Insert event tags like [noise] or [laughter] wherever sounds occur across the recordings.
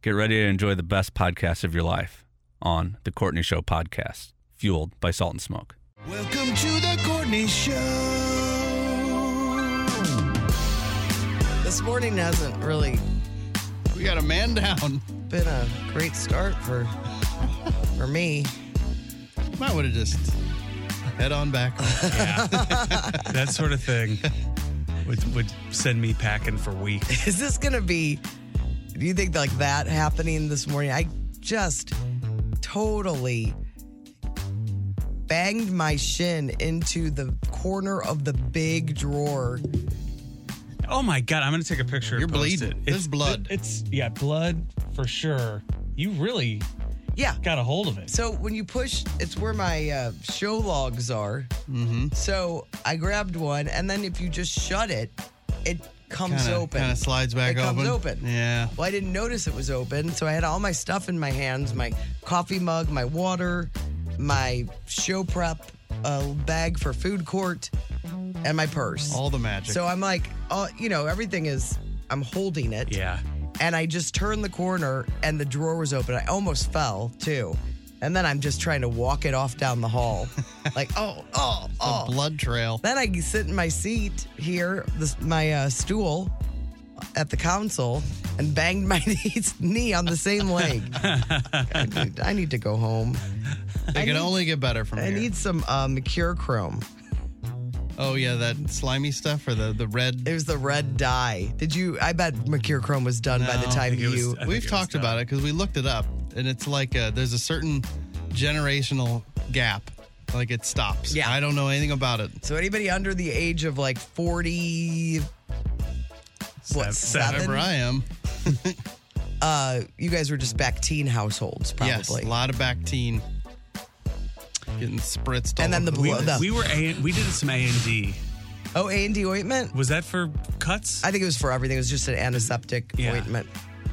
Get ready to enjoy the best podcast of your life on The Courtney Show Podcast, fueled by Salt and Smoke. Welcome to the Courtney Show. This morning hasn't really We got a man down. been a great start for for me. [laughs] Might would have just head on back. [laughs] that sort of thing would, would send me packing for weeks. Is this gonna be? Do you think like that happening this morning? I just totally banged my shin into the corner of the big drawer. Oh my god, I'm gonna take a picture. and You're post bleeding. It. There's blood. it- it's yeah, blood for sure. You really Yeah. got a hold of it. So when you push, it's where my uh, show logs are. Mm-hmm. So I grabbed one, and then if you just shut it, it comes open. Kind of slides back It open. comes open. Yeah. Well, I didn't notice it was open, so I had all my stuff in my hands my coffee mug, my water, my show prep uh, bag for food court, and my purse. All the magic. so I'm like, oh, you know, everything is, I'm holding it. Yeah. And I just turned the corner and the drawer was open. I almost fell too. And then I'm just trying to walk it off down [laughs] the hall. like, oh, oh, oh. a blood [laughs] trail. Then I sit in my seat here, this, my uh, stool at the council, and banged [laughs] my knees, knee on the same leg. I, need, I need to go home. They can only get better from I here. need some um, Cure Chrome. oh yeah, that slimy stuff or the the red. It was the red dye. Did you? I bet Mercure Chrome was done by the No, I time think it was- you. I think We've was talked done. about it because we looked it up, and it's like uh there's a certain generational gap. Like it stops. Yeah. I don't know anything about it. So anybody under the age of like forty, Seven. what seven? Whatever I am. Uh, you guys were just back teen households, Yes. probably. A lot of Bactine. Getting spritzed. And all then the over blood. place. the- We were a- we did some A and D. oh, A and D ointment. Was that for cuts? I think it was for everything. It was just an antiseptic Yeah. ointment.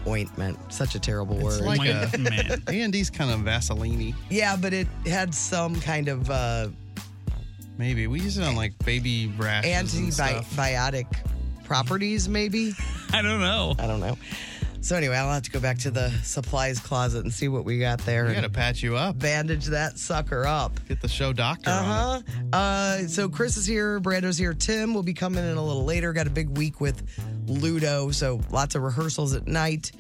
Ointment. Such a terrible word. like- Wait, man. Andy's kind of Vaseline yeah, but it had some kind of uh, Maybe we use it on like baby rashes and stuff. antibiotic properties, maybe. I don't know. I don't know. So anyway, I'll have to go back to the supplies closet and see what we got there. We and gotta patch you up. bandage that sucker up. Get the show doctor on Uh-huh. Uh So Chris is here, Brando's here, Tim will be coming in a little later. Got a big week with Ludo, so lots of rehearsals at night.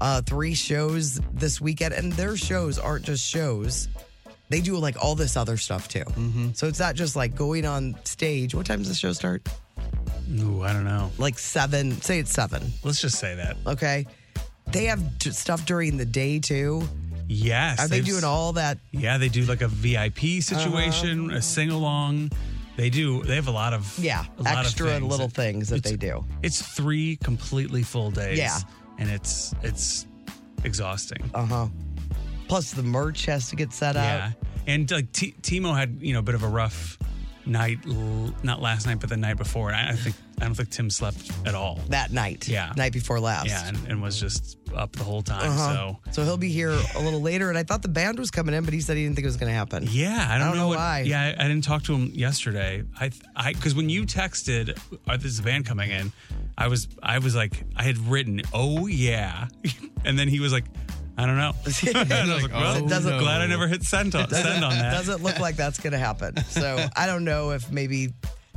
Uh, three shows this weekend, and their shows aren't just shows. They do like all this other stuff too. Mm-hmm. So it's not just like going on stage. What time does the show start? Ooh, I don't know. Like seven. Say it's seven. Let's just say that. Okay. They have d- stuff during the day too. Yes. Are they they've- doing all that? Yeah, they do like a VIP situation, a sing along. They do. They have a lot of Um, Yeah, a lot of extra things. little things that It's- they do. It's three completely full days. Yeah. And it's it's exhausting. Uh huh. Plus the merch has to get set up. yeah. And like T- Timo had, you know, a bit of a rough night l- not last night but the night before. And I, I think I don't think Tim slept at all. that night. Yeah. Night before last. yeah, and, and was just up the whole time. Uh-huh. So So he'll be here a little later. And I thought the band was coming in, but he said he didn't think it was going to happen. yeah, I don't, don't know what, why. Yeah, I, I didn't talk to him yesterday. I, th- I, because when you texted, "Are this van coming in?" I was, I was like, I had written, "Oh yeah," [laughs] and then he was like, "I don't know." [laughs] and I was like, oh, "Well, it doesn't- glad I never hit send on, send on that." Doesn't look like that's going to happen. [laughs] So I don't know if maybe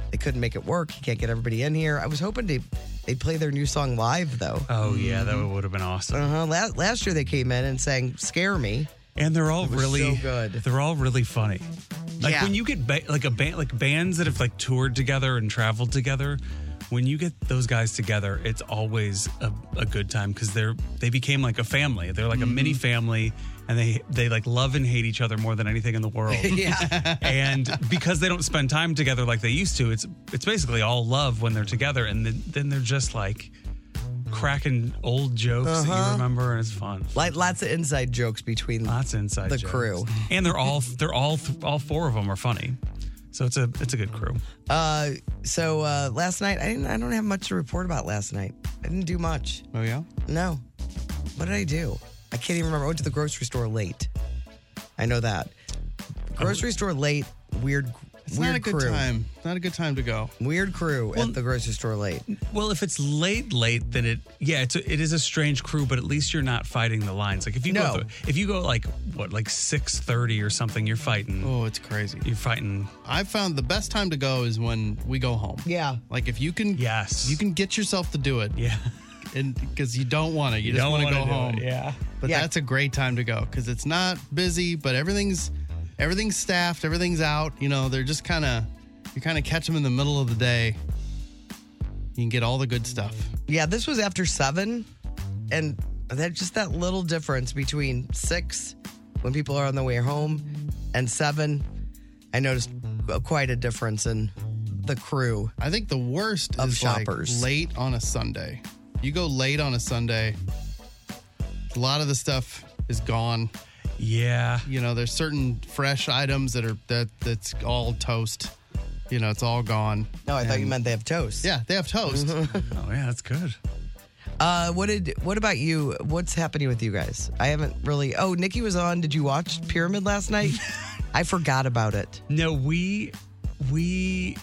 they couldn't make it work. He can't get everybody in here. I was hoping to They play their new song live though. Oh yeah, that would have been awesome. Uh huh. Last, last year they came in and sang "Scare Me." And they're all was really so good. They're all really funny. Like Yeah. when you get ba- like a band, like bands that have like toured together and traveled together. When you get those guys together, it's always a, a good time because they're they became like a family. They're like Mm-hmm. a mini family, and they they like love and hate each other more than anything in the world. [laughs] Yeah. and because they don't spend time together like they used to, it's it's basically all love when they're together, and then, then they're just like cracking old jokes that Uh-huh. you remember, and it's fun. like lots of inside jokes between Lots of inside The jokes. crew. and they're all they're all all four of them are funny, so it's a it's a good crew. Uh, so uh, last night I didn't. I don't have much to report about last night. I didn't do much. Oh yeah. No. What did I do? I can't even remember. I went to the grocery store late. I know that. Grocery store late. Weird. It's weird not a good crew. time. Not a good time to go. Weird crew at the grocery store late. Well, if it's late, late, then it yeah, it's a, it is a strange crew, but at least you're not fighting the lines. Like if you go No. th- if you go like what like six thirty or something, you're fighting. Oh, it's crazy. You're fighting. I've found the best time to go is when we go home. Yeah. Like if you can Yes. you can get yourself to do it. [laughs] Yeah. And because you don't want to. You, just Don't want to wanna go do it, home. Yeah. But Yeah. that's a great time to go because it's not busy, but everything's everything's staffed, everything's out. You know, they're just kind of you kind of catch them in the middle of the day. You can get all the good stuff. Yeah, this was after seven, and that just that little difference between six, when people are on the way home, and seven, I noticed quite a difference in the crew. I think the worst Of is like, shoppers. late on a Sunday. You go late on a Sunday, a lot of the stuff is gone. Yeah. You know, there's certain fresh items that are that that's all toast. You know, it's all gone. No, I thought you meant they have toast. Yeah, they have toast. Oh yeah, that's good. Uh, what did? What about you? What's happening with you guys? I haven't really. Oh, Nikki was on. Did you watch Pyramid [laughs] last night? I forgot about it. No, we we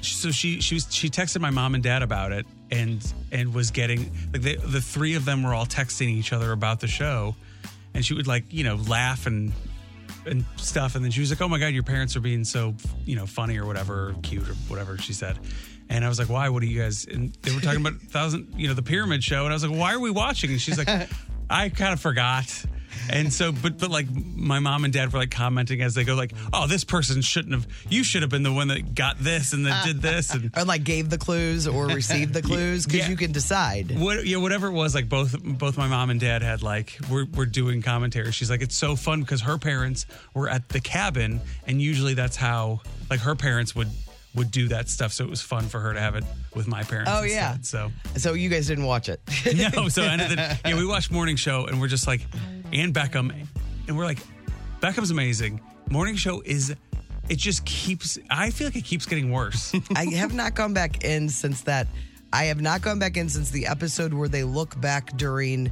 so she she was she texted my mom and dad about it and and was getting like they, the three of them were all texting each other about the show and she would like you know laugh and and stuff and then she was like oh my god your parents are being so you know funny or whatever or cute or whatever she said and i was like why what are you guys and they were talking about thousand you know the pyramid show and i was like why are we watching and she's like i kind of forgot and so but but like my mom and dad were like commenting as they go like oh this person shouldn't have you should have been the one that got this and then did this and Or like gave the clues or received the clues [laughs] because Yeah. you can decide. what yeah whatever it was like both both my mom and dad had like we're, we're doing commentary she's like it's so fun because her parents were at the cabin and usually that's how like her parents would would do that stuff so it was fun for her to have it with my parents Oh, yeah. instead. so [laughs] So you guys didn't watch it. [laughs] no so end of the yeah we watched morning show and we're just like and beckham and we're like beckham's amazing morning show is it just keeps i feel like it keeps getting [laughs] worse I have not gone back in since that. I have not gone back in since the episode where they look back during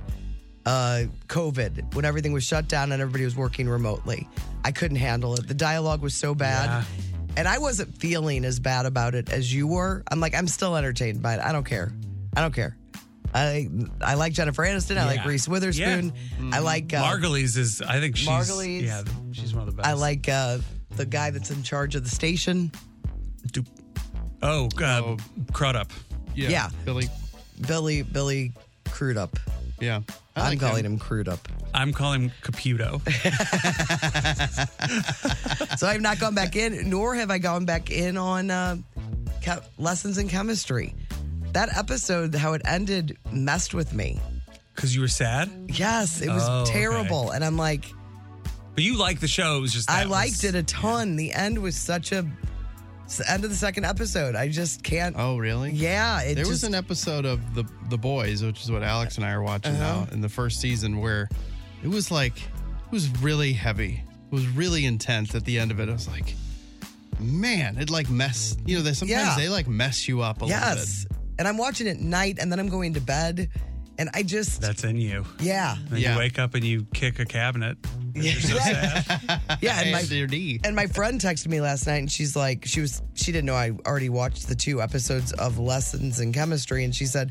uh COVID when everything was shut down and everybody was working remotely. I couldn't handle it. The dialogue was so bad. And I wasn't feeling as bad about it as you were. I'm like, I'm still entertained by it. I don't care. I don't care. I I like Jennifer Aniston. I like Yeah. Reese Witherspoon. I like uh, margulies is i think she's Margulies. yeah she's one of the best I like uh the guy that's in charge of the station. Do- oh, uh, crud up. [laughs] Yeah. Billy. Billy Billy Crude Up. Yeah, I I'm like calling him Crude Up. I'm calling him Caputo. So I've not gone back in, nor have I gone back in on uh, chem- lessons in chemistry. That episode, how it ended, messed with me. Because you were sad, Yes, it was Oh, okay. terrible, and I'm like, but you liked the show. It was just I that liked was- it a ton. The end was such a it's the end of the second episode. I just can't. Oh, really? Yeah, it There just, was an episode of the the boys, which is what Alex and I are watching Uh-huh. now, in the first season, where it was like it was really heavy. It was really intense at the end of it. I was like, man, it like mess. You know, they sometimes Yeah. they like mess you up a little bit. yes, and I'm watching it night, and then I'm going to bed, and I just That's in you. yeah, Then Yeah. you wake up and you kick a cabinet. yeah, yeah, and And my their D. And my friend texted me last night and she's like, she was, she didn't know I already watched the two episodes of Lessons in Chemistry. And she said,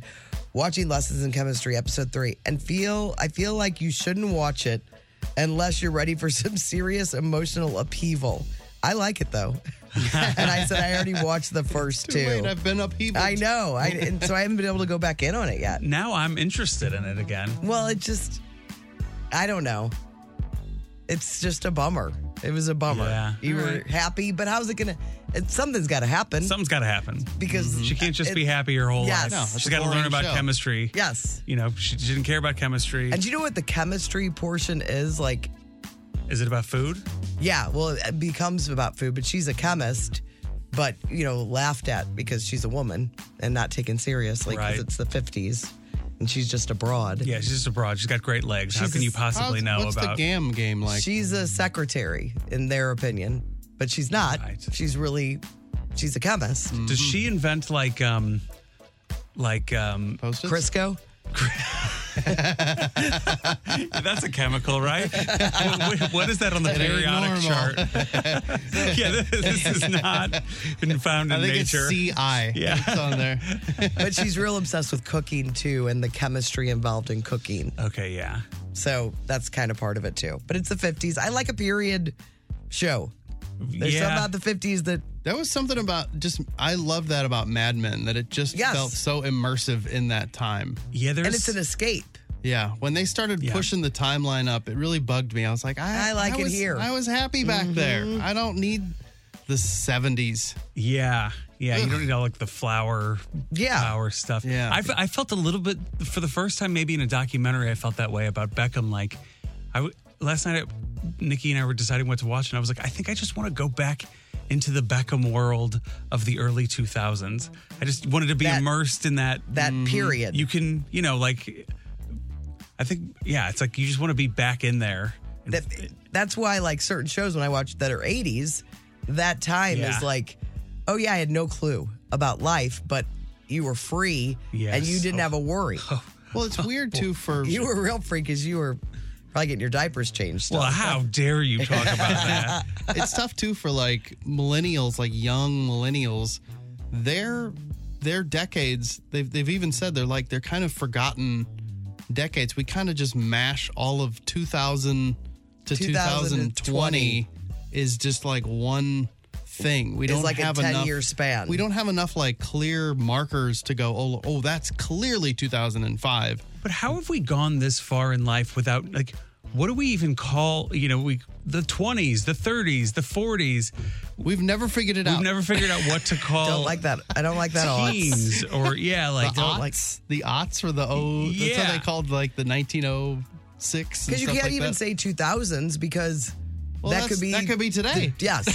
watching Lessons in Chemistry, episode three, and feel, I feel [laughs] like you shouldn't watch it unless you're ready for some serious emotional upheaval. I like it though. [laughs] and I said I already watched [laughs] the first two. Wait, I've been upheavaled. I know. I, and so I haven't been able to go back in on it [laughs] yet. Now I'm interested in it again. Well, it just, I don't know. It's just a bummer. It was a bummer. Yeah. You were Alright. happy, but how's it gonna? It, something's got to happen Something's got to happen. because She can't just it- be happy her whole Yes. life. No, She's Mm-hmm. a got to learn boring about show. chemistry. Yes. You know, she, she didn't care about chemistry. And you know what the chemistry portion is? Like, Is it about food? yeah, well, it becomes about food, but she's a chemist, but, you know, laughed at because she's a woman and not taken seriously because Right. it's the 50s and she's just abroad. Yeah, she's just abroad. She's got great legs. How She's can you a- possibly How's- know what's about? the gam game like? she's a secretary in their opinion, but she's not. Right. She's really, she's a chemist. Does she Mm-hmm. invent like um, like um? Post-its? Crisco? That's a chemical, right? what, what- what is that on the That ain't periodic chart? normal. [laughs] yeah, this, this is not been found in I think nature. it's [laughs] CI. Yeah. It's on [laughs] there. But she's real obsessed with cooking too and the chemistry involved in cooking. okay, yeah. So that's kind of part of it too. But it's the 50s. I like a period show. There's yeah. something about the 50s that That was something about just, I love that about Mad Men, that it just Yes. felt so immersive in that time. yeah, there's and it's an escape. Yeah. When they started Yeah. pushing the timeline up, it really bugged me. I was like, I, I like it was- here. I was happy back there. I don't need the 70s. Yeah, yeah. You don't need all like the flower, Yeah. flower stuff. Yeah. I, fe- I felt a little bit for the first time, maybe in a documentary, I felt that way about Beckham. Like, I w- last night, I, Nikki and I were deciding what to watch, and I was like, I think I just want to go back into the Beckham world of the early 2000s. I just wanted to be That- immersed in that. That period. Mm-hmm. you can, you know, like, I think, yeah, it's like you just want to be back in there. And that that's why like certain shows when I watch that are 80s, that time Yeah. is like, oh yeah, I had no clue about life, but you were free and you Yes. Oh. didn't have a worry. Well, it's [laughs] weird too for You were a real free because you were probably getting your diapers changed. Still. well, how dare you talk about [laughs] that? it's tough too for like millennials, like young millennials. Their their decades, they've they've even said they're like they're kind of forgotten decades. We kind of just mash all of 2000 to 2020. 2020 is just like one thing. We It's don't like a have 10 enough year span. We don't have enough like clear markers to go, "Oh, oh, that's clearly 2005." But how have we gone this far in life without like what do we even call, you know, we the 20s, the 30s, the 40s. We've never figured it out. We've never figured out [laughs] what to call don't like that. I don't like that odds. teens or yeah, like the don't aughts, like the aughts or the oh, that's how Yeah. they called like the 1906. and Because you stuff can't like even that. say 2000s because Well, that that's- could be that could be today. [laughs] [laughs] Yes,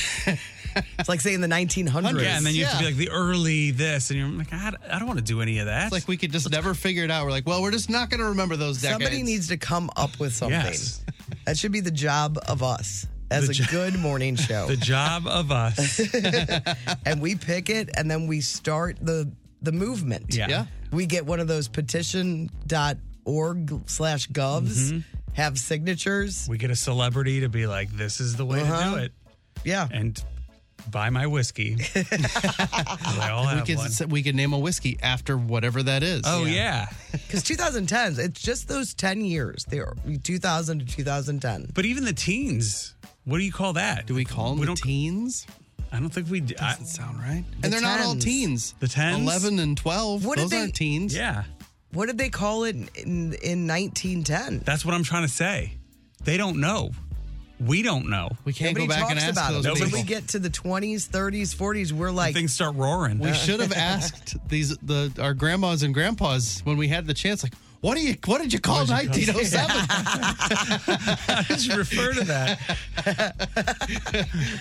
it's like saying the 1900s. yeah, and then you have to be yeah. like the early this and you're like I, I don't want to do any of that. It's like we could just never figure it out. We're like, well, we're just not going to remember those decades. Somebody needs to come up with something. Yes. That should be the job of us as The a jo- [laughs] good morning [laughs] show. the job of us. and we pick it and then we start the the movement. Yeah. Yeah. We get one of those petition.org slash govs, Mm-hmm. have signatures. We get a celebrity to be like this is the way Uh-huh. to do it Yeah. and buy my [laughs] whiskey. they all We have could one. s- we could name a whiskey after whatever that is. Oh yeah. Because 2010s, it's just those 10 years there, 2000 to 2010. But even the teens, what do you call that? do we call them We the don't- teens? I don't think we do. I- Doesn't sound right. and they're not all tens. teens. The tens? eleven and twelve. What did those they- aren't teens. yeah, What did they call it in, in, in 1910? that's what I'm trying to say. They don't know. We don't know. we can't Nobody go back talks and ask about those it. Nobody- When people. we get to the 20s, 30s, 40s, we're like, Things start roaring. [laughs] We should have asked these the our grandmas and grandpas when we had the chance. Like, what do you? What did you call [laughs] 1907 How did you refer to that?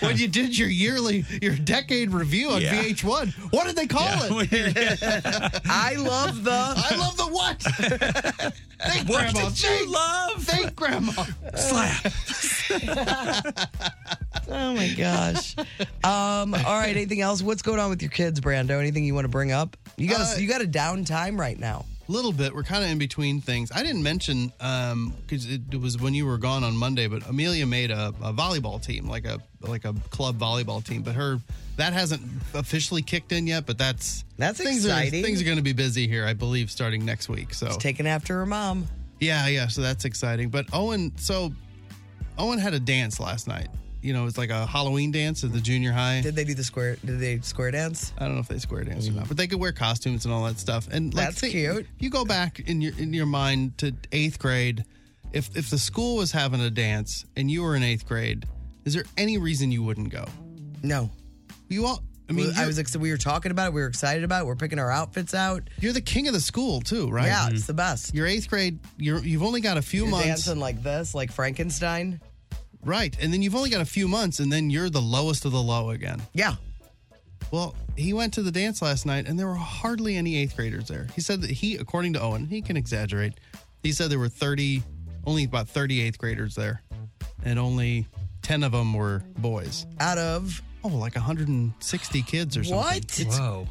when you did your yearly your decade review on Yeah. VH1? [laughs] What did they call [laughs] it? [laughs] I [laughs] love the. I love the [laughs] what? Thank what grandma. did you love? Thank grandma. Slap. Oh my gosh. [laughs] Um, all right. Anything else? What's going on with your kids, Brando? Anything you want to bring up? You got Uh, a you got a downtime right now. little bit. We're kind of in between things. I didn't mention um because it was when you were gone on Monday, but Amelia made a, a volleyball team, like a like a club volleyball team. But her that hasn't officially kicked in yet. But that's That's things exciting. Are, things are going to be busy here, I believe, starting next week. So Taken after her mom. yeah, yeah. So that's exciting. But Owen, so Owen had a dance last night. you know, it's like a Halloween dance at the junior high. Did they do the square? Did they square dance? I don't know if they square dance or not, but they could wear costumes and all that stuff. And like, That's thi- cute. You go back in your in your mind to eighth grade. If if the school was having a dance and you were in eighth grade, is there any reason you wouldn't go? No. You all, I I, mean, you're, was. ex- We were talking about it. We were excited about it. We're picking our outfits out. you're the king of the school too, right? Yeah, it's the best. Your eighth grade, you're, you've only got a few You're months, dancing like this, like Frankenstein. right? And then you've only got a few months, and then you're the lowest of the low again. Yeah. Well, he went to the dance last night and there were hardly any eighth graders there. He said that he, according to Owen, he can exaggerate. He said there were 30, only about 30 eighth graders there, and only 10 of them were boys. Out of Oh, like 160 kids or something. what? Whoa.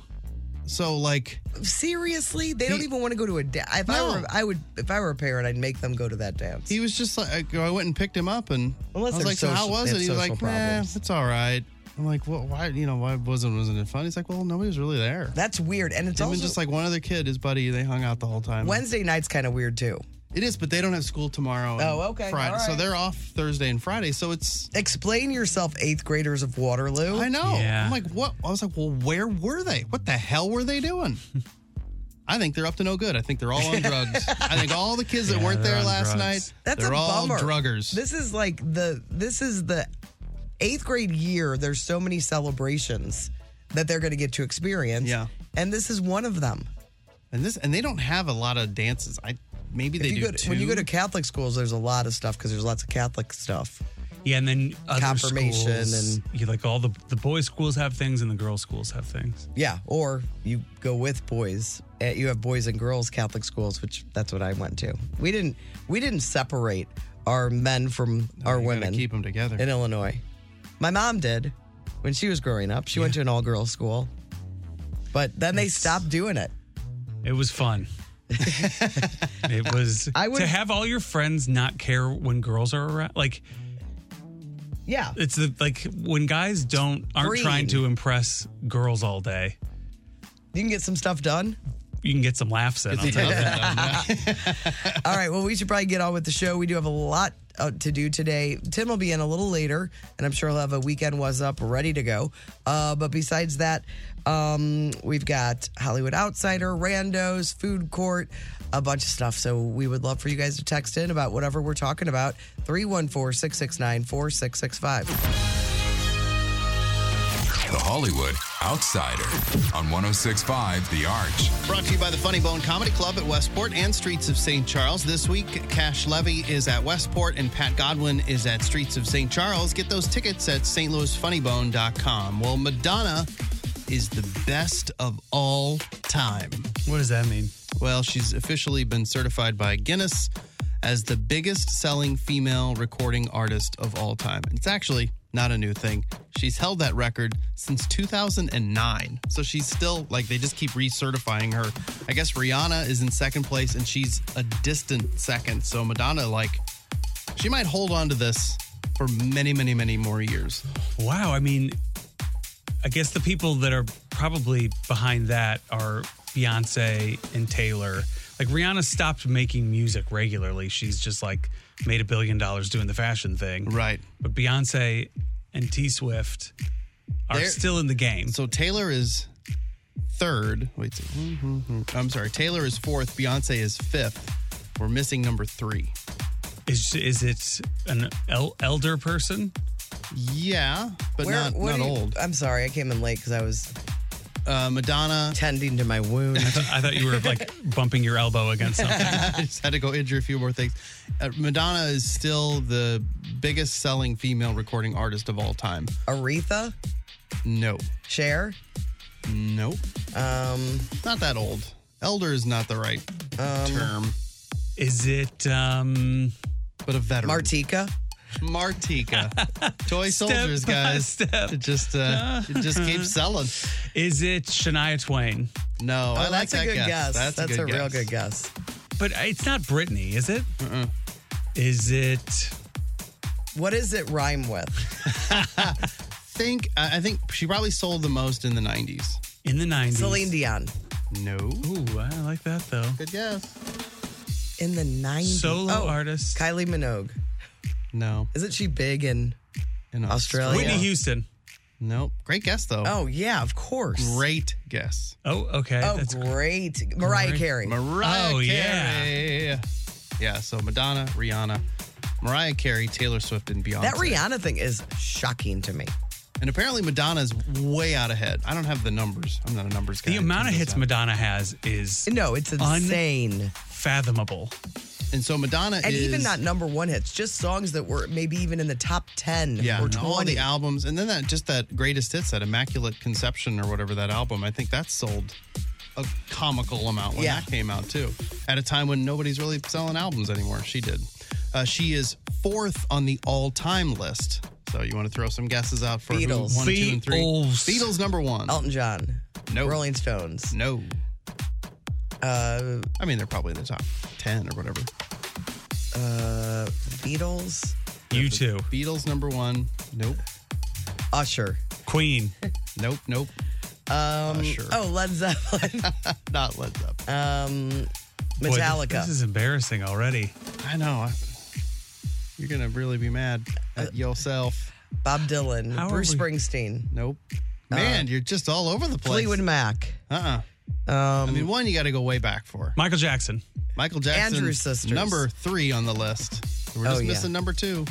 So, like, Seriously, they don't even want to go to a dance. If I No. were, I would. If I were a parent, I'd make them go to that dance. he was just like, I went and picked him up and Unless I was they're like, so how social- was they it? have He was social like, nah, problems. it's all right. I'm like, well, why, you know, why wasn't, wasn't it fun? He's like, well, nobody was really there. That's weird, and it's Him also and just like one other kid, his buddy, they hung out the whole time. Wednesday night's kind of weird too. It is, but they don't have school tomorrow. and Oh, okay. Friday, All so right. they're off Thursday and Friday. So it's Explain yourself, eighth graders of Waterloo. I know. Yeah. I'm like, what? I was like, well, where were they? What the hell were they [laughs] doing? I think they're up to no good. I think they're all on [laughs] drugs. I think all the kids that Yeah, weren't they're there on last drugs. night, That's they're a all bummer. druggers. This is like the this is the eighth grade year. There's so many celebrations that they're going to get to experience. Yeah. and this is one of them. and this, and they don't have a lot of dances. I maybe they If you do go to- two. when you go to Catholic schools, there's a lot of stuff because there's lots of Catholic stuff. Yeah, and then other Confirmation schools, you like all the the boys' schools have things and the girls' schools have things. Yeah, or you go with boys. Uh, You have boys and girls Catholic schools, which that's what I went to. We didn't we didn't separate our men from our You gotta women keep them together. in Illinois. My mom did when she was growing up. She went to an all girls school, but then they stopped doing it. It was [laughs] fun. it was I would- to have all your friends not care when girls are around. Like Yeah, it's the, like when guys don't aren't Green. trying to impress girls all day. you can get some stuff done. You can get some laughs in. I'll tell you that. All right. Well, we should probably get on with the show. We do have a lot uh, to do today. Tim will be in a little later, and I'm sure he'll have a weekend was up ready to go. Uh, but besides that, um, we've got Hollywood Outsider, Randos, Food Court, a bunch of stuff. So we would love for you guys to text in about whatever we're talking about. 314 669 4665. The Hollywood Outsider on 1065 The Arch. Brought to you by the Funny Bone Comedy Club at Westport and Streets of St. Charles. This week, Cash Levy is at Westport and Pat Godwin is at Streets of St. Charles. Get those tickets at stlouisfunnybone.com. Well, Madonna is the best of all time. What does that mean? Well, she's officially been certified by Guinness as the biggest selling female recording artist of all time. It's actually not a new thing. She's held that record since 2009. So she's still like they just keep recertifying her. I guess Rihanna is in second place and she's a distant second. So Madonna like she might hold on to this for many, many, many more years. Wow. I mean, I guess the people that are probably behind that are Beyonce and Taylor. Like Rihanna stopped making music regularly. She's just like made a billion dollars doing the fashion thing. Right. But Beyonce and T Swift are They're- still in the game. So Taylor is third. Wait, so- mm-hmm. I'm sorry. Taylor is fourth. Beyonce is fifth. We're missing number three. Is, is it an el- elder person? Yeah, but Where- not, what not do you- old. I'm sorry. I came in late because I was Uh, Madonna. [laughs] tending to my wound. I thought you were like bumping your elbow against [laughs] something. I just had to go injure a few more things. Uh, Madonna is still the biggest selling female recording artist of all time. Aretha, No, Cher, nope. um, Not that old. Elder is not the right term, Is it um but a veteran. Martika. Oh, Martika. [laughs] Toy soldiers, by guys. step. It just uh, it just keeps selling. is it Shania Twain? No, I Oh, like that's that a good guess. That's, a, good real guess. good guess. But it's not Britney, is it? Is it? What does it rhyme with? Think I I think she probably sold the most in the '90s. In the 90s. Celine Dion. No, Ooh, I like that though. good guess. In the Oh, 90s. Solo artist. Kylie Minogue. No, Isn't she big and in Australia. Whitney Houston. Nope. Great guess though. Oh yeah, of course. Great guess. Oh, okay. Oh That's great, Mariah Carey. Mariah Oh, Carey. Yeah. yeah, so Madonna, Rihanna, Mariah Carey, Taylor Swift, and Beyonce. that Rihanna thing is shocking to me. And apparently Madonna's way out ahead. I don't have the numbers. I'm not a numbers guy. the amount of Turns hits out. Madonna has is No, it's insane. fathomable. And so Madonna and is even not number one hits, just songs that were maybe even in the top ten yeah, or and twenty. all the albums, and then that just that greatest hits, that Immaculate Conception or whatever that album. I think that sold a comical amount when Yeah. that came out too. At a time when nobody's really selling albums anymore, she did. Uh, she is fourth on the all-time list. So you want to throw some guesses out for who- Beatles. Oh. one, two, and three? Beatles. Beatles number one. Elton John, No. Rolling Stones. No, Uh, I mean they're probably in the top ten or whatever. uh, Beatles, You too. Beatles number one. Nope. Usher. [laughs] Queen. Nope. Nope. Um, Usher. Oh, Led Zeppelin, Not Led Zeppelin. um, Boy, th- Metallica. this is embarrassing already. I know. I, you're gonna really be mad Uh, at yourself. Bob Dylan, How are Bruce we- Springsteen, Nope. Man, you're just all over the place. uh, Fleetwood Mac, Uh uh Um, I mean, one you got to go way back for. Michael Jackson. Michael Jackson. Andrews Sisters. Number three on the list. We're Oh, just yeah. missing number two.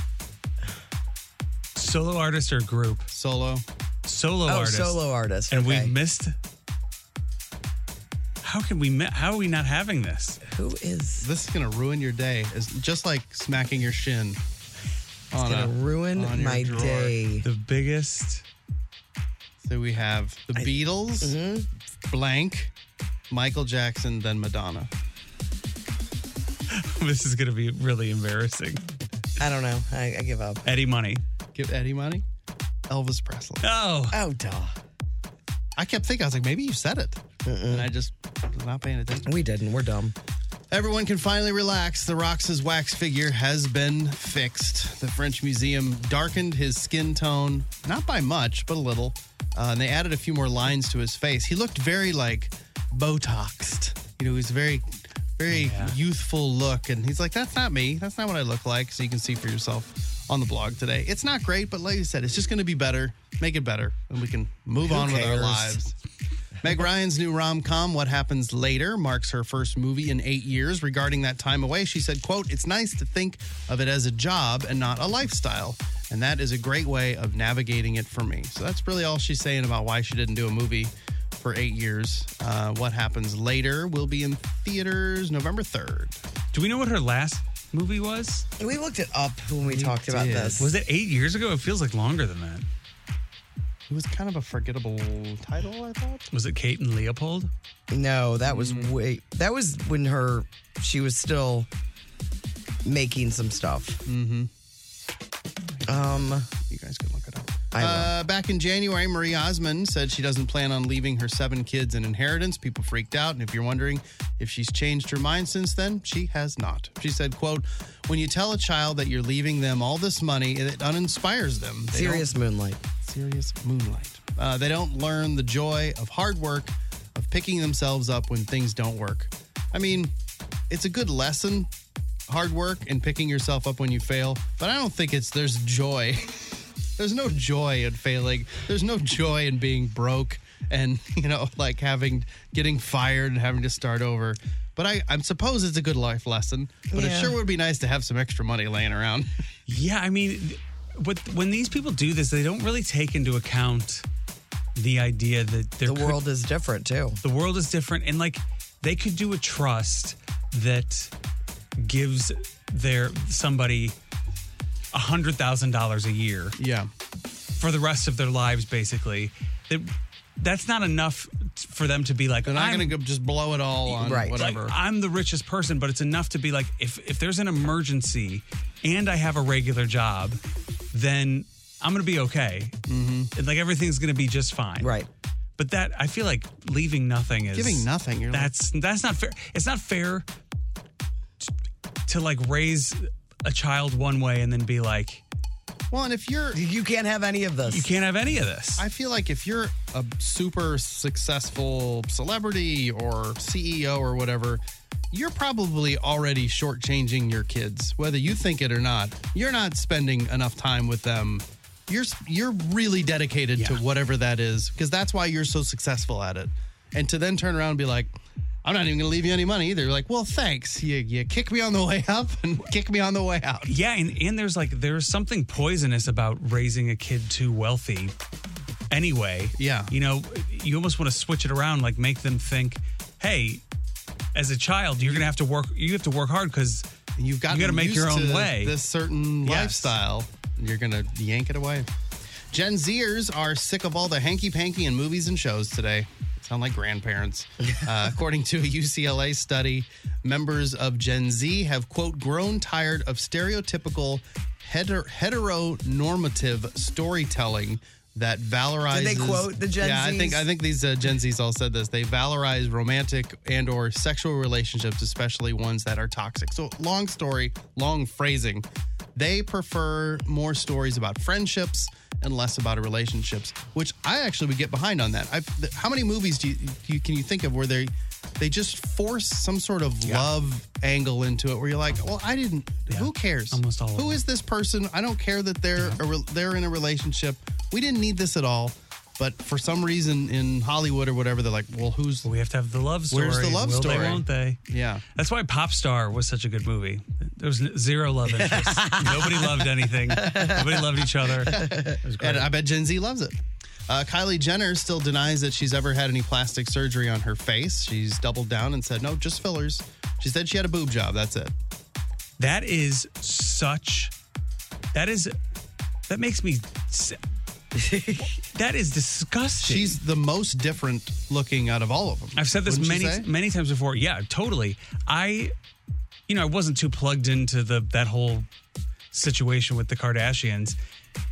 Solo artist or group? Solo. Solo oh, artist. solo artist. And okay. we missed. How can we? mi- How are we not having this? who is This is going to ruin your day. It's just like smacking your shin. On gonna a- on ruin your my drawer. day? The biggest. [laughs] So we have the Beatles, Mm-hmm. blank, Michael Jackson, then Madonna. This is going to be really embarrassing. I don't know. I, I give up. Eddie Money. Give Eddie money. Elvis Presley. Oh, Oh, duh. I kept thinking, I was like, maybe you said it. And I just was not paying attention. We didn't. We're dumb. Everyone can finally relax. The Rox's wax figure has been fixed. The French Museum darkened his skin tone, not by much, but a little. Uh, and they added a few more lines to his face. He looked very like Botoxed. You know, he's very, very youthful look. And he's like, that's not me. That's not what I look like. So you can see for yourself on the blog today. It's not great, but like you said, it's just going to be better. Make it better. And we can move on with our cares? lives. Meg Ryan's new rom-com, What Happens Later, marks her first movie in eight years. Regarding that time away, she said, quote, it's nice to think of it as a job and not a lifestyle. And that is a great way of navigating it for me. So that's really all she's saying about why she didn't do a movie for eight years. Uh, what Happens Later will be in theaters November 3rd. do we know what her last movie was? We looked it up when we talked about did. this. Was it eight years ago? It feels like longer than that. It was kind of a forgettable title, I thought. Was it Kate and Leopold? No, that was Mm. way. That was when her she was still making some stuff. Mm-hmm. Um, You guys can look it up. I will. Uh, back in January, Marie Osmond said she doesn't plan on leaving her seven kids an inheritance. People freaked out, and if you're wondering if she's changed her mind since then, she has not. She said, "quote When you tell a child that you're leaving them all this money, it uninspires them. They don't- serious moonlight. serious moonlight. Uh, they don't learn the joy of hard work, of picking themselves up when things don't work. I mean, it's a good lesson, hard work and picking yourself up when you fail, but I don't think it's there's joy. [laughs] there's no joy in failing. There's no joy in being broke and, [laughs] you know, like having getting fired and having to start over. But I, I suppose it's a good life lesson, but it Yeah. sure would be nice to have some extra money laying around. Yeah, I mean, th- but when these people do this, they don't really take into account the idea that there The could- world is different too. the world is different, and like they could do a trust that gives their somebody a hundred thousand dollars a year Yeah. for the rest of their lives, basically. That that's not enough t- for them to be like, They're not I'm going to just blow it all on Right. whatever. like, I'm the richest person, but it's enough to be like, if if there's an emergency and I have a regular job, then I'm gonna be okay. Mm-hmm. And like everything's gonna be just fine. Right. But that I feel like leaving nothing is Giving nothing, you're like- that's that's not fair. It's not fair t- to like raise a child one way and then be like, Well, and if you're, You can't have any of this. you can't have any of this. I feel like if you're a super successful celebrity or CEO or whatever, you're probably already shortchanging your kids, whether you think it or not. You're not spending enough time with them. you're you're really dedicated to whatever that is because that's why you're so successful at it. And to then turn around and be like, I'm not even going to leave you any money either. Like, well, thanks. You you kick me on the way up and [laughs] kick me on the way out. Yeah, and, and there's like there's something poisonous about raising a kid too wealthy anyway. Yeah. You know, you almost want to switch it around, like make them think, hey, as a child, you're gonna have to work you have to work hard because You've got you gotta make your own way. This certain Yes. lifestyle, and you're gonna yank it away. Gen Zers are sick of all the hanky panky in movies and shows today. Sound [laughs] like grandparents. Uh, according to a UCLA study, members of Gen Z have, quote, grown tired of stereotypical heter- heteronormative storytelling that valorizes. Did they quote the Gen Yeah, I think Zs? I think these uh, Gen Zs all said this. They valorize romantic and or sexual relationships, especially ones that are toxic. So long story, long phrasing. They prefer more stories about friendships and less about relationships, which I actually would get behind on that. I've, th- how many movies do you, do you can you think of where they they just force some sort of love angle into it, where you're like, well, I didn't. Who cares? Almost all of Who them. is this person? I don't care that they're a re- they're in a relationship. We didn't need this at all. But for some reason in Hollywood or whatever, they're like, well, who's we have to have the love story. Where's the love Will story? They, won't they? yeah? That's why Pop Star was such a good movie. There was n- zero [laughs] love interest. Nobody loved anything. Nobody loved each other. It was great. And I bet Gen Z loves it. Uh, Kylie Jenner still denies that she's ever had any plastic surgery on her face. She's doubled down and said, no, just fillers. She said she had a boob job. That's it. That is such. That is. That makes me. s- that is disgusting. She's the most different looking out of all of them. I've said this Wouldn't you many say? many times before. Yeah, totally. I, you know, I wasn't too plugged into the that whole situation with the Kardashians,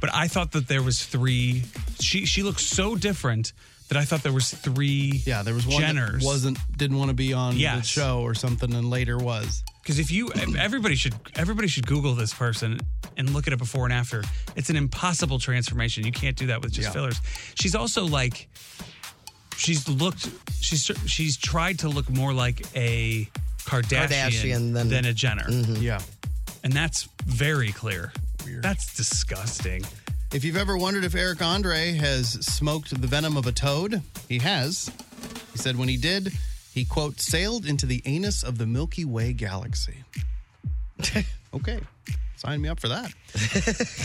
but I thought that there was three. She she looked so different that I thought there was three. Yeah, there was one Jenners. that wasn't didn't want to be on the Yes. show or something, and later was. Because if you, everybody should, everybody should Google this person and look at it before and after. It's an impossible transformation. You can't do that with just Yeah. fillers. She's also like, she's looked, she's she's tried to look more like a Kardashian, Kardashian than- Mm-hmm. than, a Jenner, Yeah. and that's very clear. That's disgusting. If you've ever wondered if Eric Andre has smoked the venom of a toad, he has. He said when he did, he quote sailed into the anus of the Milky Way galaxy. [laughs] okay. Sign me up for that.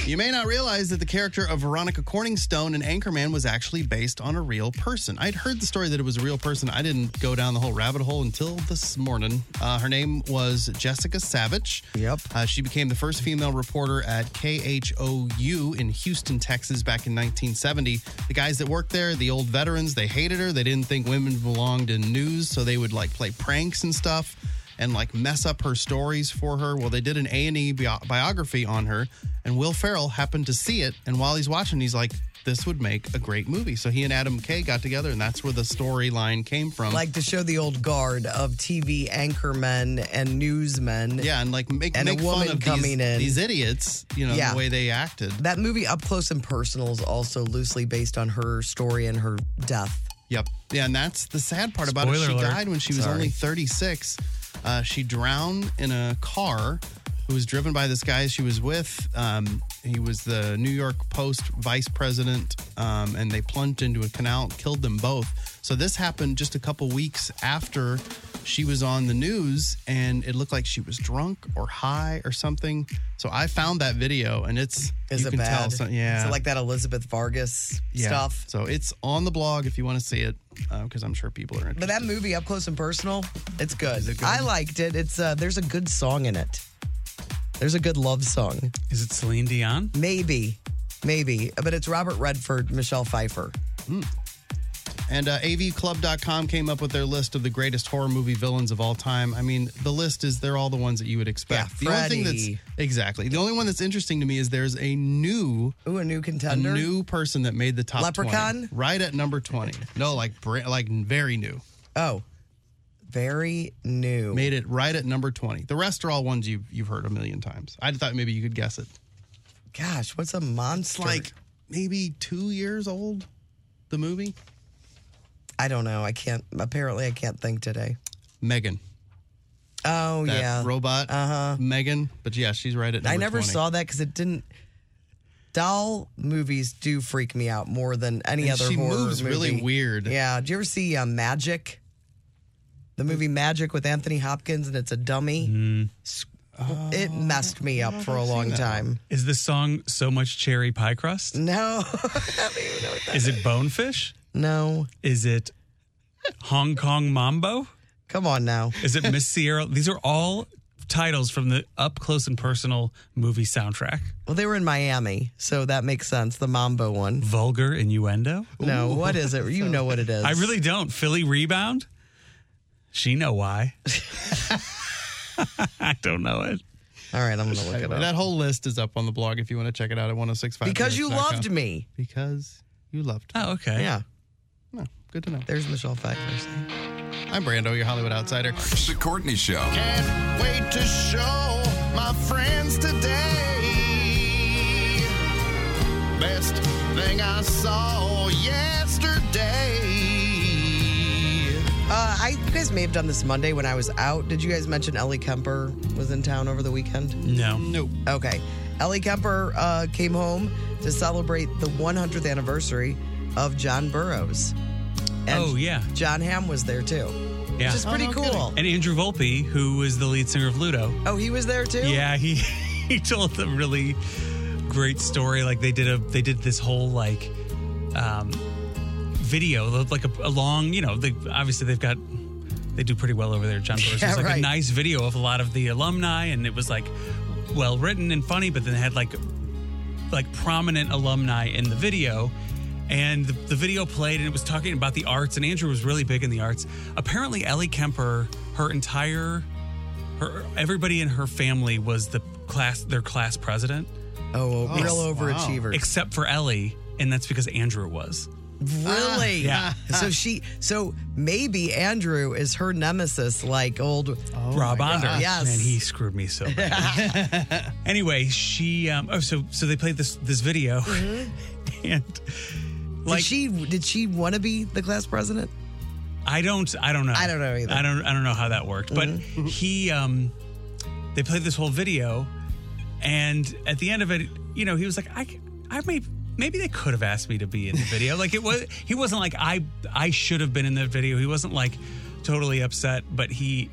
you may not realize that the character of Veronica Corningstone in Anchorman was actually based on a real person. I'd heard the story that it was a real person. I didn't go down the whole rabbit hole until this morning. Uh, her name was Jessica Savage. Yep. Uh, she became the first female reporter at KHOU in Houston, Texas, back in 1970. The guys that worked there, the old veterans, they hated her. They didn't think women belonged in news, so they would like play pranks and stuff and like mess up her stories for her. Well, they did an A&E bio- biography on her, and Will Ferrell happened to see it. And while he's watching, he's like, "This would make a great movie." So he and Adam Kay got together, and that's where the storyline came from. Like to show the old guard of TV anchormen and newsmen. yeah, and like make, And a make woman fun of coming these, in. these idiots, you know, Yeah. the way they acted. That movie, Up Close and Personal, is also loosely based on her story and her death. Yep. Yeah, and that's the sad part about it. Spoiler She alert. died when she was only 36. Uh, she drowned in a car who was driven by this guy she was with. Um, he was the New York Post vice president, um, and they plunged into a canal, killed them both. So this happened just a couple weeks after she was on the news, and it looked like she was drunk or high or something. So I found that video, and it's Is you it can bad? tell. some- yeah, So like that Elizabeth Vargas yeah. stuff. So it's on the blog if you want to see it, because I'm sure people are But interested. that movie, Up Close and Personal, it's good. I liked it. It's uh, there's a good song in it. There's a good love song. Is it Celine Dion? Maybe, maybe, but it's Robert Redford, Michelle Pfeiffer. And uh, AVClub.com came up with their list of the greatest horror movie villains of all time. I mean, the list is they're all the ones that you would expect. the Yeah, only thing Freddy. that's exactly the only one that's interesting to me is there's a new. Ooh, a new A contender. new person that made the top 20, Leprechaun? right at number twenty. No, like bra- like very new, Oh, very new. made it right at number twenty. The rest are all ones you've you've heard a million times. I thought maybe you could guess it. Gosh, what's a monster? Like maybe two years old, the movie I don't know. I can't. Apparently, I can't think today. Megan. Oh that yeah, Uh-huh. robot, Megan. But yeah, she's right at. Number I never 20. saw that because it didn't. doll movies do freak me out more than any And other she horror moves movie. really weird. Yeah. Did you ever see uh, Magic? The movie Magic with Anthony Hopkins, and it's a dummy. Mm-hmm. S- it messed me up for a long time. Is this song so much cherry pie [laughs] crust? No, I don't even know what that. Is it bonefish? No, Is it Hong Kong Mambo? come on now. Is it Miss Sierra? These are all titles from the up close and personal movie soundtrack. Well, they were in Miami, so that makes sense. The Mambo one. Vulgar innuendo. No, what is it? You know [laughs] what it is. I really don't. Philly rebound. She know why. [laughs] I don't know it. All right, I'm gonna look it Anyway, up. that whole list is up on the blog if you want to check it out at 1065. because you loved me. Because you loved me. Oh, okay. Yeah. No, good [laughs] to know. There's Michelle Pfeiffer. I'm Brando, your Hollywood outsider. The Courtney Show. Can't wait to show my friends today. Best thing I saw yesterday. Uh, I you guys may have done this Monday when I was out. Did you guys mention Ellie Kemper was in town over the weekend? No. Nope. Okay. Ellie Kemper uh, came home to celebrate the 100th anniversary of John Burroughs. And Oh, yeah. John Hamm was there too, Yeah. which is pretty no cool. And Andrew Volpe, who is the lead singer of Ludo, Oh, he was there too? Yeah, he [laughs] he told a really great story. Like they did a they did this whole like um, video like a, a long you know they obviously they've got they do pretty well over there. at John Burroughs. [laughs] Yeah, it was like right. a nice video of a lot of the alumni, and it was like well written and funny. But then it had like like prominent alumni in the video. And the, the video played and it was talking about the arts, and Andrew was really big in the arts. Apparently, Ellie Kemper, her entire her everybody in her family was the class their class president Oh, Oh, real wow. overachiever. except for Ellie and that's because Andrew was Really? Yeah. so she, so maybe Andrew is her nemesis, like old. Rob Onder Yes. and he screwed me so bad [laughs] anyway she um oh so so they played this this video [laughs] and like Mm-hmm. did she did she want to be the class president? I don't I don't know. I don't know either. Mm-hmm. I don't I don't know how that worked. But he um they played this whole video and at the end of it, you know, he was like I I may maybe they could have asked me to be in the video. like it was he wasn't like I I should have been in the video. He wasn't like totally upset, but he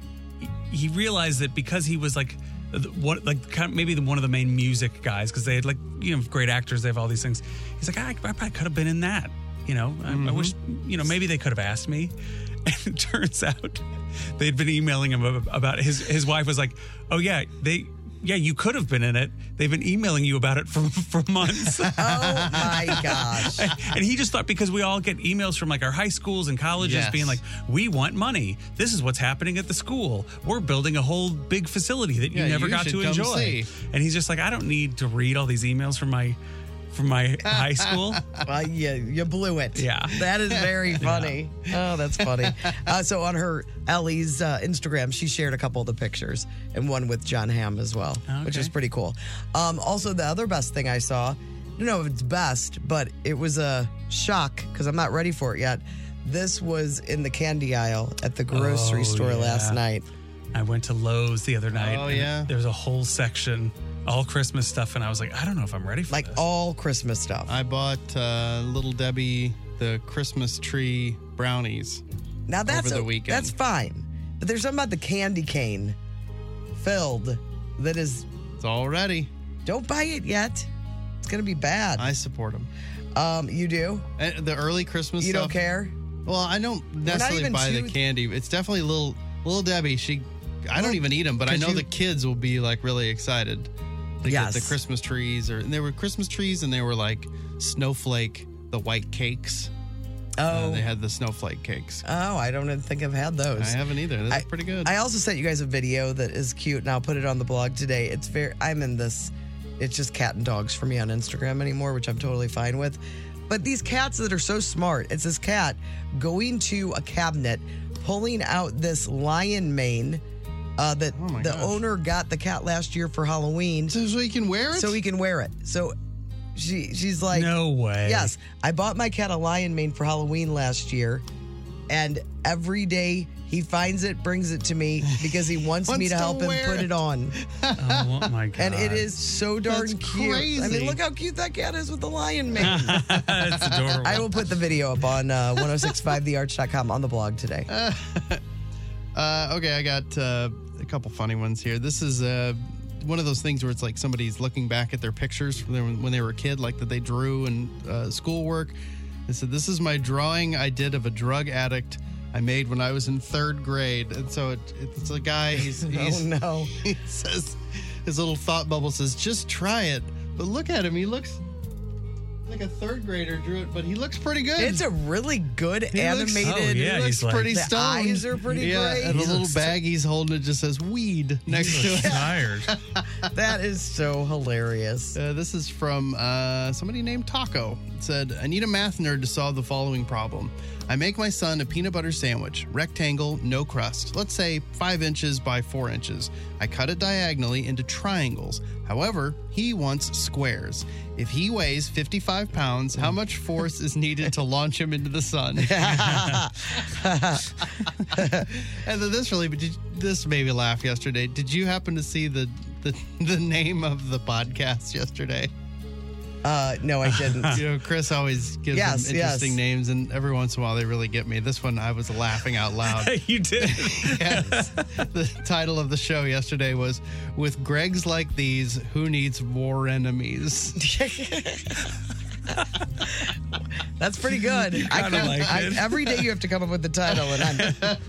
he realized that because he was like the- what like kind of maybe the, one of the main music guys because they had like you know great actors they have all these things he's like i, I probably could have been in that you know I, I wish you know maybe they could have asked me [laughs] and it turns out [laughs] they'd been emailing him ab- about his his wife was like oh yeah they yeah you could have been in it they've been emailing you about it for [laughs] for months Oh [laughs] my gosh. and he just thought because we all get emails from like our high schools and colleges Yes. being like, we want money. This is what's happening at the school. We're building a whole big facility that Yeah, you never you got should to come enjoy. see. And he's just like, I don't need to read all these emails from my from my high school. Well, yeah, you blew it. [laughs] Yeah. That is very funny. Oh, that's funny. Uh, so on her Ellie's uh, Instagram, she shared a couple of the pictures and one with John Hamm as well, which is pretty cool. Um, also, the other best thing I saw, I don't know if it's best, but it was a shock because I'm not ready for it yet. This was in the candy aisle at the grocery Oh, store last yeah. night. I went to Lowe's the other night. Oh, and yeah. There's a whole section, all Christmas stuff, and I was like, I don't know if I'm ready for Like this. all Christmas stuff. I bought uh, Little Debbie the Christmas tree brownies. Now that's the o- weekend. That's fine, but there's something about the candy cane filled that is. It's all ready. Don't buy it yet. It's gonna be bad. I support them. um, you do. And the early Christmas You stuff. don't care. Well, I don't necessarily even buy the too- candy. It's definitely little little Debbie. She, I Well, don't even eat them, but I could know you- the kids will be like really excited. They Yes. get the Christmas trees, or and there were Christmas trees, and they were like snowflake, the white cakes. Uh, Oh, they had the snowflake cakes. oh, I don't even think I've had I those. haven't either. That's I- pretty good. I also sent you guys a video that is cute, and I'll put it on the blog today. It's very. I'm in this. It's just cat and dogs for me on Instagram anymore, which I'm totally fine with. But these cats that are so smart. It's this cat going to a cabinet, pulling out this lion mane uh, that Oh my the gosh. owner got the cat last year for Halloween, so, so you can wear it. so he can wear it. So she she's like, no way. Yes, I bought my cat a lion mane for Halloween last year, And every day he finds it, brings it to me because [laughs] he wants, me Wants to to help him wear put it. it on. Oh my god! And it is so darn That's cute. I crazy. mean, look how cute that cat is with the lion [laughs] mane. [laughs] it's adorable. I will put the video up on uh, 1065thearch.com on the blog today. Oh, Uh, okay, I got uh, a couple funny ones here. This is uh, one of those things where it's like somebody's looking back at their pictures from their, when they were a kid, like that they drew in uh, schoolwork. They said, "This is my drawing I did of a drug addict I made when I was in third grade." And so it, it's a guy. He's, he's [laughs] oh, no. [laughs] he says his little thought bubble says, "Just try it." But look at him. He looks like a third grader drew it, but he looks pretty good. It's a really good looks- animated. Oh, yeah. he looks he's like- pretty The stoned. eyes are pretty yeah, great. and the He little looks- bag he's holding it just says weed next to it. [laughs] tired. That is so hilarious. Uh, this is from uh, somebody named Taco. It said, I need a math nerd to solve the following problem. I make my son a peanut butter sandwich, rectangle, no crust, let's say five inches by four inches. I cut it diagonally into triangles. However, he wants squares. If he weighs 55 pounds, how much force is needed to launch him into [laughs] the sun? [laughs] And then this really, but did, this made me laugh yesterday. Did you happen to see the, the [laughs] the name of the [laughs] podcast yesterday? Uh, no, I didn't. [laughs] You know, Chris always gives Yes, them yes. interesting names, and every once in a while they really get me. This one, I was laughing out loud. [laughs] you did. Yes. the title of the show yesterday was "With Gregs Like These, Who Needs War [laughs] Enemies?" [laughs] That's pretty good. I kinda come- like I- it. every day you have to come up with the title, and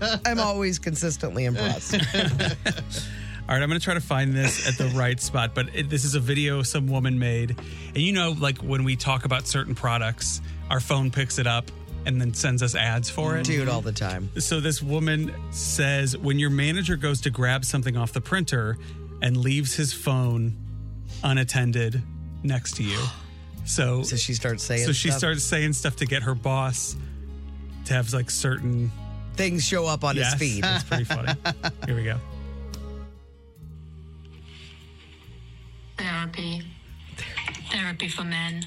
I'm, I'm always consistently impressed. All right, I'm going to try to find this at the right spot, but it, this is a video some woman made. And you know, like when we talk about certain products, our phone picks it up and then sends us ads for it. Dude, all the time. So this woman says when your manager goes to grab something off the printer and leaves his phone unattended next to [gasps] you. So So she starts saying so she stuff. starts saying stuff to get her boss to have like certain things show up on his [laughs] feed. That's pretty [laughs] funny. Here we go. Therapy. Therapy for [laughs] men.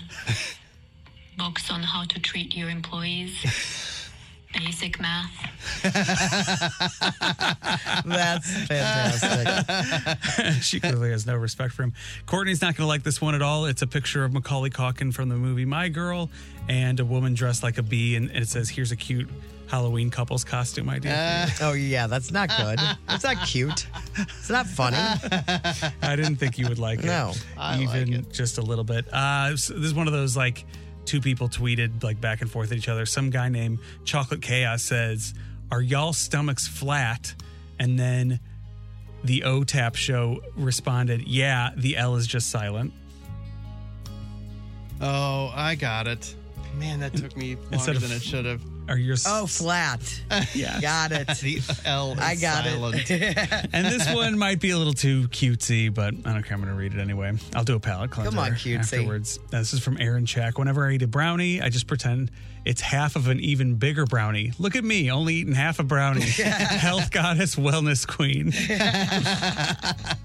Books on how to treat your employees. [laughs] Basic math. That's fantastic. [laughs] she clearly has no respect for him. Courtney's not going to like this one at all. It's a picture of Macaulay Calkin from the movie My Girl and a woman dressed like a bee, and and it says, "Here's a cute Halloween couples costume idea." for Oh yeah, that's not good. It's not cute. It's not funny. you." I didn't think you would like it. No, I like even just a little bit. Uh, so this is one of those like two people tweeted like back and forth at each other. Some guy named Chocolate Chaos says, "Are y'all stomachs flat?" And then the O Tap show responded, "Yeah, the L is just silent." oh, I got it. Man, that took me longer Instead of- than it should have. Are your Oh, flat. yeah. Got it. The L. Is [laughs] I got it. silent. And this one might be a little too cutesy, but I don't care. I'm going to read it anyway. I'll do a palate cleanser Come on, cutesy. afterwards. Now, This is from Aaron Check. Whenever I eat a brownie, I just pretend it's half of an even bigger brownie. Look at me, only eating half a [laughs] brownie. Health goddess, wellness queen.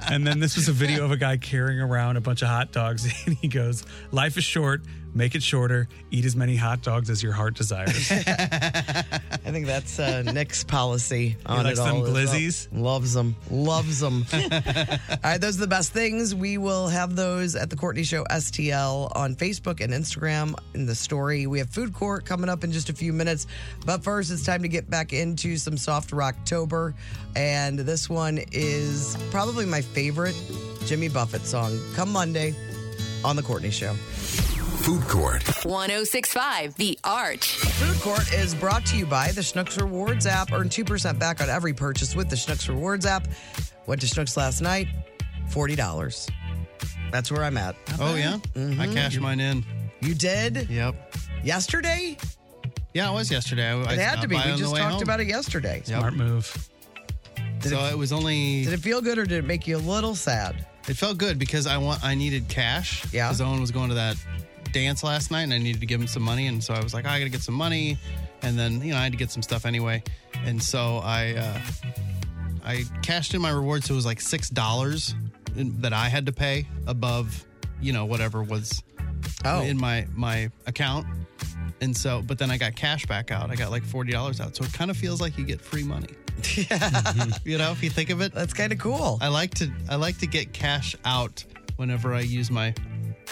and then this was a video of a guy carrying around a bunch of hot dogs, [laughs] and he goes, "Life is short. Make it shorter. Eat as many hot dogs as your heart [laughs] desires." I think that's uh, Nick's policy on likes it all. them as well. glizzies? Loves them. Loves them. all right, those are the best things. We will have those at the Courtney Show STL on Facebook and Instagram in the story. We have food court coming up in just a few minutes, but first it's time to get back into some soft rocktober, and this one is probably my favorite Jimmy Buffett song. Come Monday on the Courtney Show. Food Court. 1065 The Arch. Food Court is brought to you by the Schnucks Rewards app. Earn 2% back on every purchase with the Schnucks Rewards app. Went to Schnucks last night, $40. That's where I'm at. Oh yeah, Mm-hmm. I cashed mine in. You did Yep. yesterday? Yeah, it was yesterday. I, I It had stopped to be. by We on the just way talked home. about it yesterday. Smart move. So it was only. Did it feel good or did it make you a little sad? It felt good because I want I needed cash. Yeah. Because Owen was going to that dance last night and I needed to give him some money. And so I was like, I gotta get some money. And then, you know, I had to get some stuff anyway. And so I uh I cashed in my reward, so it was like six dollars that I had to pay above, you know, whatever was Oh. in my my account. And so, but then I got cash back out. I got like $40 out. So it kind of feels like you get free [laughs] money. [laughs] you know, if you think of it, that's kind of cool. I like to I like to get cash out whenever I use my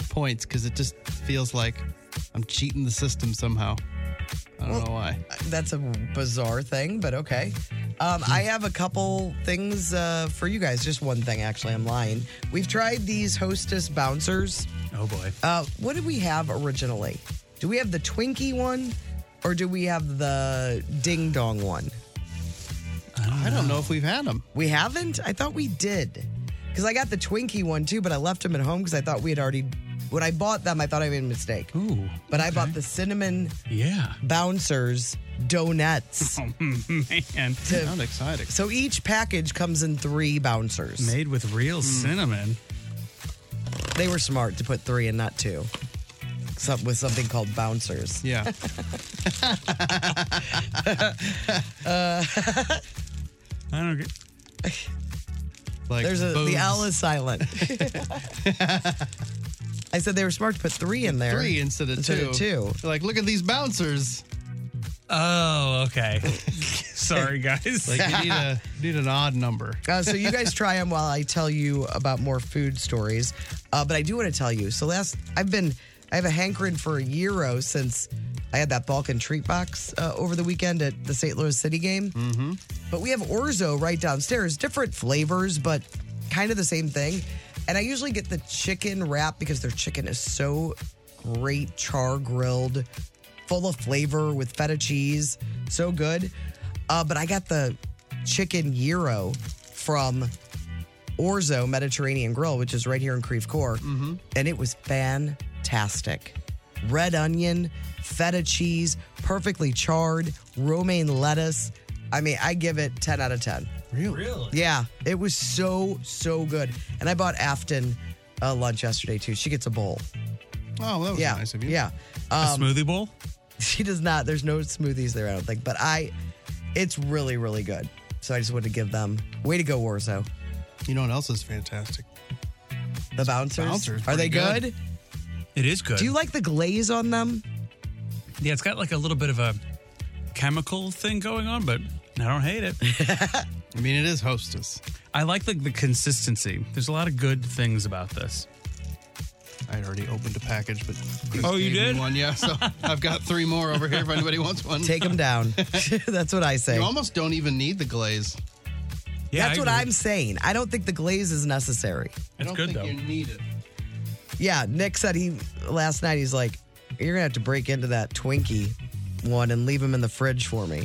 points because it just feels like I'm cheating the system somehow. I don't know why. That's a bizarre thing, but okay. Um, I have a couple things uh, for you guys. Just one thing, actually. I'm lying. We've tried these hostess bouncers. Oh boy. Uh, what did we have originally? Do we have the Twinkie one, or do we have the Ding Dong one? I don't, know if we've had them. We haven't. I thought we did, because I got the Twinkie one too, but I left them at home because I thought we had already. When I bought them, I thought I made a mistake. Ooh. But I bought the cinnamon Yeah. bouncers donuts. Man. Sound exciting. So each package comes in three bouncers. Made with real Hmm. cinnamon. They were smart to put three and not two. Some, with something called bouncers. [laughs] Yeah. I don't get. Like There's a, the boobs. L is [laughs] silent. I said they were smart to put three in there. three instead of Instead two. of two. They're Like, look at these bouncers. Oh, [laughs] okay. Sorry, guys. Like, you need, [laughs] a, you need an odd number. Uh, so you guys try them while I tell you about more food stories. Uh, but I do want to tell you. So last, I've been, I have a hankering for a euro since I had that Balkan treat box uh, over the weekend at the St. Louis City game. Hmm. Mm-hmm. But we have orzo right downstairs, different flavors, but kind of the same thing. And I usually get the chicken wrap because their chicken is so great, char grilled, full of flavor with feta cheese, so good. Uh, but I got the chicken gyro from Orzo Mediterranean Grill, which is right here in Creve Coeur, and it was fantastic. Red onion, feta cheese, perfectly charred, romaine lettuce. I mean, I give it 10 out of 10. really? Yeah, it was so, so good. And I bought Afton uh, lunch yesterday too. She gets a bowl. Oh, that was Yeah. nice of you. Yeah. [laughs] A smoothie bowl? She does not. There's no smoothies there, I don't think. But I, it's really, really good. So I just wanted to give them way to go, Orzo. You know what else is fantastic? The bouncers, Bouncers, are pretty they good? good. It is good. Do you like the glaze on them? yeah, it's got like a little bit of a chemical thing going on, but I don't hate it. I mean, it is hostess. I like like the consistency. There's a lot of good things about this. I had already opened a package, but Chris Oh, you gave me did? one. Yeah, [laughs] so I've got three more over here if anybody wants one. Take them [laughs] down. [laughs] That's what I say. you almost don't even need the glaze. Yeah, That's I what agree. I'm saying. I don't think the glaze is necessary. I It's don't good, think though. you need it. Yeah, Nick said he last night. He's like, "You're gonna have to break into that Twinkie one and leave them in the fridge for me."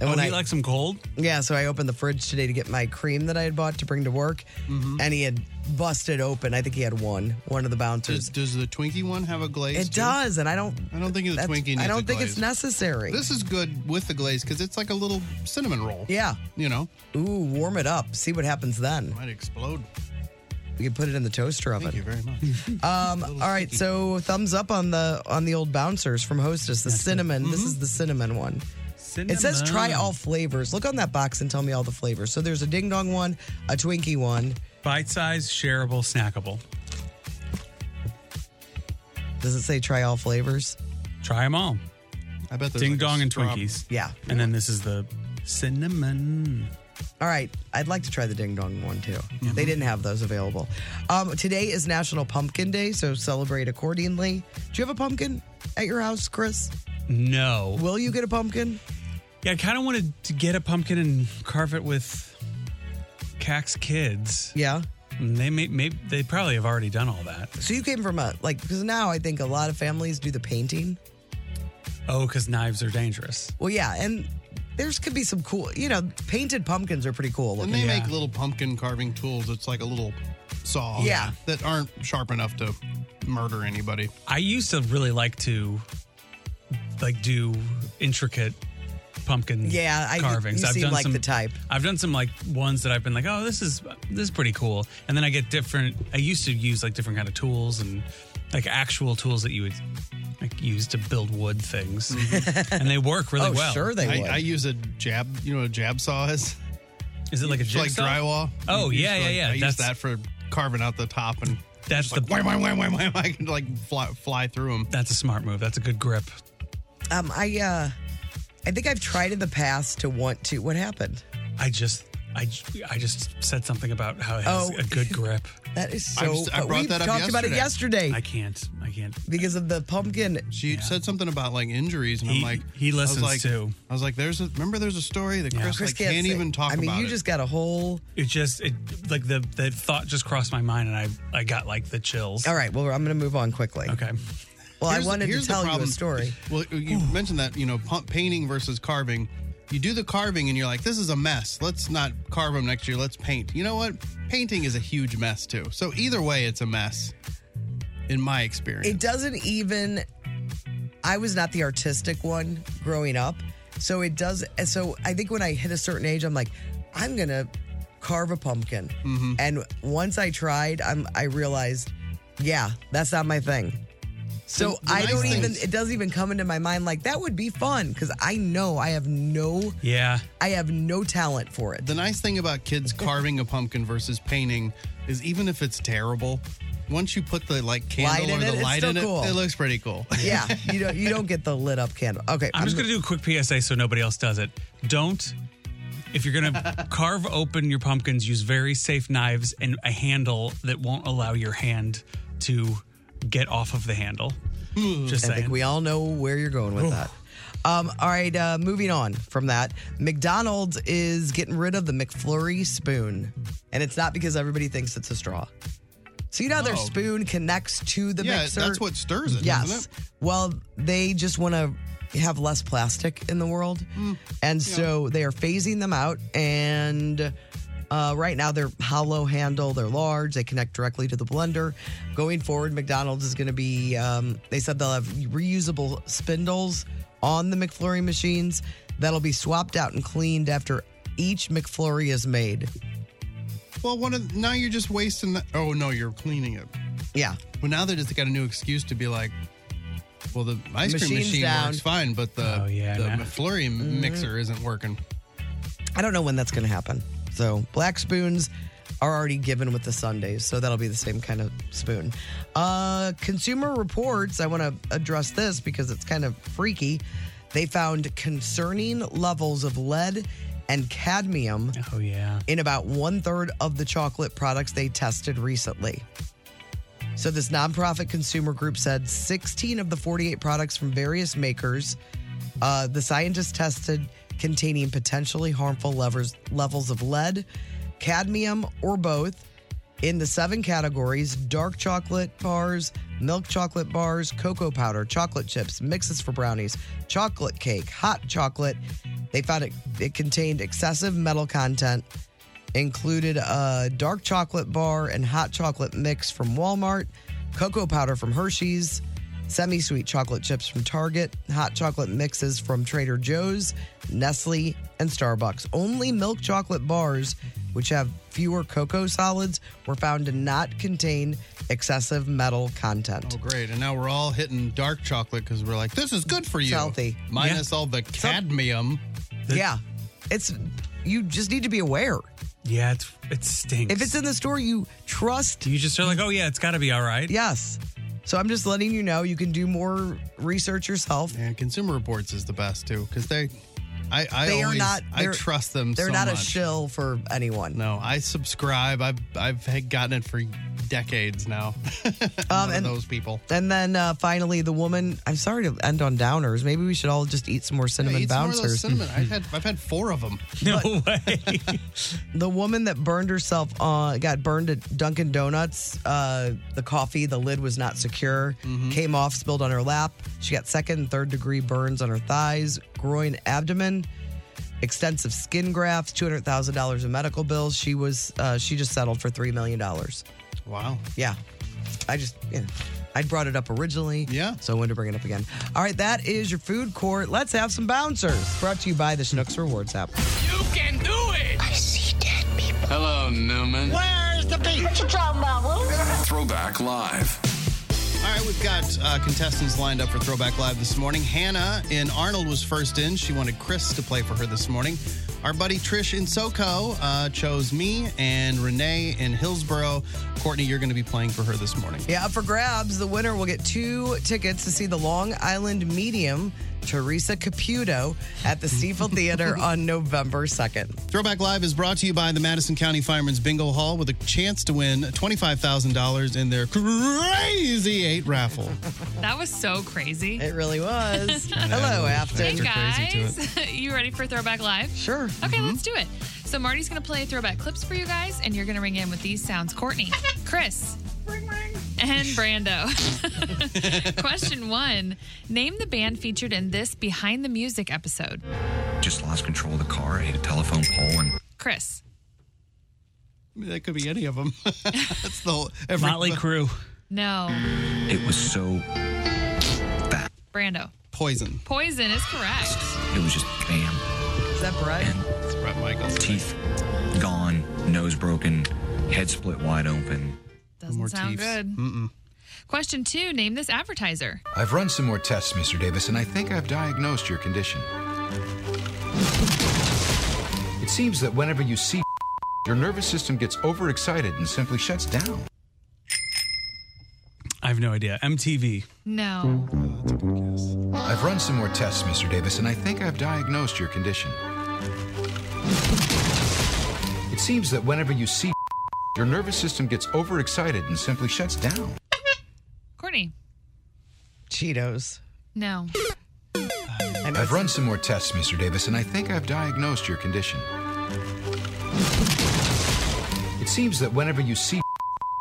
And Oh, when he I likes them cold. yeah, so I opened the fridge today to get my cream that I had bought to bring to work, Mm-hmm. and he had busted open. I think he had one, one of the Does, bouncers. does the Twinkie one have a glaze? It too? does, and I don't. I don't think the that's- Twinkie needs I a don't think glaze. it's necessary. This is good with the glaze because it's like a little cinnamon roll. yeah. You know, Ooh, warm it up. See what happens then. might explode. You can put it in the toaster oven. Thank you [laughs] very much. Um, all right, so thumbs up on the on the old bouncers from Hostess. The cinnamon. This is the cinnamon one. It says try all flavors. Look on that box and tell me all the flavors. So there's a ding dong one, a Twinkie one. Bite-sized, shareable, snackable. Does it say try all flavors? Try them all. I bet there's Ding like a dong and straw- Twinkies. Yeah. And then this is the cinnamon. All right, I'd like to try the ding dong one too. They didn't have those available. Um, today is National Pumpkin Day, so celebrate accordingly. Do you have a pumpkin at your house, Chris? No. Will you get a pumpkin? Yeah, I kind of wanted to get a pumpkin and carve it with Cax kids. Yeah. And They may, may they probably have already done all that. So you came from a like because now I think a lot of families do the painting. Oh, because knives are dangerous. Well, yeah, and there's could be some cool, you know, painted pumpkins are pretty cool And looking. they Yeah. make little pumpkin carving tools. It's like a little saw. Yeah. That aren't sharp enough to murder anybody. I used to really like to like do intricate pumpkin Yeah, I- you- carvings. you I've seem done like some, the type. I've done some like ones that I've been like, oh, this is this is pretty cool. And then I get different. I used to use like different kind of tools and like actual tools that you would like use to build wood things, and they work really [laughs] oh, well. sure they I, would. I use a jab. You know what a jab saw is? Is it like a It's like jigsaw? drywall. Oh, You yeah, just, yeah, like- yeah. I use That's- that for carving out the top and That's the like [laughs] wham, wham, wham, wham, wham. I can like fly, fly through them. that's a smart move. That's a good grip. Um, I uh, I think I've tried in the past to want to. What happened? I just, I, j- I just said something about how it has Oh. a good grip. That is I'm so. s- I but brought we that up talked about it yesterday. yesterday I can't, I can't. because of the pumpkin. She said something about like injuries, and I'm He- like, he I was listens, like- too. I was like, there's a remember, there's a story that Chris, Chris like, can't can't, say- even talk I mean, about. you it. just got a whole. It just, it like the the thought just crossed my mind, and I I got like the chills. All right. Well, I'm going to move on quickly. Okay. Well, I Here's the- wanted to here's the tell you a problem. story. Well, you mentioned that you know pu- painting versus carving. You do the carving, and you're like, this is a mess. Let's not carve them next year. Let's paint. You know what? Painting is a huge mess too. So either way, it's a mess. In my experience, It doesn't even. I was not the artistic one growing up, so it does. and So I think when I hit a certain age, I'm like, I'm gonna carve a pumpkin. Mm-hmm. And once I tried, I'm I realized, yeah, that's not my thing. So The- the I nice don't thing even. is- It doesn't even come into my mind like that would be fun because I know I have no. Yeah. I have no talent for it. The nice thing about [laughs] kids carving a pumpkin versus painting is even if it's terrible, once you put the like candle Light in or it, the it's light still in cool. it, it looks pretty cool. [laughs] Yeah, you don't you don't get the lit up candle. Okay, I'm just going to do a quick PSA so nobody else does it. Don't, if you're going [laughs] to carve open your pumpkins, use very safe knives and a handle that won't allow your hand to get off of the handle. Just I saying. think we all know where you're going with that. Um, all right, uh, moving on from that. McDonald's is getting rid of the McFlurry spoon, and it's not because everybody thinks it's a straw. So you know how their Oh. spoon connects to the Yeah, mixer. that's what stirs it, Yes. isn't Well, they just want to have less plastic in the world, and so they are phasing them out. And uh, right now, they're hollow handle. They're large. They connect directly to the blender. Going forward, McDonald's is going to be. Um, they said they'll have reusable spindles on the McFlurry machines that'll be swapped out and cleaned after each McFlurry is made. Well, one of now you're just wasting. The, oh no, you're cleaning it. Yeah. Well, now they just got a new excuse to be like, well, the ice cream Machine's machine down. Mm-hmm. works fine, but the Oh, yeah, the nah. McFlurry m- mixer isn't working. I don't know when that's going to happen. So black spoons are already given with the Sundays, so that'll be the same kind of spoon. Uh, Consumer Reports. I want to address this because it's kind of freaky. They found concerning levels of lead and cadmium oh, yeah. in about one third of the chocolate products they tested recently. So, this nonprofit consumer group said 16 of the 48 products from various makers, uh, the scientists tested containing potentially harmful levers, levels of lead, cadmium, or both in the seven categories dark chocolate bars, milk chocolate bars, cocoa powder, chocolate chips, mixes for brownies, chocolate cake, hot chocolate. They found it, it contained excessive metal content, included a dark chocolate bar and hot chocolate mix from Walmart, cocoa powder from Hershey's, semi sweet chocolate chips from Target, hot chocolate mixes from Trader Joe's, Nestle, and Starbucks. Only milk chocolate bars, which have fewer cocoa solids, were found to not contain excessive metal content. Oh, great! And now we're all hitting dark chocolate because we're like, this is good for you. healthy. Minus all the cadmium. yeah. It's you just need to be aware. Yeah, it's, it stinks. If it's in the store, you trust you just are like, oh, yeah, it's got to be all right. Yes. So I'm just letting you know you can do more research yourself. And Consumer Reports is the best too because they, I, I They are always- not- I they're- trust them. They're so not a much. shill for anyone. No, I subscribe. I've I've had gotten it for decades now. [laughs] um, and- those people. And then uh, finally, the woman. I'm sorry to end on downers. Maybe we should all just eat some more cinnamon Eat some more of those bouncers. cinnamon. I've had I've had four of them. No [laughs] way. [laughs] the woman that burned herself on got burned at Dunkin' Donuts. Uh, the coffee, the lid was not secure, came off, spilled on her lap. She got second, and third degree burns on her thighs, groin, abdomen, extensive skin grafts, two hundred thousand dollars in medical bills. She was uh, she just settled for three million dollars. Wow. Yeah. I just, you know, I brought it up originally. Yeah. So I wanted to bring it up again. All right, that is your food court. Let's have some bouncers. Brought to you by the Schnooks Rewards app. You can do it. I see dead people. Hello, Newman. Where's the beach? What you talking about, Throwback Live. All right, we've got uh, contestants lined up for Throwback Live this morning. Hannah in Arnold was first in. She wanted Chris to play for her this morning. Our buddy Trish in SoCo uh, chose me and Renee in Hillsboro. Courtney, you're going to be playing for her this morning. Yeah, up for grabs. The winner will get two tickets to see the Long Island medium, Teresa Caputo, at the Seafield Theater on November 2nd. Throwback Live is brought to you by the Madison County Firemen's Bingo Hall with a chance to win $25,000 in their crazy eight [laughs] raffle. That was so crazy. It really was. I know. Hello, Afton. Hey, Things are crazy to guys. [laughs] you ready for Throwback Live? Sure. Okay, let's do it. So, Marty's going to play throwback clips for you guys, and you're going to ring in with these sounds Courtney, Chris, and Brando. Question one Name the band featured in this Behind the Music episode. Just lost control of the car, hit a telephone pole, and Chris, That could be any of [laughs] them. That's the whole, every, Motley Crew. no. it was so Brando. Poison. Poison is correct. it was just bam. Is that Brett? It's Brett Michaels. Teeth gone, nose broken, head split wide open. Doesn't sound good. Question two Name this advertiser. I've run some more tests, Mr. Davis, and I think I've diagnosed your condition. It seems that whenever you see [laughs] your nervous system gets overexcited and simply shuts down. I have no idea. MTV. No. I've run some more tests, Mr. Davis, and I think I've diagnosed your condition. It seems that whenever you see [laughs] your nervous system gets overexcited and simply shuts down. Courtney, Cheetos. no. I've run some more tests, Mr. Davis, and I think I've diagnosed your condition. It seems that whenever you see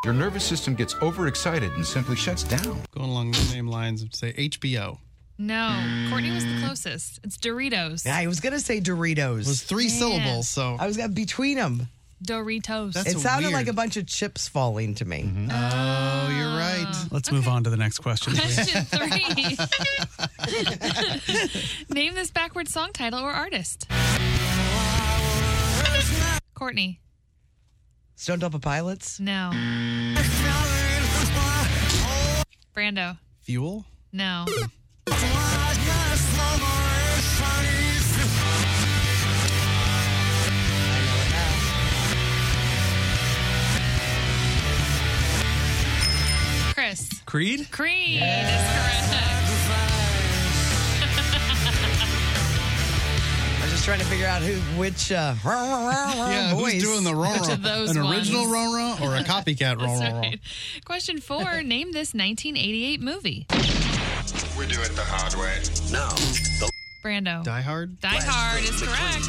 your nervous system gets overexcited and simply shuts down. Going along the same lines, I'd say HBO. No. Courtney was the closest. It's Doritos. I was going to say Doritos. It was three Man. syllables, so. I was got between them. [laughs] Doritos. Oh, it sounded like a bunch of chips falling to me. Oh, you're Ah. right. Let's move on to the next question. Question three. Name this backward song title or artist. Courtney. Stone Temple Pilots? No. Brando. Fuel? No. Chris. Creed? Creed I was just trying to figure out who, which, uh, [laughs] Yeah, who's doing the roar? roar? An original roar or a [laughs] copycat roar? That's right. Question four. Name this 1988 movie. We're doing it the hard way. No. The Brando. Die Hard? Die Hard is correct.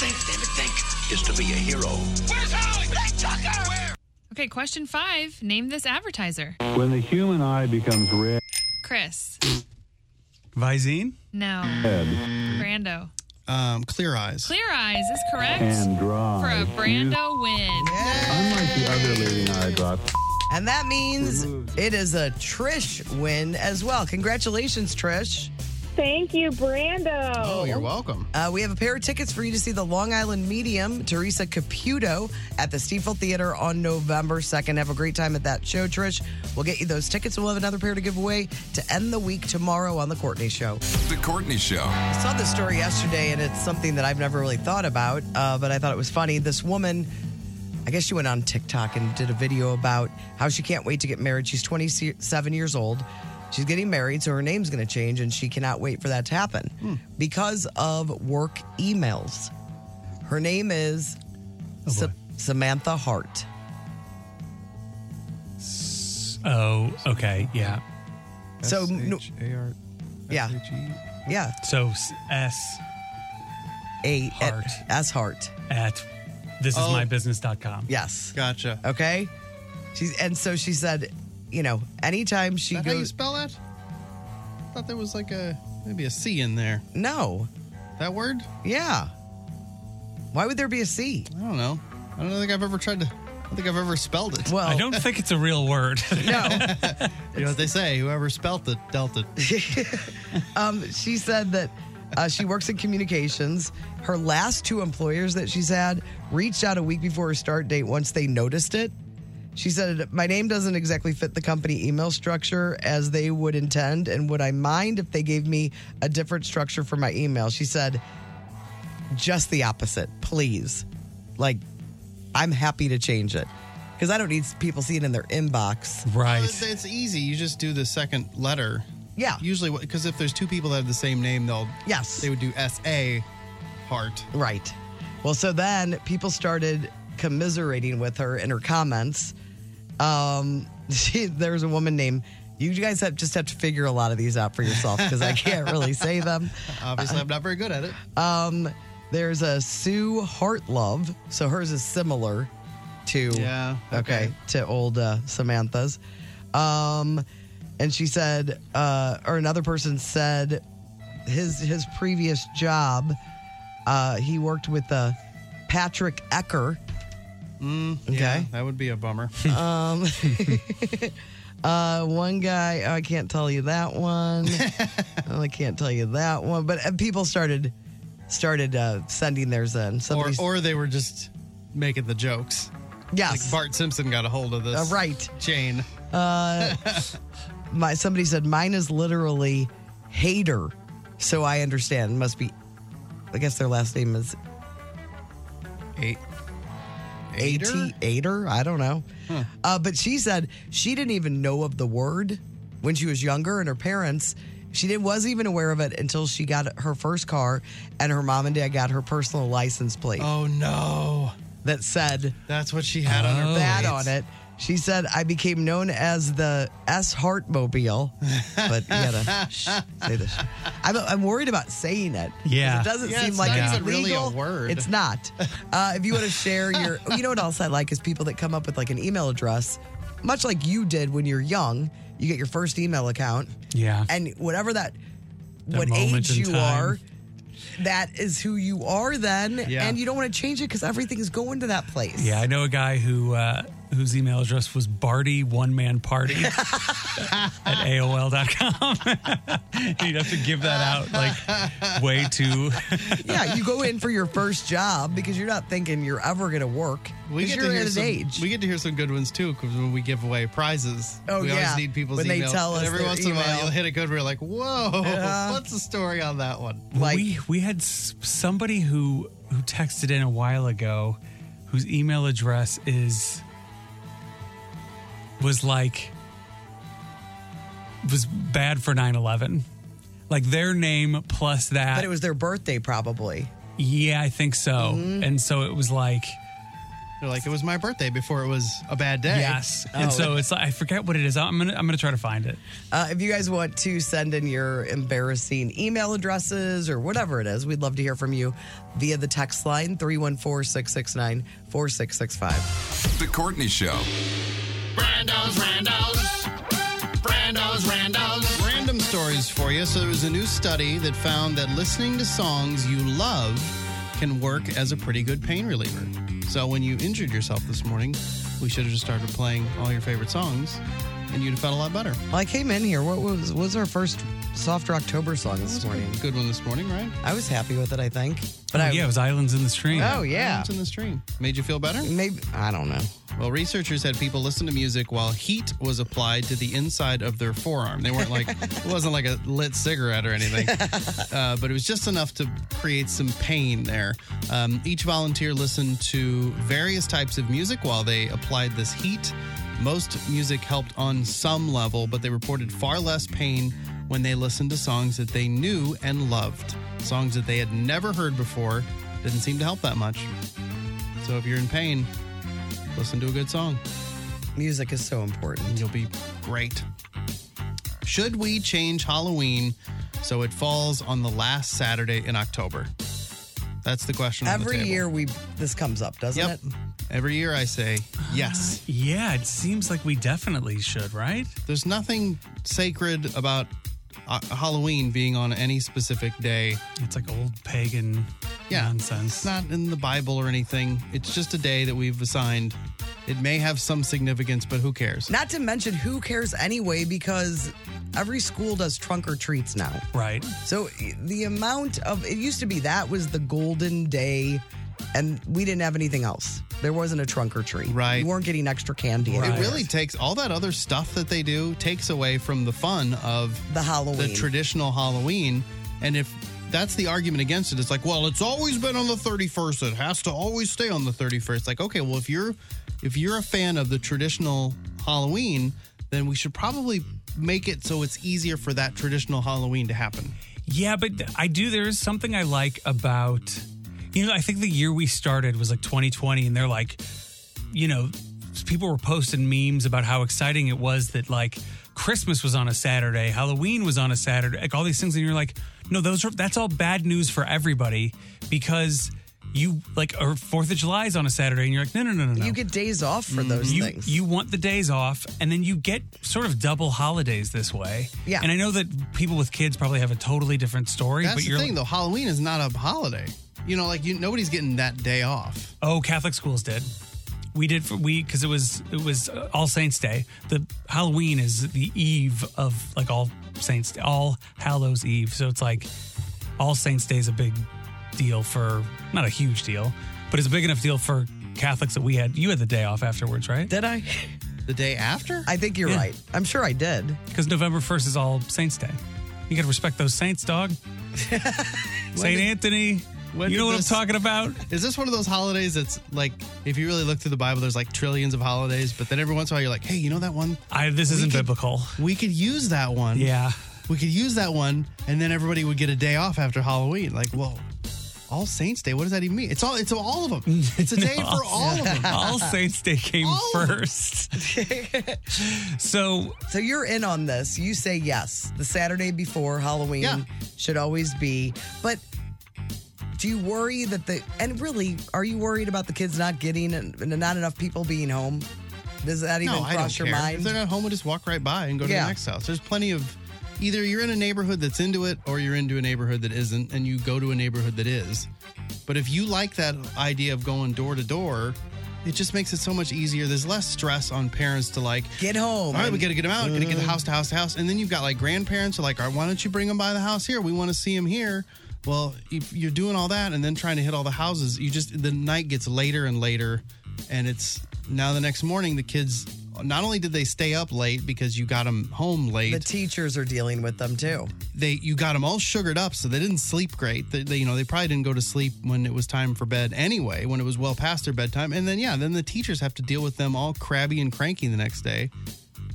Think, David, think. Is to be a hero. Where's Holly? Hey, Tucker! Where? Okay, question five. Name this advertiser. When the human eye becomes red, Chris. Visine? No. Brando. Um, Clear Eyes. Clear Eyes is correct And for a dry. Brando win. unlike the other leading eye drop, And that means it is a Trish win as well. Congratulations, Trish. Thank you, Brando. Oh, you're welcome. Uh, we have a pair of tickets for you to see the Long Island medium, Teresa Caputo, at the Stiefel Theater on November 2nd. Have a great time at that show, Trish. We'll get you those tickets and we'll have another pair to give away to end the week tomorrow on The Courtney Show. Courtney Show. I saw this story yesterday, and it's something that I've never really thought about, uh, but I thought it was funny. This woman, I guess she went on TikTok and did a video about how she can't wait to get married. She's 27 years old. She's getting married, so her name's going to change, and she cannot wait for that to happen Hmm. because of work emails. Her name is Oh, Sa- Samantha Hart. Oh, okay. Yeah. So, no- yeah. E. Yeah. So s- S. A. Heart. S. Heart. At thisismybusiness.com. Yes. Gotcha. Okay. She's and so she said, you know, anytime she Is that how you goes, spell it? I thought there was like a maybe a C in there. No. That word? Yeah. Why would there be a C? I don't know. I don't think I've ever tried to. I don't think I've ever spelled it. Well, I don't think it's a real word. [laughs] [laughs] you know what they say. Whoever spelt it, dealt [laughs] it. um, she said that uh, she works in communications. Her last two employers that she's had reached out a week before her start date once they noticed it. She said, My name doesn't exactly fit the company email structure as they would intend. And would I mind if they gave me a different structure for my email? She said, just the opposite, please. Like, I'm happy to change it because I don't need people seeing in their inbox. Well, it's, it's easy. You just do the second letter. Yeah. Usually, because if there's two people that have the same name, they'll yes they would do S A, heart. Right. Well, so then people started commiserating with her in her comments. Um, [laughs] she, there's a woman named. You guys have just have to figure a lot of these out for yourself because I can't really say them. Obviously, Uh-huh. I'm not very good at it. Um, there's a Sue Heartlove, so hers is similar to Yeah, okay, to old uh, Samantha's. Um, and she said, uh, or another person said, his his previous job, uh, he worked with uh, Patrick Ecker. okay. Mm, Yeah, that would be a [laughs] bummer. Um, uh, one guy, oh, I can't tell you [laughs] that one. Oh, I can't tell you that one. But uh, people started started uh, sending theirs in. or, Somebody- or they were just making the jokes. Yes. Like Bart Simpson got a hold of this. Uh, right. Chain. uh, my somebody said mine is literally hater, so I understand. Must be, I guess their last name is eight. At Ader? I don't know. Uh, but she said she didn't even know of the word when she was younger, and her parents, she didn't, was even aware of it until she got her first car and her mom and dad got her personal license plate. Oh, no. That said, that's what she had on Oh, her That plates. on it. She said, I became known as the [laughs] S Heartmobile. But you gotta shh, say this. I'm, I'm worried about saying it. 'cause Yeah. It doesn't Yeah, seem it's like not it's even really a legal. word. It's not. Uh, if you want to share [laughs] your, oh, you know what else I like is people that come up with like an email address, much like you did when you're young. You get your first email account. Yeah. And whatever that, That what moment age in you time. are, that is who you are then. Yeah. And you don't want to change it because everything is going to that place. Yeah, I know a guy who uh, whose email address was Barty One Man Party [laughs] at AOL.com. [laughs] You'd have to give that out like way too. [laughs] yeah, you go in for your first job because you're not thinking you're ever going to work. We get, because you're to at hear an some, age. we get to hear some good ones too because when we give away prizes, Oh, we yeah. always need people's When they email. tell and us every their once in a while, email. Uh-huh. you'll hit a good. We're like, whoa, Yeah. what's the story on that one? Like we, we had s- somebody who who texted in a while ago, whose email address is was like was bad for 9-11. Like their name plus that. But it was their birthday, probably. Yeah, I think so. Mm-hmm. And so it was like they're like it was my birthday before it was a bad day. [laughs] Yes. Uh, And Oh. so it's like I forget what it is. I'm gonna I'm gonna try to find it. Uh, if you guys want to send in your embarrassing email addresses or whatever it is, we'd love to hear from you via the text line 314 669 4665. The Courtney Show. Brando's, Brando's. Brando's, Brando's. Random stories for you. So there was a new study that found that listening to songs you love can work as a pretty good pain reliever. So when you injured yourself this morning, we should have just started playing all your favorite songs, and you'd have felt a lot better. Well, I came in here. What was what was our first Soft Rocktober song this morning? Good one this morning, right? I was happy with it, I think. But oh, I, yeah, it was Islands in the Stream. Oh, yeah. It's in the stream. Made you feel better? Maybe I don't know. Well, researchers had people listen to music while heat was applied to the inside of their forearm. They weren't like it wasn't like a lit cigarette or anything, uh, but it was just enough to create some pain there. Um, each volunteer listened to various types of music while they applied this heat. Most music helped on some level, but they reported far less pain when they listened to songs that they knew and loved. Songs that they had never heard before didn't seem to help that much. So if you're in pain, listen to a good song. Music is so important. You'll be great. Should we change Halloween so it falls on the last Saturday in October? That's the question. on the Every table. year we this comes up, doesn't Yep. it? Every year I say yes. Yeah, it seems like we definitely should, right? There's nothing sacred about uh, Halloween being on any specific day. It's like old pagan yeah, nonsense. It's not in the Bible or anything. It's just a day that we've assigned. It may have some significance, but who cares? Not to mention, who cares anyway? Because every school does trunk or treats now. Right. So the amount of it used to be that was the golden day, and we didn't have anything else. There wasn't a trunk or treat. Right. You weren't getting extra candy. It anywhere. really takes all that other stuff that they do takes away from the fun of the Halloween, the traditional Halloween. And if that's the argument against it. It's like, well, it's always been on the 31st. It has to always stay on the 31st. Like, okay, well, if you're if you're a fan of the traditional Halloween, then we should probably make it so it's easier for that traditional Halloween to happen. Yeah, but I do. There is something I like about, you know, I think the year we started was like 2020, and they're like, you know, people were posting memes about how exciting it was that like Christmas was on a Saturday, Halloween was on a Saturday, like all these things, and you're like, no, those are that's all bad news for everybody because you like or Fourth of July is on a Saturday, and you're like, no, no, no, no, no. You get days off for those You- things. You want the days off, and then you get sort of double holidays this way. Yeah. And I know that people with kids probably have a totally different story. That's but the you're thing, though. Halloween is not a holiday. You know, like you nobody's getting that day off. Oh, Catholic schools did. We did for we because it was it was uh, All Saints Day. The Halloween is the eve of like All Saints All Hallows Eve. So it's like All Saints Day is a big deal for not a huge deal, but it's a big enough deal for Catholics that we had. You had the day off afterwards, right? Did I? The day after? I think you're right. I'm sure I did. Because November first is All Saints Day. You got to respect those saints, [laughs] dog. Saint did- Anthony. When you know did what this- I'm talking about? Is this one of those holidays that's like, if you really look through the Bible, there's like trillions of holidays, but then every once in a while you're like, hey, you know that one? I this isn't biblical. We could use that one. Yeah. We could use that one, and then everybody would get a day off after Halloween. Like, whoa, All Saints Day. What does that even mean? It's all. It's all [laughs] of them. It's a day No, for all of them. [laughs] All Saints Day came first. so So you're in on this. You say yes. The Saturday before Halloween should always be. But do you worry that the and really are you worried about the kids not getting and and not enough people being home? Does that even [laughs] no, I cross don't care. your If mind? they're not home, we just walk right by and go to Yeah. the next house. There's plenty of. Either you're in a neighborhood that's into it, or you're into a neighborhood that isn't, and you go to a neighborhood that is. But if you like that idea of going door to door, it just makes it so much easier. There's less stress on parents to like get home. All right, we and- got to get them out. Got to get the house to house to house, and then you've got like grandparents who are like, all right, why don't you bring them by the house here? We want to see them here. Well, if you're doing all that and then trying to hit all the houses, you just the night gets later and later, and it's now the next morning the kids. Not only did they stay up late because you got them home late, the teachers are dealing with them too. They you got them all sugared up, so they didn't sleep great. They, they you know they probably didn't go to sleep when it was time for bed anyway, when it was well past their bedtime, and then yeah, then the teachers have to deal with them all crabby and cranky the next day.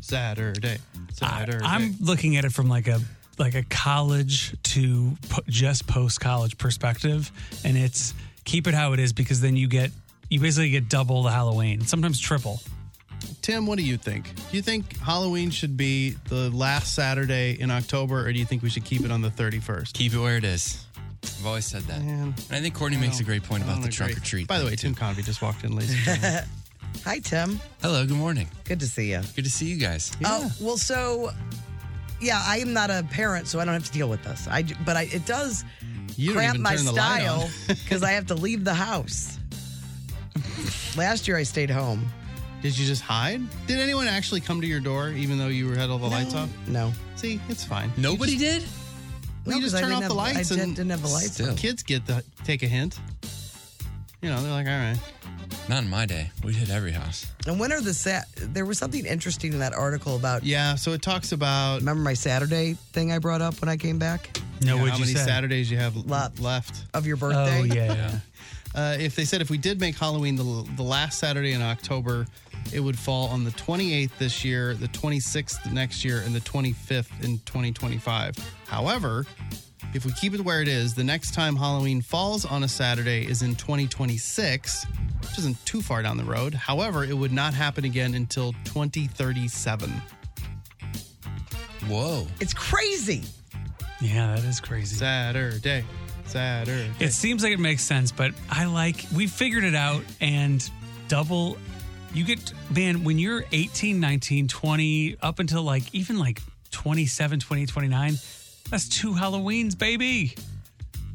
Saturday. Saturday. I'm looking at it from like a like a college to po- just post college perspective, and it's keep it how it is because then you get you basically get double the Halloween, sometimes triple. Tim, what do you think? Do you think Halloween should be the last Saturday in October, or do you think we should keep it on the 31st? Keep it where it is. I've always said that. and I think Courtney makes a great point about the trunk or treat. By the way, Tim Convey just walked [laughs] in, ladies. and gentlemen. Hi, Tim. Hello, good morning. Good to see you. Good to see you guys. Oh, well, so yeah, I am not a parent, so I don't have to deal with this. I j- but I, it does You don't cramp even my turn the light style because I have to leave the house. Last year I stayed home. Did you just hide? Did anyone actually come to your door, even though you had all the lights off? No. See, it's fine. Nobody did. Well, No, you 'cause just I turn didn't off the have- I lights. didn't- and didn't have the lights Still. on. Kids get to take a hint. You know, they're like, all right. Not in my day. We hit every house. And when are the sat? There was something interesting in that article about. Yeah, so it talks about. Remember my Saturday thing I brought up when I came back? Yeah, how many Saturdays you have left of your birthday? Oh, [laughs] yeah, yeah. uh, if they said if we did make Halloween the, the last Saturday in October, it would fall on the 28th this year, the 26th next year, and the 25th in 2025. However, if we keep it where it is, the next time Halloween falls on a Saturday is in 2026, which isn't too far down the road. However, it would not happen again until 2037. Whoa. It's crazy. Yeah, that is crazy. Saturday. Saturday. It seems like it makes sense, but I like we figured it out and double you get man when you're 18, 19, 20 up until like even like 27, 28, 29, that's two Halloweens, baby.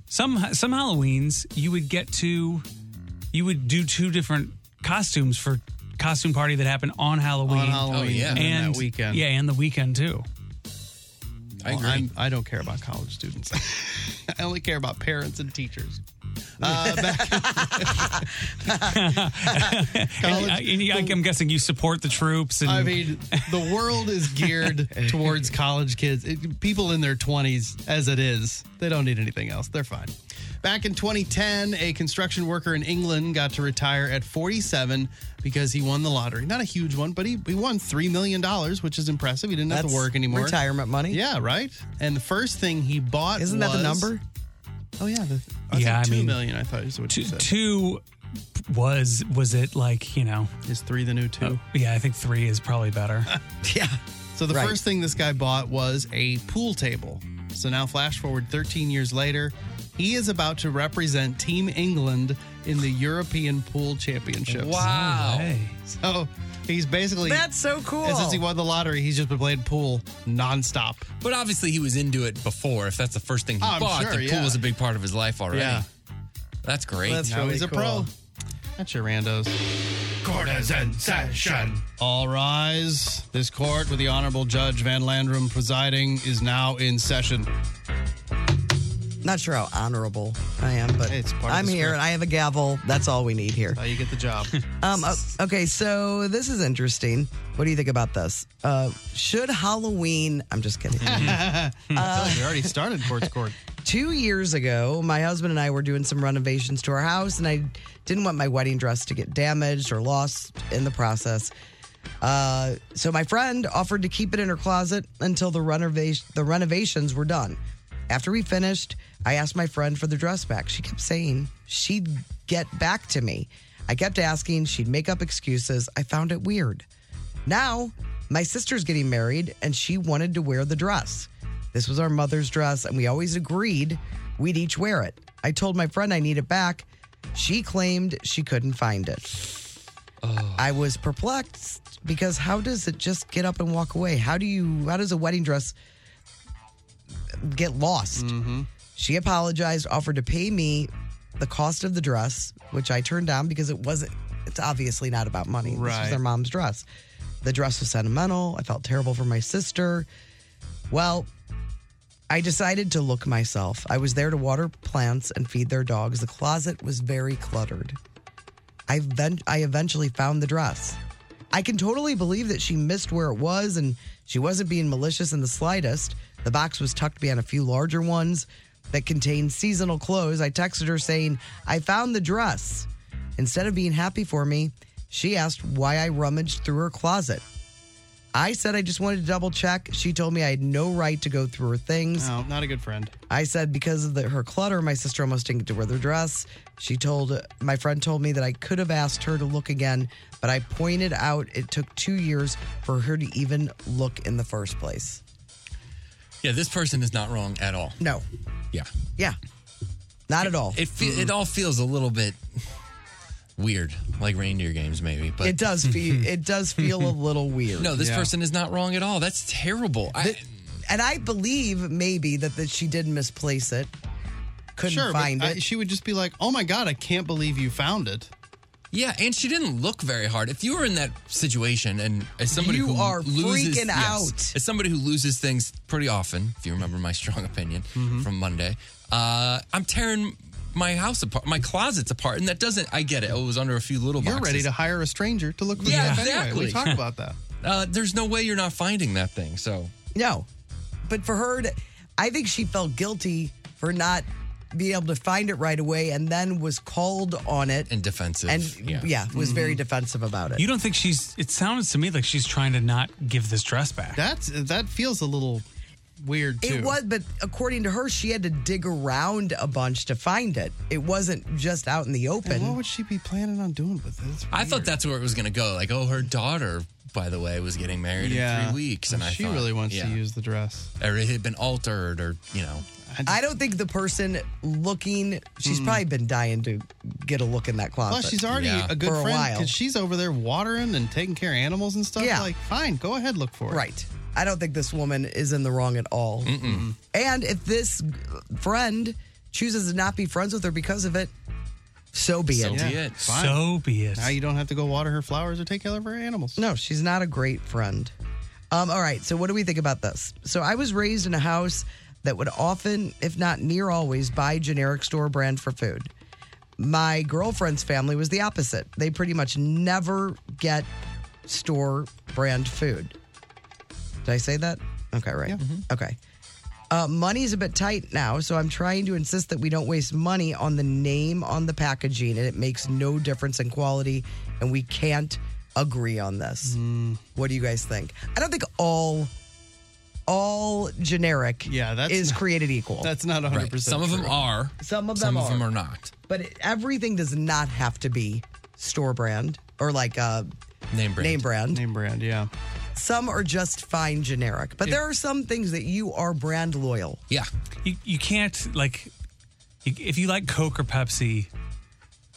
Some some Halloweens you would get to you would do two different costumes for costume party that happened on Halloween. On Halloween, Oh, yeah. and then that and weekend. Yeah, and the weekend too. [laughs] I agree. I don't care about college students. I only care about parents and teachers. Uh, back and, I, and you- I, am guessing you support the troops. And Mm. I mean, the world is [laughs] geared towards college kids, it, people in their 20s as it is. They don't need anything else. They're fine. Back in 2010, a construction worker in England got to retire at 47 because he won the lottery. Not a huge one, but he, he won $3 million, which is impressive. He didn't have That's to work anymore. retirement money. Yeah, right. And the first thing he bought Isn't that the was- number? Oh, yeah. The, yeah, I two mean, million, I thought is what two, you said. two was was it like you know? Is three the new two? Oh. yeah, I think three is probably better. [laughs] yeah. So the Right. first thing this guy bought was a pool table. So now flash forward 13 years later, he is about to represent Team England in the European Pool Championships. Wow. No way. So he's basically That's so cool. And since he won the lottery, he's just been playing pool nonstop. But obviously, he was into it before. If that's the first thing he Oh, I'm bought, sure, then yeah. pool was a big part of his life already. Yeah. That's great. That's Now really he's a pro. cool. That's your randos. Courtesan session. All rise. This court, with the Honorable Judge Van Landrum presiding, is now in session. Not sure how honorable I am, but of I'm the here script. and I have a gavel. That's all we need here. How you get the job. Um, o- okay, so this is interesting. What do you think about this? Uh, should Halloween? I'm just kidding. I feel like we already started court's court. Two years ago, my husband and I were doing some renovations to our house, and I didn't want my wedding dress to get damaged or lost in the process. Uh, so my friend offered to keep it in her closet until the renovation the renovations were done. After we finished, I asked my friend for the dress back. She kept saying she'd get back to me. I kept asking, she'd make up excuses. I found it weird. Now, my sister's getting married and she wanted to wear the dress. This was our mother's dress, and we always agreed we'd each wear it. I told my friend I need it back. She claimed she couldn't find it. I was perplexed because how does it just get up and walk away? How do you, how does a wedding dress get lost? She apologized, offered to pay me the cost of the dress, which I turned down because it wasn't, it's obviously not about money. This was Right. their mom's dress. The dress was sentimental. I felt terrible for my sister. Well, I decided to look myself. I was there to water plants and feed their dogs. The closet was very cluttered. I, ven- I eventually found the dress. I can totally believe that she missed where it was and she wasn't being malicious in the slightest. The box was tucked behind a few larger ones that contained seasonal clothes. I texted her saying, I found the dress. Instead of being happy for me, she asked why I rummaged through her closet. I said I just wanted to double check. She told me I had no right to go through her [laughs] things. No, not a good friend. I said because of the, her clutter, my sister almost didn't get to wear their dress. She told my friend told me that I could have asked her to look again, but I pointed out it took two years for her to even look in the first place. Yeah, this person is not wrong at all. No, Yeah. yeah, not at all. It fe- it all feels a little bit weird, like reindeer games, maybe. But it [laughs] does feel it does feel a little weird. No, this person is not wrong at all. That's terrible. I, and I believe maybe that that she did misplace it, couldn't Sure, but find I- it. she would just be like, "Oh my god, I can't believe you found it." yeah, and she didn't look very hard. If you were in that situation, and as somebody You who are loses, freaking yes, out. as somebody who loses things pretty often, if you remember my strong opinion from Monday, uh, I'm tearing my house apart, my closets apart, and that doesn't. I get it. It was under a few little. You're boxes. ready to hire a stranger to look for Yeah, stuff anyway. exactly. We talk about that. Uh, there's no way you're not finding that thing. So No. But for her, to, I think she felt guilty for not being able to find it right away and then was called on it. And defensive. And yeah, was Mm-hmm. very defensive about it. You don't think she's? It sounds to me like she's trying to not give this dress back. That's that feels a little weird It was, but according to her, she had to dig around a bunch to find it. It wasn't just out in the open. And what would she be planning on doing with this? I thought that's where it was going to go. Like, oh, her daughter, by the way, was getting married Yeah. in three weeks, and I She thought, really wants to use the dress, or it had been altered, or you know, I don't think the person looking, she's probably been dying to get a look in that closet. Plus, Hmm. she's already a good for a friend while. because she's over there watering and taking care of animals and stuff. Yeah. Like, fine, go ahead, look for it. Right. I don't think this woman is in the wrong at all. And if this friend chooses to not be friends with her because of it, so be it. Fine. Now you don't have to go water her flowers or take care of her animals. No, she's not a great friend. Um, all right, so what do we think about this? So I was raised in a house that would often, if not near always, buy generic store brand for food. My girlfriend's family was the opposite. They pretty much never get store brand food. Did I say that? Okay, right. Mm-hmm. Okay. Uh, money's a bit tight now, so I'm trying to insist that we don't waste money on the name on the packaging, and it makes no difference in quality, and we can't agree on this. Mm. What do you guys think? I don't think all all generic yeah, that's is created equal. That's not Right. 100%. Some of them true. are. Some of them Some are. of them are not. But it- everything does not have to be store brand or like a Name brand. Name brand. Name brand, yeah. Some are just fine generic, but there are some things that you are brand loyal. Yeah. You, you can't like you- if you like Coke or Pepsi,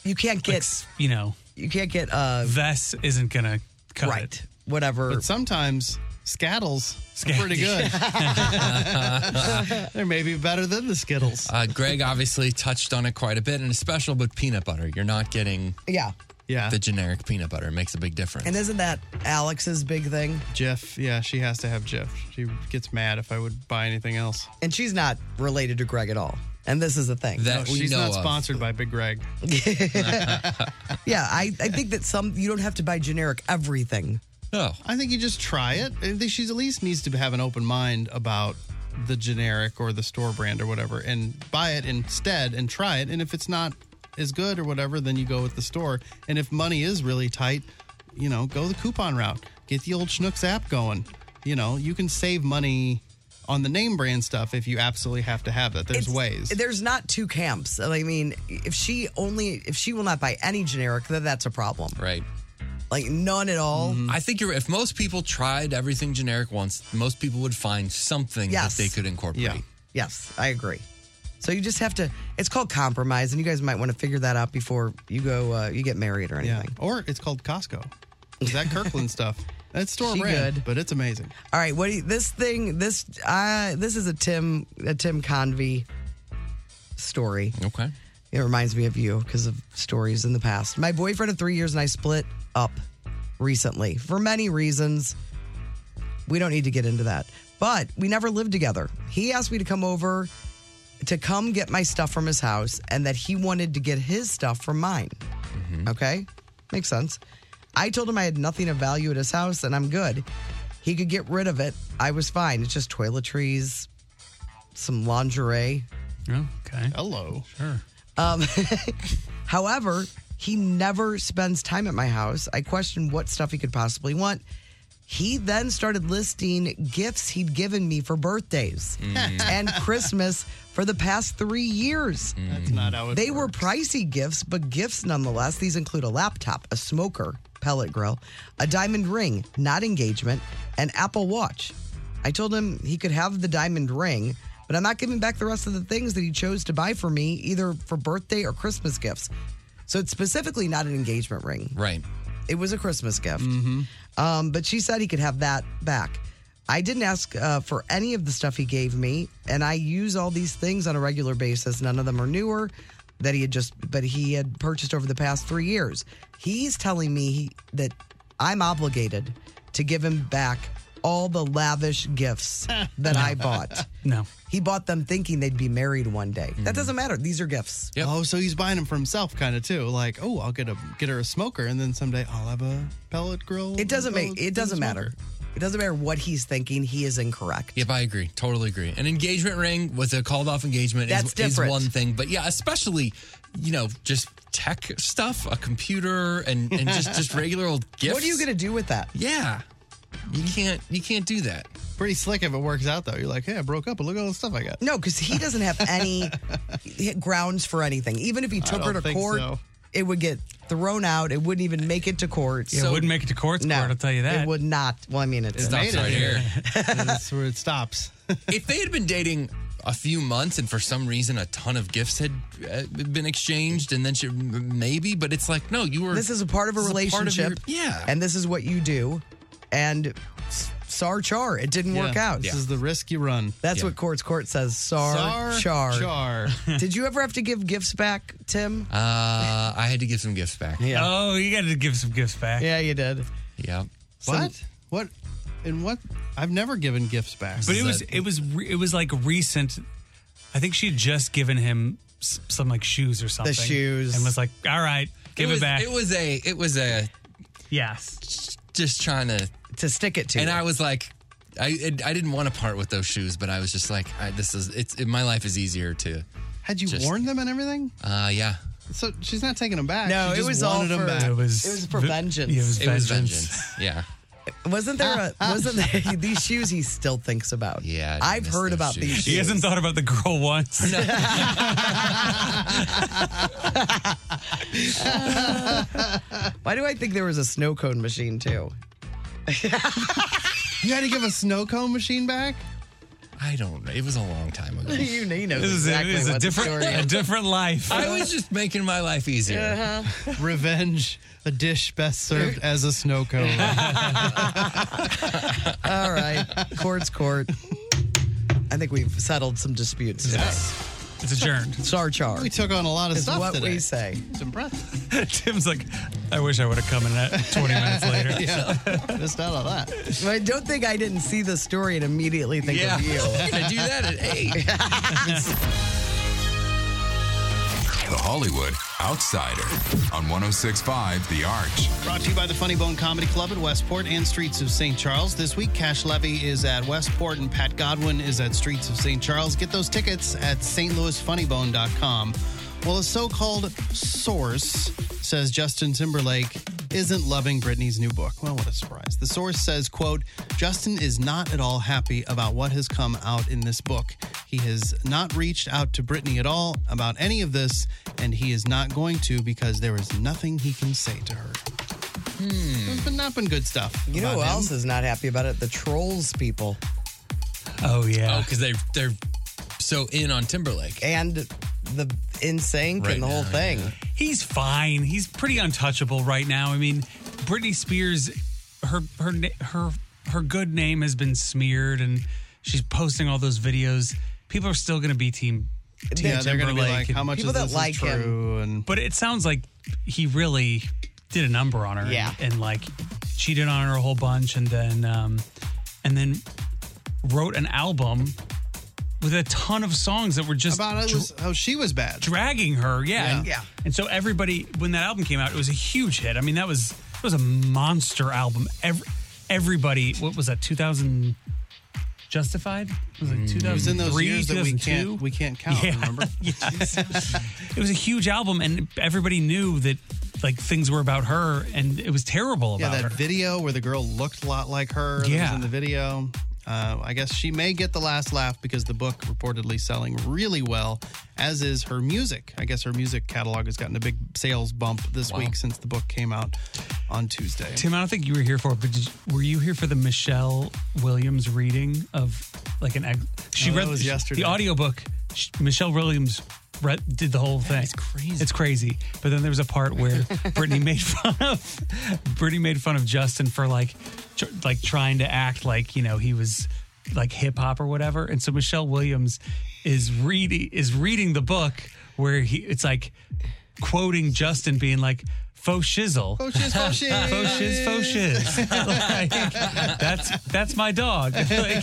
you can't get you know you can't get uh Vest isn't gonna cut right it. whatever. But sometimes Scattles are Scat- [laughs] pretty good. They're maybe better than the Skittles. Uh, Greg obviously touched on it quite a bit, and especially with peanut butter. You're not getting Yeah. Yeah. the generic peanut butter. It makes a big difference. And isn't that Alex's big thing? Jeff, yeah, she has to have Jeff. She gets mad if I would buy anything else. And she's not related to Greg at all. And this is the thing. No, she's not sponsored by Big Greg. Yeah, I, I think that some you don't have to buy generic everything. No. I think you just try it. I think she at least needs to have an open mind about the generic or the store brand or whatever and buy it instead and try it. And if it's not as good or whatever, then you go with the store. And if money is really tight, you know, go the coupon route. Get the old Schnucks app going. You know, you can save money on the name brand stuff if you absolutely have to have that. There's It's- ways. There's not two camps. I mean, if she only if she will not buy any generic, then that's a problem. Right. Like none at Mm-hmm. all. I think you're. If most people tried everything generic once, most people would find something Yes. that they could incorporate. Yes, I agree. So you just have to. It's called compromise, and you guys might want to figure that out before you go. Uh, you get married or anything. Or it's called Costco. Is that [laughs] Kirkland stuff? That's store She brand, good. but it's amazing. All right, what do you, this thing? This uh, this is a Tim a Tim Convey story. Okay. It reminds me of you because of stories in the past. My boyfriend of three years and I split up recently for many reasons. We don't need to get into that, but we never lived together. He asked me to come over to come get my stuff from his house and that he wanted to get his stuff from mine. Okay? Makes sense. I told him I had nothing of value at his house and I'm good. He could get rid of it. I was fine. It's just toiletries, some lingerie. Oh, Okay. Hello. Sure. Um, however, he never spends time at my house. I questioned what stuff he could possibly want. He then started listing gifts he'd given me for birthdays Mm. and Christmas for the past three years. That's not how it They were pricey gifts, but gifts nonetheless. These include a laptop, a smoker, pellet grill, a diamond ring, not engagement, an Apple Watch. I told him he could have the diamond ring, but I'm not giving back the rest of the things that he chose to buy for me, either for birthday or Christmas gifts. So it's specifically not an engagement ring. Right. It was a Christmas gift. Um, but she said he could have that back. I didn't ask uh, for any of the stuff he gave me, and I use all these things on a regular basis. None of them are newer that he had just, but he had purchased over the past three years. He's telling me he, that I'm obligated to give him back all the lavish gifts that I bought. No. He bought them thinking they'd be married one day. That doesn't matter. These are gifts. Oh, so he's buying them for himself, kind of too. Like, oh, I'll get a get her a smoker, and then someday I'll have a pellet grill. It doesn't pellet make it doesn't smoker. matter. It doesn't matter what he's thinking. He is incorrect. Yep, I agree. Totally agree. An engagement ring with a called off engagement That's is, is different. one thing. But yeah, especially, you know, just tech stuff, a computer and, and just, just regular old gifts. What are you gonna do with that? Yeah. You can't you can't do that. Pretty slick if it works out though. You're like, hey, I broke up, but look at all the stuff I got. No, because he doesn't have any grounds for anything. Even if he I took her don't to think court, so. it would get thrown out. It wouldn't even make it to court. Yeah, it wouldn't make it to court's court, I'll tell you that. It would not. Well, I mean, it's It stops right here. [laughs] That's where it stops. if they had been dating a few months and for some reason a ton of gifts had uh, been exchanged and then she maybe but it's like no you were This is a part of a this is relationship. your- yeah And this is what you do. And s- sar char, it didn't work Yeah, out. This is the risk you run. That's what court's court says. Sar, Sar char. [laughs] char. [laughs] Did you ever have to give gifts back, Tim? uh I had to give some gifts back Yeah. Oh, you got to give some gifts back. Yeah, you did. yeah What? what? And what? I've never given gifts back. But it was it was re- it was like recent. I think she had just given him s- some like shoes or something. shoes. And was like, all right, give it, was, back. It was a. It was a. Yes. Just trying to to stick it to. And I was like, I I didn't want to part with those shoes, but I was just like, I, this is it's it, my life is easier to. Had you Just- warned them and everything? Uh, yeah. So she's not taking them back. No, She it just was all wanted 'em for- back. it was- It was for vengeance. yeah, it was It was vengeance. vengeance. Yeah. Wasn't there [laughs] a wasn't there these shoes he still thinks about? Yeah. I've heard about these [laughs] shoes. He hasn't thought about the girl once. [laughs] Why do I think there was a snow cone machine too? [laughs] You had to give a snow cone machine back? I don't know. It was a long time ago. you know, you know This is- exactly it is a what the different- story a is. different life. I was just making my life easier. Revenge, a dish best served as a snow cone. All right. Court's court. I think we've settled some disputes. [laughs] It's adjourned. [laughs] Char char. We took on a lot of Is stuff what today. we say. It's impressive. Tim's like, I wish I would have come in at 20 minutes [laughs] later. yeah. Missed out on that. I don't think I didn't see the story and immediately think Yeah. of you. [laughs] I'm gonna do that at eight. The Hollywood Outsider on 1065 The Arch. Brought to you by the Funny Bone Comedy Club at Westport and Streets of St. Charles. This week, Cash Levy is at Westport and Pat Godwin is at Streets of St. Charles. Get those tickets at stlouisfunnybone.com. Well, a so called source says Justin Timberlake isn't loving Britney's new book. Well, what a surprise. The source says, quote, Justin is not at all happy about what has come out in this book. He has not reached out to Britney at all about any of this, and he is not going to because there is nothing he can say to her. There's been not been good stuff. You know about who him. else is not happy about it? The trolls people. Oh yeah. Oh, because they they're so in on Timberlake. And the in sync Right and the whole now, thing. He's fine. He's pretty untouchable right now. I mean, Britney Spears, her her na- her her good name has been smeared, and she's posting all those videos. People are still going to be team. team Yeah, they're gonna be Timberlake like, and- how much People of that this is like him. true And but it sounds like he really did a number on her. Yeah. and, and, like cheated on her a whole bunch, and then um, and then wrote an album with a ton of songs that were just about how, it was, how she was bad. dragging her. Yeah. Yeah. And, Yeah. and so everybody, when that album came out, it was a huge hit. I mean, that was it was a monster album. Every, everybody, what was that? Two thousand. Justified was it two Mm. It was thousand in those three, years two that we thousand can't two? we can't count. Yeah. Remember? Yes. [laughs] it was a huge album, and everybody knew that like things were about her, and it was terrible Yeah, about that her. video where the girl looked a lot like her. that was Yeah. in the video. Uh, I guess she may get the last laugh because the book reportedly selling really well, as is her music. I guess her music catalog has gotten a big sales bump this week since the book came out on Tuesday. Tim, I don't think you were here for it, but did, you- were you here for the Michelle Williams reading of like an ex? She No, that read was she- yesterday. the audiobook. She, Michelle Williams read, did the whole thing. It's crazy. It's crazy. But then there was a part [laughs] where Brittany made fun of Brittany made fun of Justin for like tr- like trying to act like you know he was like hip hop or whatever. And so Michelle Williams is reading is reading the book where he it's like quoting Justin being like. Faux shizzle. Faux shiz, [laughs] faux shiz. Faux shiz, faux shiz. Like, that's that's my dog. [laughs] Like,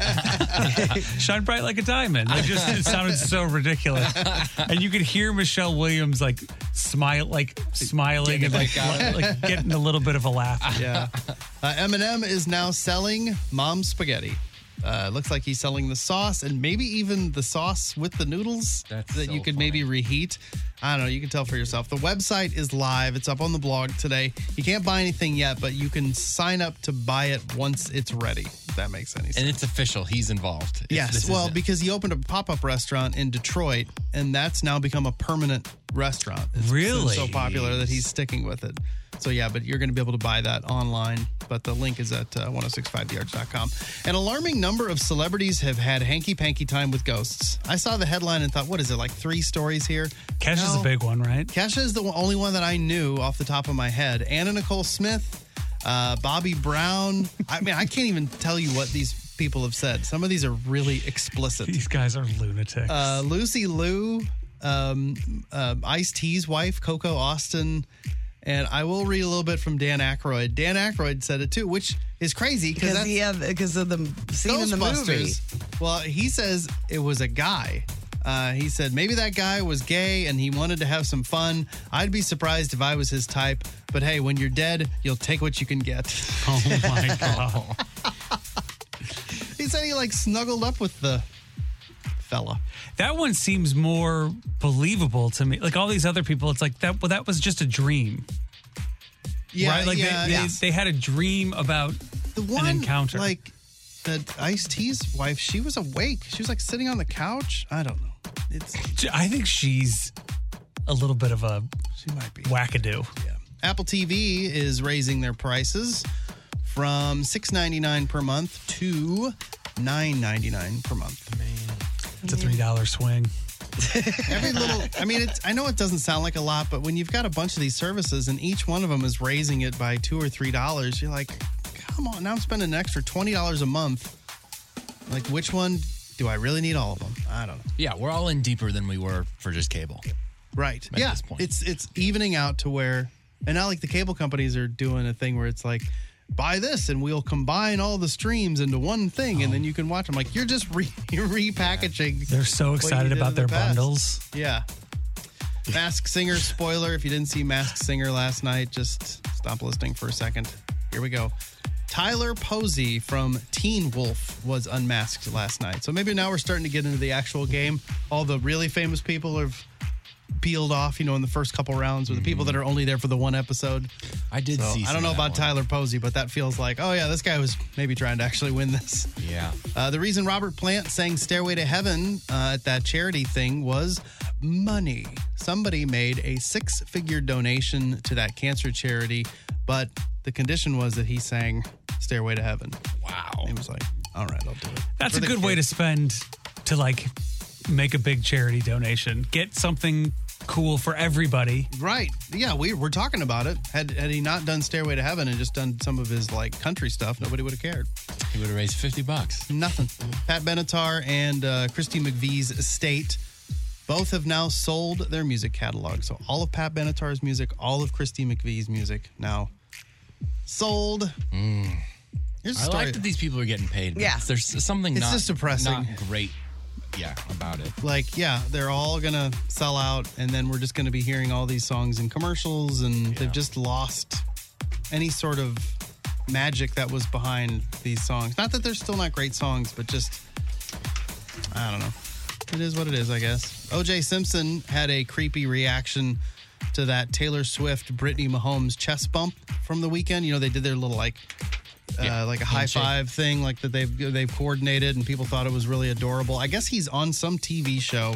yeah. Shine bright like a diamond. Like just it sounded so ridiculous, and you could hear Michelle Williams like smile, like smiling and like, like, getting a little bit of a laugh. [laughs] yeah. Uh, Eminem is now selling mom spaghetti. Uh, looks like he's selling the sauce and maybe even the sauce with the noodles that you could maybe reheat. I don't know. You can tell for yourself. The website is live. It's up on the blog today. You can't buy anything yet, but you can sign up to buy it once it's ready. If that makes any sense. And it's official. He's involved. It's- this Yes, is well, it. because he opened a pop up restaurant in Detroit, and that's now become a permanent restaurant. It's Really? so popular that he's sticking with it. So yeah, but you're going to be able to buy that online. But the link is at uh, 1065thearch.com. An alarming number of celebrities have had hanky panky time with ghosts. I saw the headline and thought, what is it? Like three stories here. Kesha's No. a big one, right? Kesha is the only one that I knew off the top of my head. Anna Nicole Smith, uh, Bobby Brown. I mean, I can't even tell you what these people have said. Some of these are really explicit. These guys are lunatics. [laughs] Uh, Lucy Liu, um, uh, Ice T's wife, Coco Austin. And I will read a little bit from Dan Aykroyd. Dan Aykroyd said it too, which is crazy Because that's- he had because of the scene in the movie. Ghostbusters. Well, he says it was a guy. Uh, he said, maybe that guy was gay and he wanted to have some fun. I'd be surprised if I was his type. But hey, when you're dead, you'll take what you can get. [laughs] Oh [laughs] my God. he said he like snuggled up with the fella. That one seems more believable to me. Like all these other people, it's like that. Well, that was just a dream. Yeah, right? Like yeah, they, they, yeah. they had a dream about The one an encounter. like that Ice T's wife, she was awake. She was like sitting on the couch. I don't know. It's I think she's a little bit of a she might be wackadoo. Apple TV is raising their prices from six ninety nine per month to nine ninety nine per month. It's a three dollar swing. Every little, I mean, it's, I know it doesn't sound like a lot, but when you've got a bunch of these services and each one of them is raising it by two or three dollars, you're like, come on, now I'm spending an extra twenty dollars a month. Like, which one do I really need all of them? I don't know. Yeah, we're all in deeper than we were for just cable. Right. At yeah. this point. It's it's evening out to where and now like the cable companies are doing a thing where it's like buy this and we'll combine all the streams into one thing Oh. and then you can watch them like you're just re- [laughs] you're repackaging. They're so what you excited did about in the their past. bundles. Yeah. Mask Singer spoiler if you didn't see Mask Singer last night just stop listening for a second. Here we go. Tyler Posey from Teen Wolf was unmasked last night. So maybe now we're starting to get into the actual game. All the really famous people have peeled off, you know, in the first couple rounds, or the people that are only there for the one episode. I did see I some don't know of that about one. Tyler Posey, but that feels like, oh yeah, this guy was maybe trying to actually win this. Yeah. Uh, the reason Robert Plant sang "Stairway to Heaven" uh, at that charity thing was money. Somebody made a six-figure donation to that cancer charity, but the condition was that he sang "Stairway to Heaven." Wow. He was like, "All right, I'll do it." That's For a the good way to spend to like make a big charity donation. Get something cool for everybody. Right. Yeah, we were talking about it. Had had he not done Stairway to Heaven and just done some of his like country stuff, nobody would have cared. He would have raised 50 bucks. Nothing. Pat Benatar and uh, Christy McVie's estate both have now sold their music catalog. So all of Pat Benatar's music, all of Christy McVie's music now sold. Here's a I story. like that these people are getting paid. but Yeah. There's something It's not, just depressing. not great. Yeah, about it. like yeah they're all gonna sell out and then we're just gonna be hearing all these songs in commercials and they've just lost any sort of magic that was behind these songs not that they're still not great songs but just i don't know it is what it is i guess oj simpson had a creepy reaction to that taylor swift brittany mahomes chest bump from the weekend you know they did their little like uh, like a high handshake. five thing, like that they've they've coordinated, and people thought it was really adorable. I guess he's on some TV show.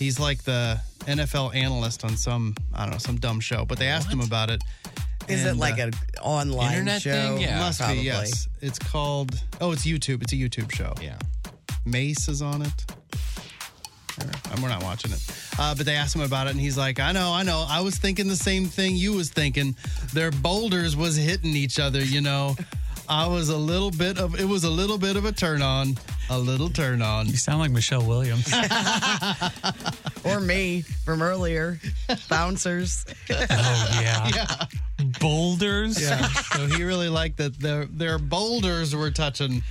He's like the NFL analyst on some I don't know some dumb show, but they asked him about it. Is it like an online Internet show? thing? Yeah, must probably. be. Yes, it's called. Oh, it's YouTube. It's a YouTube show. Yeah, Mace is on it. And we're not watching it. Uh, but they asked him about it, and he's like, I know, I know. I was thinking the same thing you was thinking. Their boulders was hitting each other, you know. I was a little bit of, it was a little bit of a turn on, a little turn on. You sound like Michelle [laughs] Williams. or me from earlier, bouncers. Oh yeah. Boulders. Yeah. so he really liked that their their boulders were touching.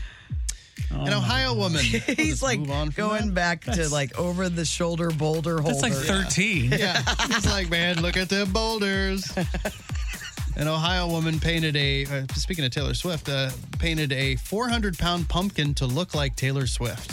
An Ohio woman. Oh He's like going back to like over the shoulder boulder holder. That's like 13. Yeah. [laughs] He's like, man, look at the [laughs] boulders. An Ohio woman painted a, uh, speaking of Taylor Swift, uh, painted a 400 pound pumpkin to look like Taylor Swift.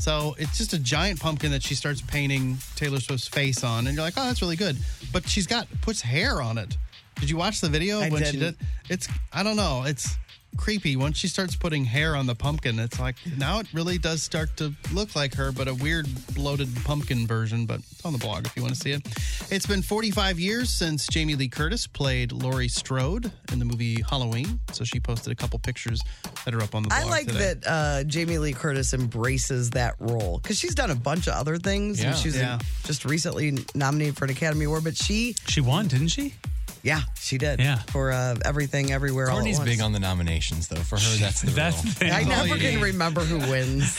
So it's just a giant pumpkin that she starts painting Taylor Swift's face on. And you're like, oh, that's really good. But she's got, puts hair on it. Did you watch the video I when she did? didn't. It's, I don't know. It's creepy. Once she starts putting hair on the pumpkin, it's like, now it really does start to look like her, but a weird bloated pumpkin version. But it's on the blog if you want to see it. It's been 45 years since Jamie Lee Curtis played Laurie Strode in the movie Halloween. So she posted a couple pictures that are up on the blog. I like today. that uh, Jamie Lee Curtis embraces that role because she's done a bunch of other things. Yeah. and she's Yeah. just recently nominated for an Academy Award, but she she won, didn't she? Yeah, she did. Yeah. for uh, everything, everywhere. Courtney's all at once. big on the nominations, though. For her, that's the That's real. the thing. I never Oh, can remember who wins.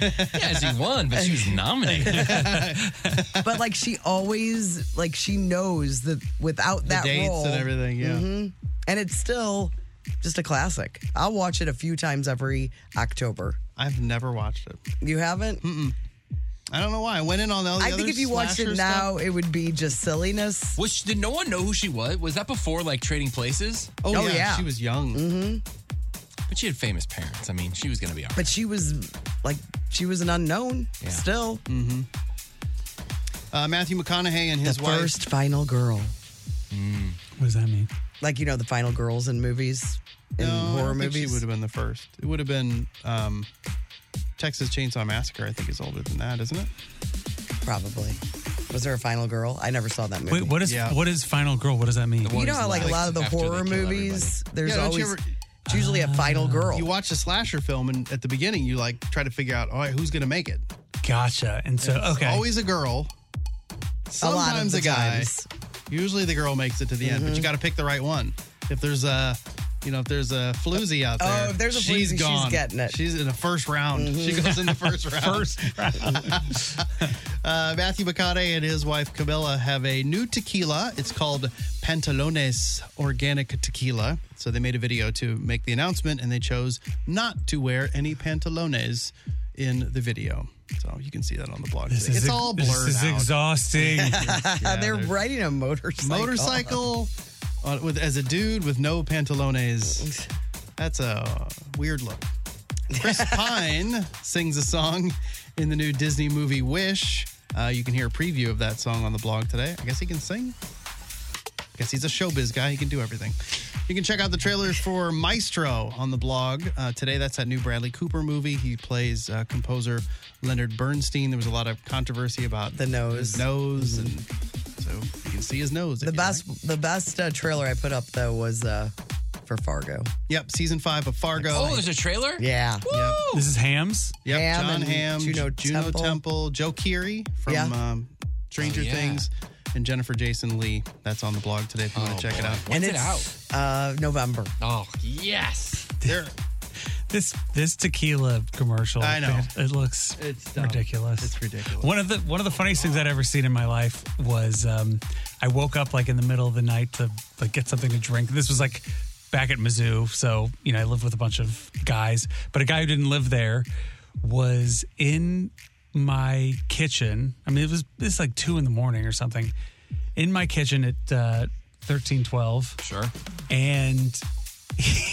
yeah, she won, but she [laughs] was nominated. but like she always like she knows that without The that dates role and everything, yeah. Mhm. and it's still just a classic. I'll watch it a few times every October. I've never watched it. You haven't? I don't know why. I went in on all the I other think if you watched slasher it stuff. now, it would be just silliness. Was she, did no one know who she was? Was that before like Trading Places? Oh, Oh, yeah, yeah. she was young. Mm-hmm. But she had famous parents. I mean, she was gonna be all right. But she was like, she was an unknown Yeah. still. Mm-hmm. Uh, Matthew McConaughey and his the wife. first final girl. What does that mean? Like you know the final girls in movies, in no, I horror don't think movies. She would have been the first. It would have been um, Texas Chainsaw Massacre. I think is older than that, isn't it? Probably. Was there a final girl? I never saw that movie. Wait, what is what is Final Girl? What does that mean? you know how like a lot of the horror movies, there's Yeah, don't you always ever- Ah. it's usually a final girl. You watch a slasher film, and at the beginning, you like try to figure out, all right, who's gonna make it? Gotcha. And so It's okay. always a girl. A lot of Sometimes the a guy. times. Uh, Usually the girl makes it to the end, Mm-hmm. but you got to pick the right one. If there's a, you know, if there's a floozy out Oh, there, if there's a floozy, she's she's gone. getting it. She's in the first round. She Mhm. goes in the [laughs] first round. [laughs] First uh, Matthew McConaughey and his wife Camilla have a new tequila. It's called Pantalones Organic Tequila. So they made a video to make the announcement, and they chose not to wear any pantalones in the video. So you can see that on the blog. This today. is it's ex- all blurred. this is out. [laughs] exhausting. Yeah, they're riding a motorcycle. motorcycle on, with as a dude with no pantalones. That's a weird [laughs] look. Chris Pine sings a song in the new Disney movie Wish. Uh, you can hear a preview of that song on the blog today. I guess he can sing. I guess he's a showbiz guy. He can do everything. You can check out the trailers for Maestro on the blog uh, today. That's that new Bradley Cooper movie. He plays uh, composer Leonard Bernstein. There was a lot of controversy about the nose, Mm-hmm. his nose, and so you can see his nose. The best, the best uh, trailer I put up though was uh, for Fargo. Yep, season five of Fargo. Oh, there's a trailer. Yeah. Yep. This is Hams. Yep, Ham John and Hamm, Juno Juno, Temple. Temple. Joe Keery from Yeah. um, Stranger Oh, yeah. Things, and Jennifer Jason Lee. That's on the blog today if you want to check it out. and it's out? Uh, November. Oh yes. There. This this tequila commercial. I know. It, it looks It's dumb. ridiculous. It's ridiculous. One of the one of the funniest things I'd ever seen in my life was um, I woke up like in the middle of the night to like get something to drink. This was like back at Mizzou, so you know I lived with a bunch of guys, but a guy who didn't live there was in my kitchen. I mean, it was this like two in the morning or something. In my kitchen at uh, thirteen twelve. Sure. And [laughs]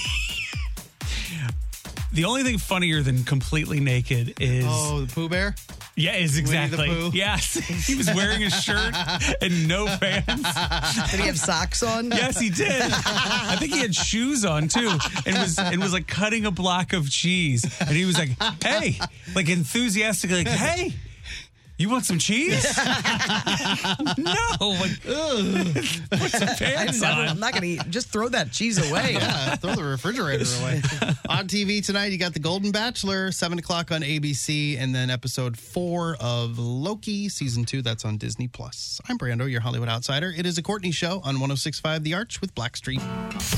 the only thing funnier than completely naked is Oh, the Pooh Bear? yeah, is Winnie the exactly Pooh? [laughs] yes. he was wearing a shirt and no pants. Did he have socks [laughs] on? Yes, he did. I think he had shoes on too, and was and was like cutting a block of cheese, and he was like, "Hey," like enthusiastically, like, "Hey." You want some cheese? [laughs] no, like, put some pants I on. am not gonna eat. Just throw that cheese [laughs] away. yeah, throw the refrigerator away. [laughs] on TV tonight, you got The Golden Bachelor, 7 o'clock on ABC, and then episode 4 of Loki, season 2. That's on Disney. Plus. I'm Brando, your Hollywood outsider. It is a Courtney show on 1065 The Arch with Blackstreet.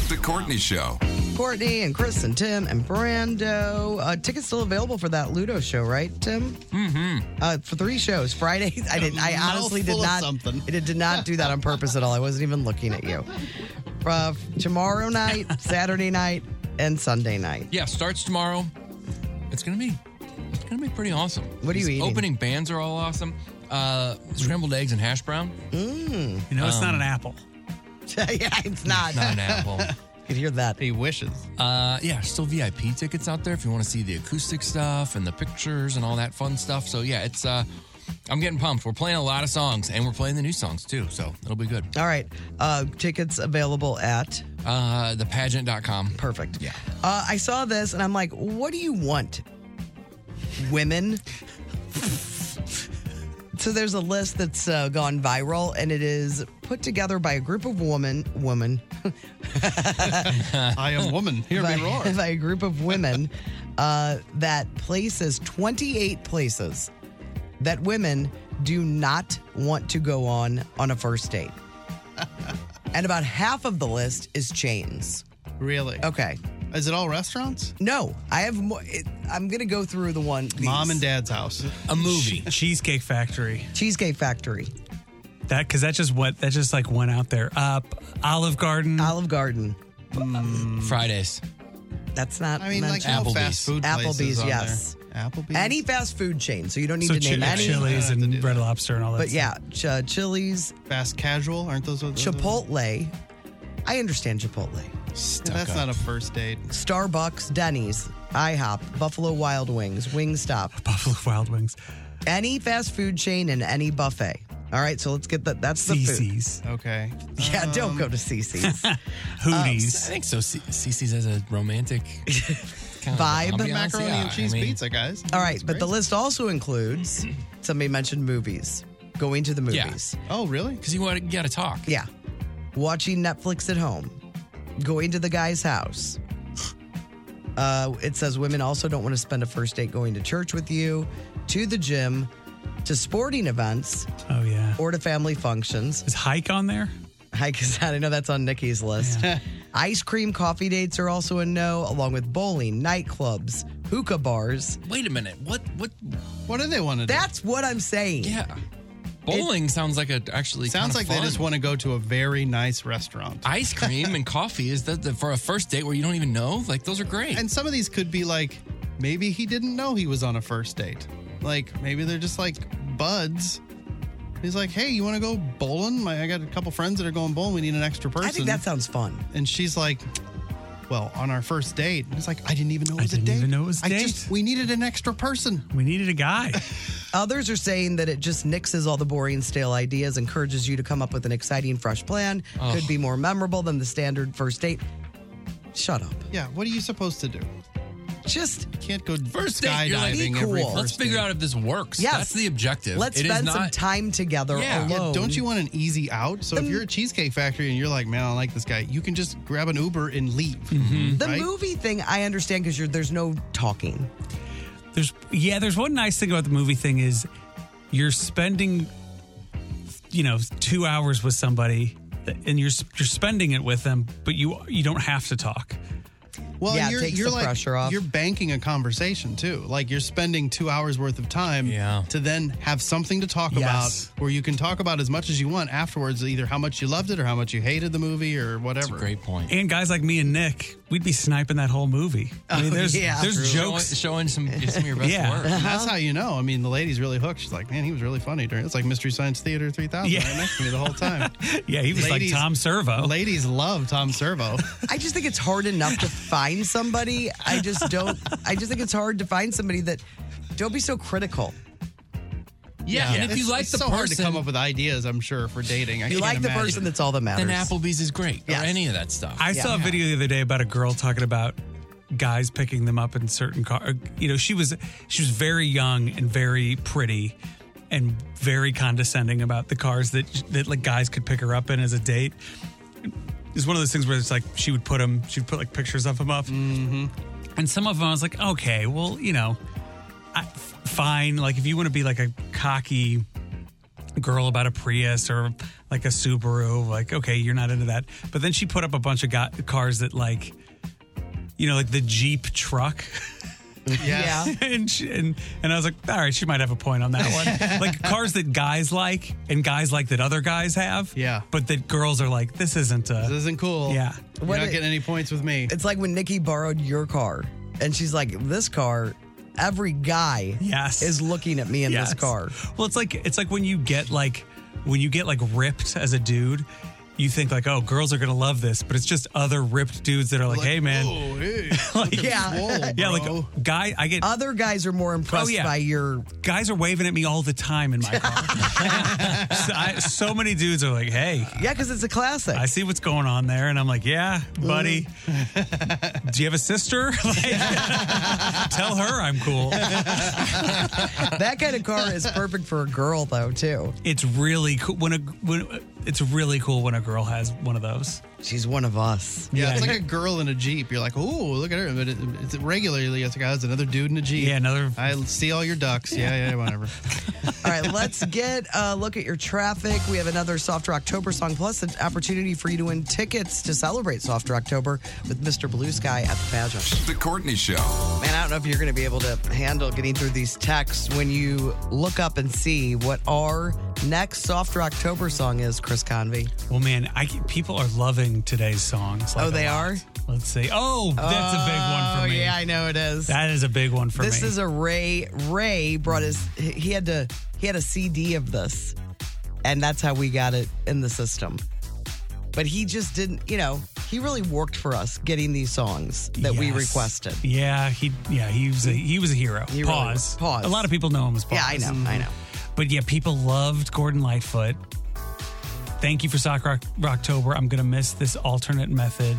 The Courtney Show. Courtney and Chris and Tim and Brando. Uh, tickets still available for that Ludo show, right, Tim? Mm-hmm. Uh, for three shows. Friday. I didn't. I honestly did Mouthful of not. something. I did not do that on purpose at all. I wasn't even looking at you. Uh, [laughs] tomorrow night, Saturday night, and Sunday night. [laughs] Yeah, starts tomorrow. It's gonna be it's gonna be pretty awesome. What are you These eating? Opening bands are all awesome. Uh, scrambled eggs and hash brown. Mm. You know, it's not an apple. yeah, it's not. Not an apple. [laughs] You could hear that. He wishes. Uh, yeah, still VIP tickets out there if you want to see the acoustic stuff and the pictures and all that fun stuff. So yeah, it's uh, I'm getting pumped. We're playing a lot of songs and we're playing the new songs too. So it'll be good. All right. Uh, tickets available at uh, thepageant.com. Perfect. Yeah. Uh, I saw this and I'm like, what do you want? Women? so there's a list that's uh, gone viral and it is put together by a group of woman woman I am woman. Hear by, me [laughs] roar. by a group of women uh, that places 28 places that women do not want to go on on a first date. and about half of the list is chains. Really? Okay. Is it all restaurants? No, I have. Mo- it, I'm gonna go through the one. these. Mom and Dad's [laughs] house. A movie. Cheesecake Factory. Cheesecake Factory. That because that just what that just like went out there. Uh, Olive Garden. Olive Garden. Fridays. That's not. I mean, like mentioned. no fast food places Applebee's, on yes. there. Applebee's. Any fast food chain, so you don't need so to name chi- any. Chili's and Red Lobster and all that. but stuff. yeah, ch- uh, Chili's, fast casual, aren't those? those Chipotle. I understand Chipotle. that's not a first date. Starbucks, Denny's, IHOP, Buffalo Wild Wings, Wingstop. Buffalo [laughs] Wild Wings. Any fast food chain and any buffet. All right, so let's get that. That's the CC's. Okay. Yeah, don't go to CC's. Hooties. I think so. C- CC's has a romantic [laughs] kind Vibe. of The macaroni and cheese pizza, guys. All right, but the list also includes somebody mentioned movies, going to the movies. Oh, really? Because you want you got to talk. Yeah. Watching Netflix at home, going to the guy's house. Uh, it says women also don't want to spend a first date going to church with you, to the gym, to sporting events. Oh, yeah. Or to family functions. [laughs] Is hike on there? Hike is not. I know that's on Nikki's list. [laughs] Ice cream coffee dates are also a no, along with bowling, nightclubs, hookah bars. Wait a minute. What? What? What do they want to do? That's what I'm saying. Yeah. Bowling sounds like a actually Sounds kinda like fun. they just want to go to a very nice restaurant. ice cream and coffee. Is that the, for a first date where you don't even know? Like those are great. And some of these could be like, maybe he didn't know he was on a first date. Like maybe they're just like buds. He's like, hey, you want to go bowling? My, I got a couple friends that are going bowling. We need an extra person. I think that sounds fun. And she's like, well, on our first date, it's like I didn't even know it was a date. know it was I just we needed an extra person. We needed a guy. [laughs] Others are saying that it just nixes all the boring, stale ideas, encourages you to come up with an exciting, fresh plan. Ugh. Could be more memorable than the standard first date. Shut up. Yeah, what are you supposed to do? Just can't go First date, skydiving you're like, every first let's figure out if this works. Yes. That's the objective. Let's It is spend some not- time together Yeah. alone. don't you want an easy out? So Um, if you're a cheesecake factory and you're like, man, I like this guy, you can just grab an Uber and leave. The right? movie thing, I understand because there's no talking. There's yeah, there's one nice thing about the movie thing is you're spending you know 2 hours with somebody and you're you're spending it with them, but you you don't have to talk. Well, Yeah, it you're, takes you're the like, pressure off. You're banking a conversation too. Like you're spending two hours worth of time to then have something to talk Yes. about, where you can talk about as much as you want afterwards, either how much you loved it or how much you hated the movie or whatever. great point. And guys like me and Nick, we'd be sniping that whole movie. I mean, Oh, there's yeah. there's True. jokes showing some, some of your best Yeah. work. That's how you know. I mean, the lady's really hooked. She's like, man, he was really funny during. It's like Mystery Science Theater 3000 Yeah. right next to me the [laughs] whole time. yeah, he was Ladies- like Tom Servo. Ladies love Tom Servo. I just think it's hard enough to find somebody. I just don't. I just think it's hard to find somebody that. Don't be so critical. [laughs] Yeah, and if It's- you like it's the so hard to person, come up with ideas, I'm sure, for dating. I You can't like the imagine. person that's all that matters. then Applebee's is great or any of that stuff. I saw a video the other day about a girl talking about guys picking them up in certain car. uh, You know, she was she was very young and very pretty and very condescending about the cars that that like guys could pick her up in as a date. It's one of those things where it's like she would put them, she'd put like pictures of them up, mm-hmm. and some of them I was like, okay, well, you know, I, f- fine. Like if you want to be like a cocky girl about a Prius or like a Subaru. Like, okay, you're not into that. But then she put up a bunch of go- cars that, like, you know, like the Jeep truck. [laughs] Yeah. and, she, and and I was like, all right, she might have a point on that one. like cars that guys like and guys like that other guys have. Yeah. But that girls are like, this isn't a, This isn't cool. Yeah. You're not getting any points with me. It's like when Nikki borrowed your car, and she's like, "This car, every guy yes. is looking at me in Yes. this car." Well, it's like it's like when you get like when you get like ripped as a dude, you think like, oh, girls are gonna love this, but it's just other ripped dudes that are like, hey, man, Oh, hey. like, Yeah. yeah, like guy, I get Other guys are more impressed Oh, yeah. by your. guys are waving at me all the time in my car. so, I, so many dudes are like, hey, Yeah, because it's a classic. I see what's going on there, and I'm like, yeah, buddy, do you have a sister? [laughs] Like, tell her I'm cool. [laughs] that kind of car is perfect for a girl, though, too. It's really cool when a when it's really cool when a girl has one of those. She's one of us. Yeah, it's like a girl in a jeep. You're like, oh, look at her. But it, it's regularly, it's like, oh, it's another dude in a jeep. Yeah, another. I see all your ducks. Yeah, yeah, whatever. All right, let's [laughs] get a look at your traffic. We have another Soft October song, plus an opportunity for you to win tickets to celebrate Soft October with Mr. Blue Sky at the pageant. The Courtney Show. Man, I don't know if you're going to be able to handle getting through these texts when you look up and see what are next Soft Rocktober song is, Chris Convey? Well, man, I get- people are loving today's songs. Oh, they are? Let's see. Oh, that's a big one for me. Oh, yeah, I know it is. That is a big one for this me. is a Ray. Ray brought his. He had to. He had a CD of this, and that's how we got it in the system. But he just didn't. You know, he really worked for us getting these songs that we Yes. requested. Yeah, he yeah he was a he was a hero. He really pause. was. Pause. A lot of people know him as pause. Yeah, I know, I know. But yeah, people loved Gordon Lightfoot. Thank you for Sock Rock Rocktober. I'm gonna miss this alternate method.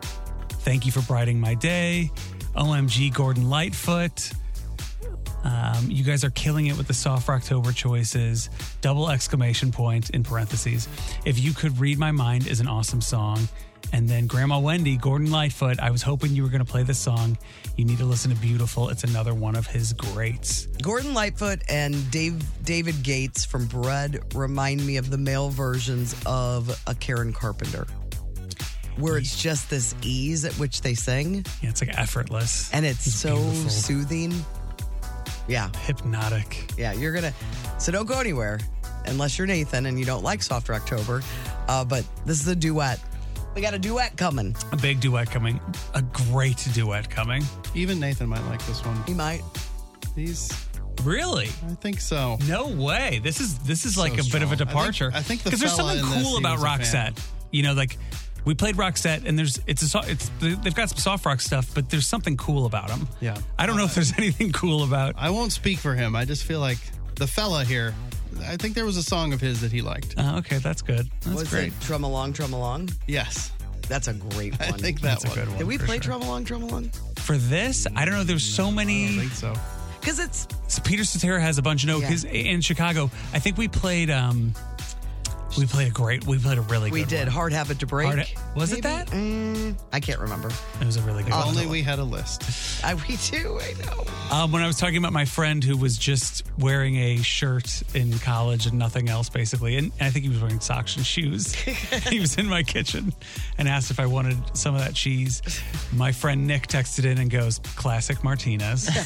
Thank you for brightening my day. OMG, Gordon Lightfoot. Um, you guys are killing it with the soft Rocktober choices. Double exclamation point in parentheses. If you could read my mind is an awesome song. And then Grandma Wendy, Gordon Lightfoot. I was hoping you were going to play this song. You need to listen to Beautiful. It's another one of his greats. Gordon Lightfoot and Dave David Gates from Bread remind me of the male versions of a Karen Carpenter, where it's just this ease at which they sing. Yeah, it's like effortless, and it's, so beautiful. soothing. Yeah, hypnotic. Yeah, you're gonna. So don't go anywhere unless you're Nathan and you don't like Soft October. Uh, but this is a duet. We got a duet coming. A big duet coming. A great duet coming. Even Nathan might like this one. He might. He's Really? I think so. No way. This is this is So like a bit of a strong. I think- departure. I think the because there's fella something in this, cool he about was a fan. Roxette. You know, like we played Roxette, and there's it's a so- it's they've got some soft rock stuff, but there's something cool about them. Yeah. Uh, I don't know if there's [laughs] anything cool about. I won't speak for him. I just feel like the fella here. I think there was a song of his that [laughs] he liked. Oh, okay, that's good. That's Was great. it Drum Along, Drum Along? Yes. That's a great one. I think that That's a good one Did we for play sure. Drum Along, Drum Along? For this, I don't know. There's so many. I think so. Because it's So Peter Cetera has a bunch of no. Yeah. Because in Chicago, I think we played. um We played a great. We played a really. we good did One. Hard Habit to Break. Hard was it that? Mm, I can't remember. It was a really good. If one. only we had a [laughs] list. I, we do. I know. Um, when I was talking about my friend who was just wearing a shirt in college and nothing else, basically, and, and I think he was wearing socks and shoes. he was in my kitchen and asked if I wanted some of that cheese. My friend Nick texted in and goes, "Classic Martinez." [laughs]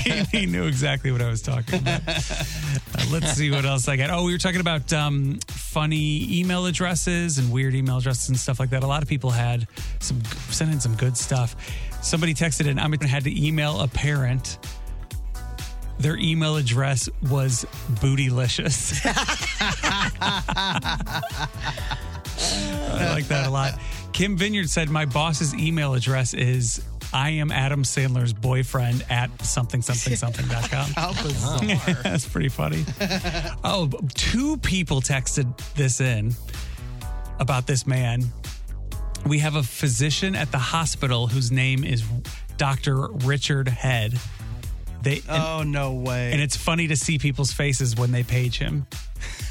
he, he knew exactly what I was talking about. Uh, let's see what else I got. Oh, we were talking about um, funny email addresses and weird email addresses and stuff like that. A lot of people had some sent in some good stuff. Somebody texted in. I had to email a parent. Their email address was bootylicious. [laughs] I like that a lot. Kim Vineyard said, My boss's email address is I am Adam Sandler's boyfriend at something something something.com. [laughs] How bizarre. [laughs] That's pretty funny. oh, b- two people texted this in about this man. We have a physician at the hospital whose name is Dr. Richard Head. They Oh no way. and it's funny to see people's faces when they page him.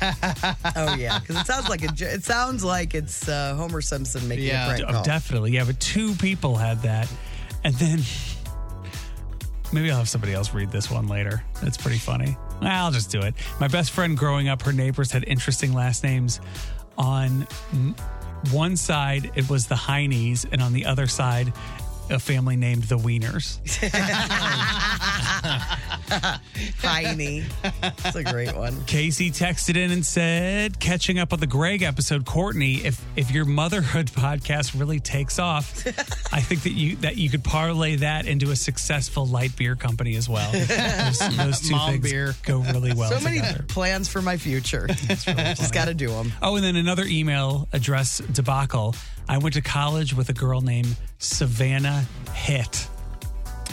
oh [laughs] yeah, because it sounds like a, jo- it sounds like it's uh, Homer Simpson making a prank Oh, call. definitely. Yeah, but two people had that. And then maybe I'll have somebody else read this one later. That's pretty funny. I'll just do it. My best friend growing up, her neighbors had interesting last names. On m- one side, it was the Heinies, and on the other side, a family named the Wieners. [laughs] Tiny. That's a great one. Casey texted in and said, catching up on the Greg episode, Courtney, if if your motherhood [laughs] podcast really takes off, I think that you that you could parlay that into a successful light beer company as [laughs] well. Those, those two Mom things beer. go really well so together. many plans for my future. Just got to do them. Oh, and then another email address debacle. I went to college with a girl named Savannah Hit.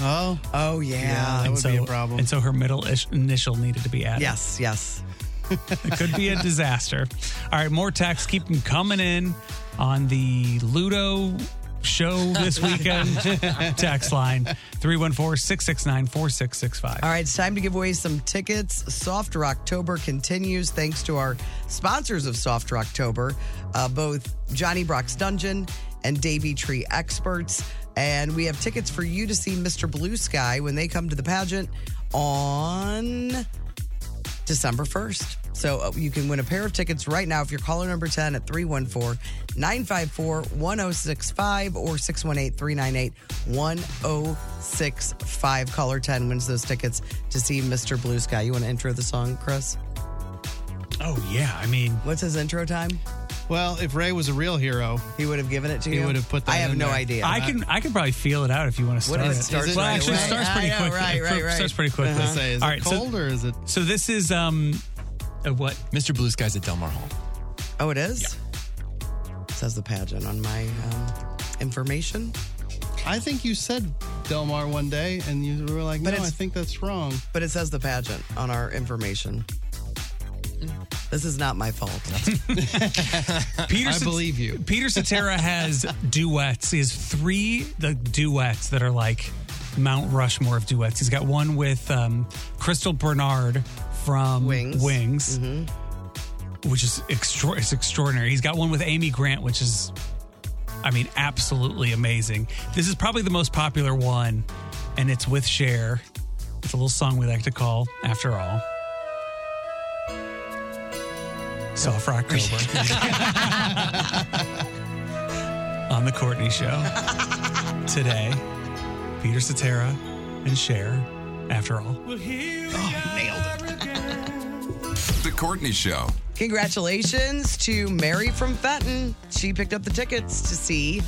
Oh, oh yeah, that would be a problem. And so her middle ish- initial needed to be added. Yes, yes. it could be a disaster. All right, more texts. Keep them coming in on the Ludo show this weekend text line 314 669 4665. All right, it's time to give away some tickets. Soft Rocktober continues thanks to our sponsors of Soft Rocktober, uh, both Johnny Brock's Dungeon and Davy Tree Experts. And we have tickets for you to see Mr. Blue Sky when they come to the pageant on December 1st. So uh, you can win a pair of tickets right now if you're caller number 10 at 314 954 1065 or 618 398 1065. Caller 10 wins those tickets to see Mr. Blue Sky. You want to intro the song, Chris? Oh, yeah. I mean, what's his intro time? Well, if Ray was a real hero, he would have given it to He you? would have put that. I have in no there. idea. I can I can probably feel it out if you want to What start. is it? Starts well, right actually, away. it starts Ah, pretty yeah, quickly. right, It right, right. Starts pretty quickly. I was gonna say, is it Uh-huh. All right, cold so, or is it? So this is um, a what? Mr. Blue Sky's at Delmar Hall. Oh, it is? Says the pageant on my um, information. I think you said Del Mar one day, and you were like, "No, I think that's wrong." But it says the pageant on our information. Mm. This is not my fault. Peter I Sat- believe you. Peter Cetera has duets. He has three the duets that are like Mount Rushmore of duets. He's got one with um, Crystal Bernard from Wings, Wings which is extra- it's extraordinary. He's got one with Amy Grant, which is, I mean, absolutely amazing. This is probably the most popular one, and it's with Cher. It's a little song we like to call After All. So for October. on the Courtney Show today. Peter Cetera and Cher. After all, The Courtney Show. Congratulations to Mary from Fenton. She picked up the tickets to see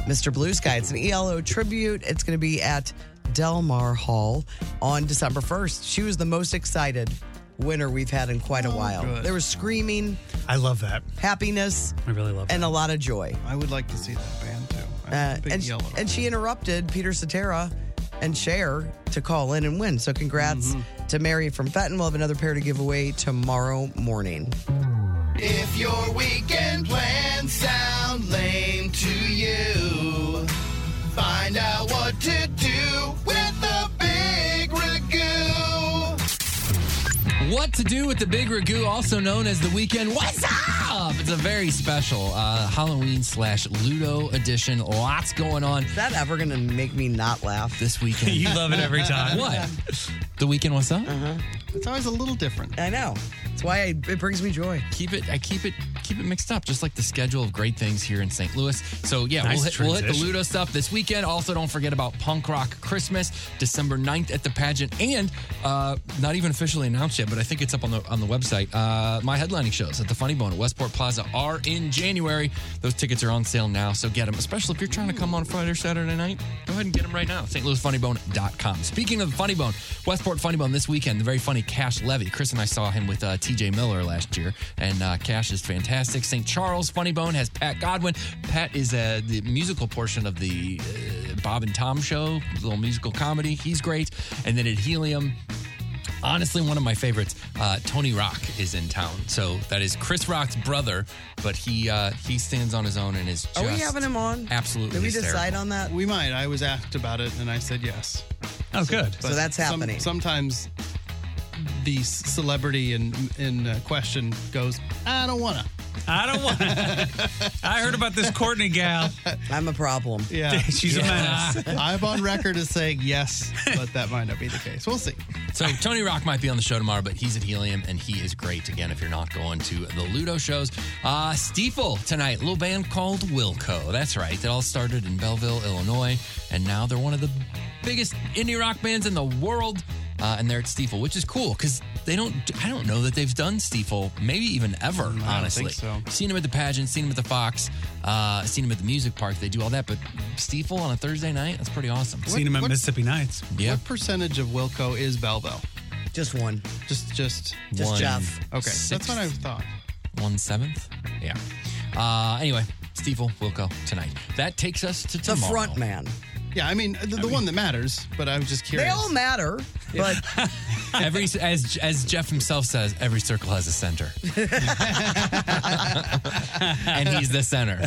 Mr. Blue Sky. It's an ELO tribute. It's going to be at Del Mar Hall on December 1st. She was the most excited winner we've had in quite a while. good. There was screaming, I love that. happiness, I really love and a lot of joy. I would like to see that band too. Uh, big and, yellow. and she interrupted Peter Cetera and Cher to call in and win. So congrats to Mary from Fenton. We'll have another pair to give away tomorrow morning. If your weekend plans sound lame to you, find out what to do with the big ragu. What to do with the Big Ragu, also known as the Weekend What's Up? It's a very special uh, Halloween slash Ludo edition. Lots going on. Is that ever going to make me not laugh this weekend? You love it every time. What? The Weekend What's Up? It's always a little different. I know. That's why I, it brings me joy. Keep it. I keep it. Keep it mixed up, just like the schedule of great things here in St. Louis. So yeah, Nice we'll, hit, we'll hit the transition. Ludo stuff this weekend. Also, don't forget about Punk Rock Christmas, December 9th at the pageant, and uh, not even officially announced yet, but I think it's up on the on the website. Uh, my headlining shows at the Funny Bone at Westport Plaza are in January. Those tickets are on sale now, so get them. Especially if you're trying to come on Friday or Saturday night, go ahead and get them right now. StLouisFunnyBone.com. Speaking of the Funny Bone, Westport Funny Bone this weekend. The very funny Cash Levy. Chris and I saw him with uh, T.J. Miller last year, and uh, Cash is fantastic. St. Charles Funny Bone has Pat Godwin. Pat is uh, the musical portion of the uh, Bob and Tom show, little musical comedy. He's great. And then at Helium, honestly one of my favorites uh, tony rock is in town so that is chris rock's brother but he uh, he stands on his own and is just Are we having him on? absolutely Did we decide hysterical. on that? We might. I was asked about it, and I said yes. Oh, good. So But that's some- happening. sometimes the s- celebrity in in uh, question goes, "I don't [laughs] wanna." I don't want. I heard about this Courtney gal. I'm a problem. Yeah, She's a menace. [laughs] I'm on record as saying yes, but that might not be the case. We'll see. so tony rock might be on the show tomorrow but he's at helium and he is great again if you're not going to the ludo shows uh, steeple tonight little band called wilco that's right it all started in belleville illinois and now they're one of the biggest indie rock bands in the world uh, and they're at Steeple, which is cool because they don't. I don't know that they've done Steeple, maybe even ever. honestly, Mm, think so. Seen him at the pageant, seen him at the Fox, uh, seen him at the music park. They do all that, but Steeple on a Thursday night, that's pretty awesome. Seen him at Mississippi Nights. Yeah. What percentage of Wilco is Belleville? Just one. Just just Just One Jeff. Okay, sixth. that's what I thought. One seventh? Yeah. Uh, anyway, Steeple will go tonight. That takes us to The tomorrow. front man. Yeah, I mean the, the one that matters, but I was just They curious. all matter, but [laughs] every as as Jeff himself says, every circle has a [laughs] center, and he's the [laughs] center.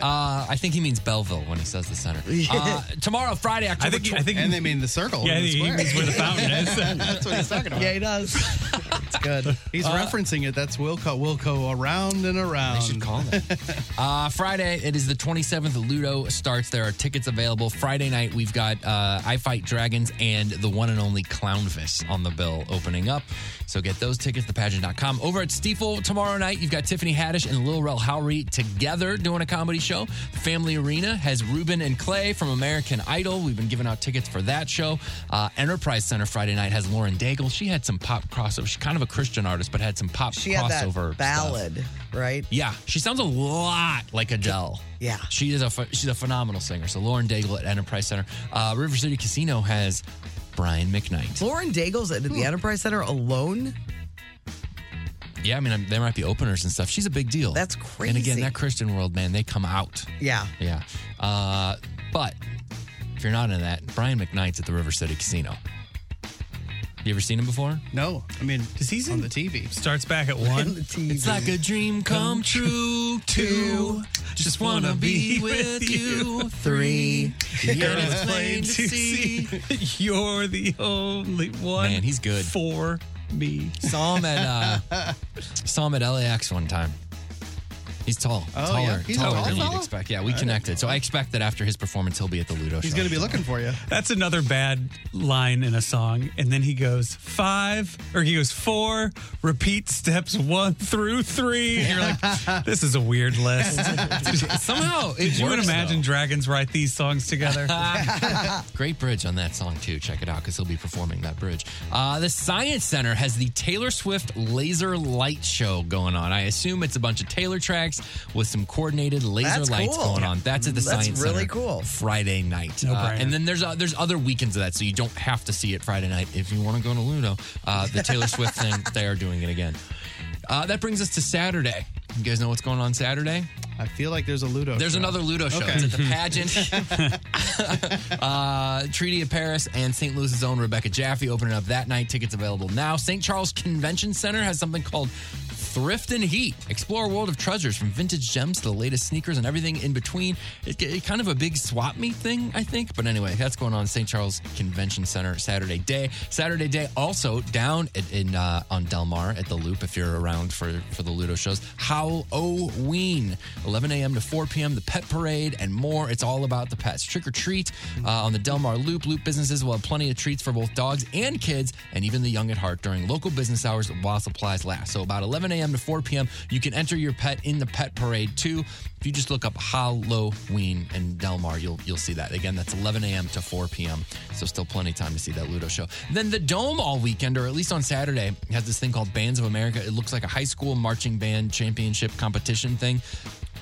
Uh, I think he means Belleville when he says the center. Uh, tomorrow, Friday, October. think he- I think and they mean the circle. Yeah, and the he square. [laughs] means where the fountain is. That's what he's talking about. Yeah, he does. It's good. He's referencing it. That's Wilco. Wilco around and around. They should call that. Um, [laughs] Uh, Friday, it is the 27th. Ludo starts. There are tickets available. Friday night, we've got uh, I Fight Dragons and the one and only Clownvis on the bill opening up. So get those tickets, thepageant.com. Over at Stiefel tomorrow night, you've got Tiffany Haddish and Lil Rel Howery together doing a comedy show. Family Arena has Ruben and Clay from American Idol. We've been giving out tickets for that show. Uh, Enterprise Center Friday night has Lauren Daigle. She had some pop crossover. She's kind of a Christian artist, but had some pop She had that crossover stuff. ballad, right? Yeah, she sounds a lot like Adele. Yeah, she is a ph- she's a phenomenal singer. So Lauren Daigle at Enterprise Center, uh, River City Casino has Brian McKnight. Lauren Daigle's at the Enterprise Center alone. Yeah, I mean there might be openers and stuff. She's a big deal. That's crazy. And again, that Christian world, man, they come out. Yeah. Yeah, uh, but if you're not into that, Brian McKnight's at the River City Casino. You ever seen him before? No, I mean, Does he's on the TV? Starts back at one. [laughs] It's like a dream come true. Two, just wanna be with you. Three, Girl, yeah, it's it's plain to see. You're the only one. Man, he's good. For me. Saw him at [laughs] uh, saw him at LAX one time. He's tall, Oh, taller, yeah. He's a taller tall than fella. you'd expect. Yeah, we I connected, so I expect that after his performance, he'll be at the Ludo He's show. gonna be looking for you. That's another bad line in a song. And then he goes five, or he goes four, repeat steps one through three. And you're like, this is a weird list. [laughs] Somehow, it Did you works, imagine though. dragons write these songs [laughs] together? Great bridge on that song too. Check it out because he'll be performing that bridge. Uh, the Science Center has the Taylor Swift Laser Light Show going on. I assume it's a bunch of Taylor tracks with some coordinated laser That's lights cool. going on. That's at the That's Science Center. really cool. Friday night. No Uh, brainer. and then there's uh, there's other weekends of that, so you don't have to see it Friday night if you want to go to Ludo. Uh, the Taylor Swift thing, [laughs] they are doing it again. Uh, that brings us to Saturday. You guys know what's going on Saturday? I feel like there's a Ludo. There's show. another Ludo show. Okay. Mm-hmm. It's at the [laughs] pageant. uh, Treaty of Paris and St. Louis's own Rebecca Jaffe opening up that night. Tickets available now. St. Charles Convention Center has something called Thrift and Heat. Explore a world of treasures from vintage gems to the latest sneakers and everything in between. It's it, kind of a big swap meet thing, I think. But anyway, that's going on at St. Charles Convention Center Saturday day. Saturday day also down at, in uh, on Del Mar at the Loop if you're around for for the Ludo shows. Halloween, 11 a.m. to 4 p.m. The pet parade and more. It's all about the pets. Trick or treat uh, on the Del Mar Loop. Loop businesses will have plenty of treats for both dogs and kids, and even the young at heart during local business hours while supplies last. So about 11 a.m. to 4 p.m. You can enter your pet in the pet parade too. If you just look up Halloween and Del Mar, you'll you'll see that. Again, that's 11 a.m. to 4 p.m. So still plenty of time to see that Ludo show. Then the Dome all weekend, or at least on Saturday, has this thing called Bands of America. It looks like a high school marching band championship competition thing.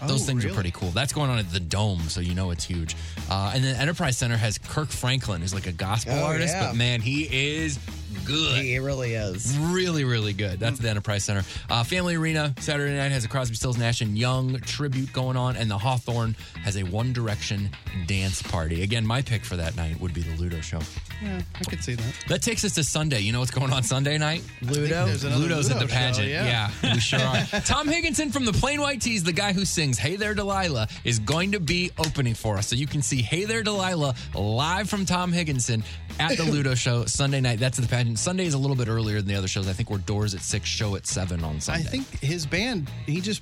Those Oh, things are really? pretty cool. That's going on at the Dome, so you know it's huge. Uh, and then Enterprise Center has Kirk Franklin, who's like a gospel Oh, artist, yeah. but man, he is good. He really is. Really, really good. That's the Enterprise Center. Uh, Family Arena Saturday night has a Crosby, Stills, Nash and Young tribute going on, and the Hawthorne has a One Direction dance party. Again, my pick for that night would be the Ludo show. Yeah, I could see that. That takes us to Sunday. You know what's going on Sunday night? Ludo. there's another Ludo's at Ludo the show, pageant. yeah. yeah. we sure are. [laughs] Tom Higginson from the Plain White Tees, the guy who sings "Hey There, Delilah," is going to be opening for us, so you can see "Hey There, Delilah" live from Tom Higginson at [laughs] the Ludo show Sunday night. That's at the pageant. Sunday is a little bit earlier than the other shows. I think we're doors at six, show at seven on I Sunday. think his band. He just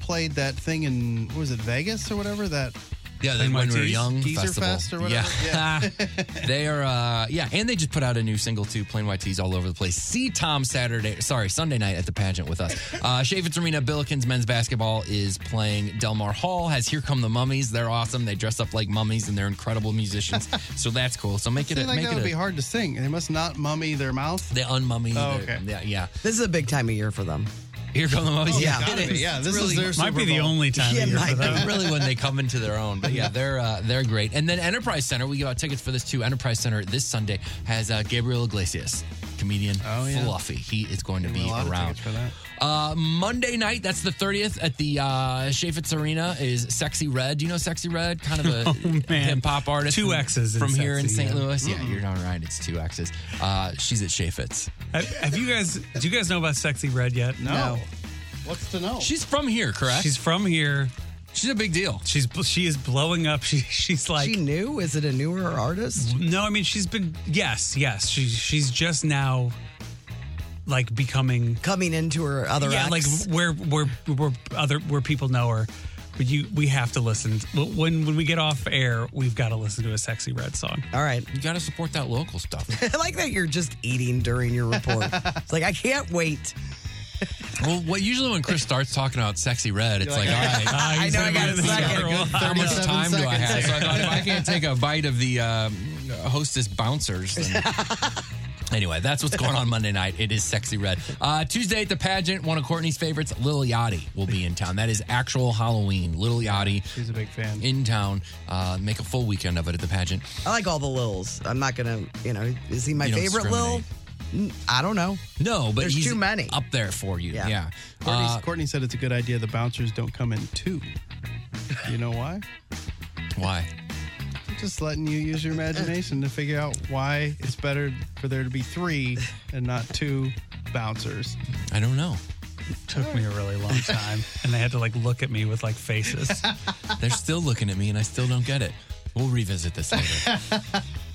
played that thing in what was it Vegas or whatever that. Yeah, they, when we were young, Geezer festival. Fest or whatever. Yeah, [laughs] they are. Uh, yeah, and they just put out a new single too, plain white tees all over the place. See Tom Saturday, sorry Sunday night at the pageant with [laughs] us. Uh, Shavitz Arena, Billikens men's basketball is playing. Del Mar Hall has Here Come the Mummies. They're awesome. They dress up like mummies and they're incredible [laughs] musicians. so that's cool. So make it. Seems A, like make that it. would A, be hard to sing. They must not mummy their mouth. They unmummy. Oh, their- okay. Yeah, yeah. This is a big time of year for them. Here come the Mummies. Oh, yeah. [laughs] it gotta be. Yeah, It's this is their Might Super be the Bowl. only time of Yeah, year might for be. them. [laughs] really when they come into their own. But yeah, they're uh, they're great. And then Enterprise Center, we give out tickets for this too. Enterprise Center this Sunday has uh, Gabriel Iglesias, comedian yeah. Fluffy. He is going to Give me be a lot of around. tickets for that. Uh, Monday night, that's the 30th at the uh, Shafitz Arena, is Sexy Red. Do you know Sexy Red? Kind of a hip hop artist. Two from- X's in From here in Sexy, St. yeah. Louis. Yeah, Mm-mm. you're darn right. It's two X's. Uh, she's at Shafitz. have, have you guys, do you guys know about Sexy Red yet? No. What's to know? She's from here, correct? She's from here. She's a big deal. She's she is blowing up. She she's like she new. Is it a newer artist? No, I mean she's been yes, yes. She's she's just now like becoming coming into her other yeah, acts. like where where where other where people know her. But you, we have to listen. When when we get off air, we've got to listen to a sexy red song. All right, [laughs] you got to support that local stuff. I like that you're just eating during your report. it's like I can't wait. Well, what usually when Chris starts talking about sexy red, it's like, all right, [laughs] I know I got a second. how much time do I have? seconds. So I thought if [laughs] I can't take a bite of the um, hostess bouncers, [laughs] then. Anyway, that's what's going on Monday night. It is sexy red. Uh, Tuesday at the pageant, one of Courtney's favorites, Lil Yachty, will be in town. That is actual Halloween. Lil Yachty. She's a big fan. In town. Uh, make a full weekend of it at the pageant. I like all the Lils. I'm not gonna, you know, is he my You don't favorite Lil? N- I don't know. No, but There's he's too many. up there for you. Yeah. Courtney's- Uh, Courtney said it's a good idea the bouncers don't come in two. You know why? Uh, Why? I'm just letting you use your imagination to figure out why it's better for there to be three and not two bouncers. I don't know. Took me a really [laughs] long time, and they had to like look at me with like faces. They're still looking at me, and I still don't get it. We'll revisit this later.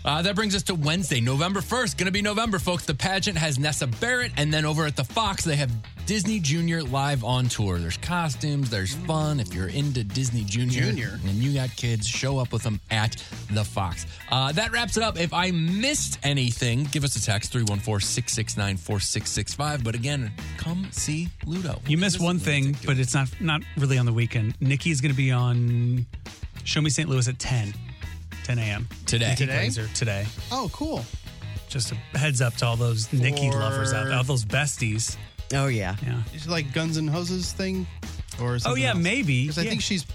Uh, that brings us to Wednesday, November 1st. Going to be November, folks. The pageant has Nessa Barrett, and then over at the Fox, they have Disney Junior live on tour. There's costumes, there's fun. If you're into Disney Junior, Junior. and you got kids, show up with them at the Fox. Uh, that wraps it up. If I missed anything, give us a text 314 669 4665. But again, come see Ludo. You miss one thing, but it's not not really on the weekend. Nikki's going to be on Show Me St. Louis at 10, 10 a.m. Today. Nikki Today? Glaser, today. Oh, cool. Just a heads up to all those Nikki For- lovers out there, all those besties. Oh yeah, yeah. It's like Guns and Hoses thing, Oh, or something Oh, yeah, else? maybe. 'Cause I Yeah. think she's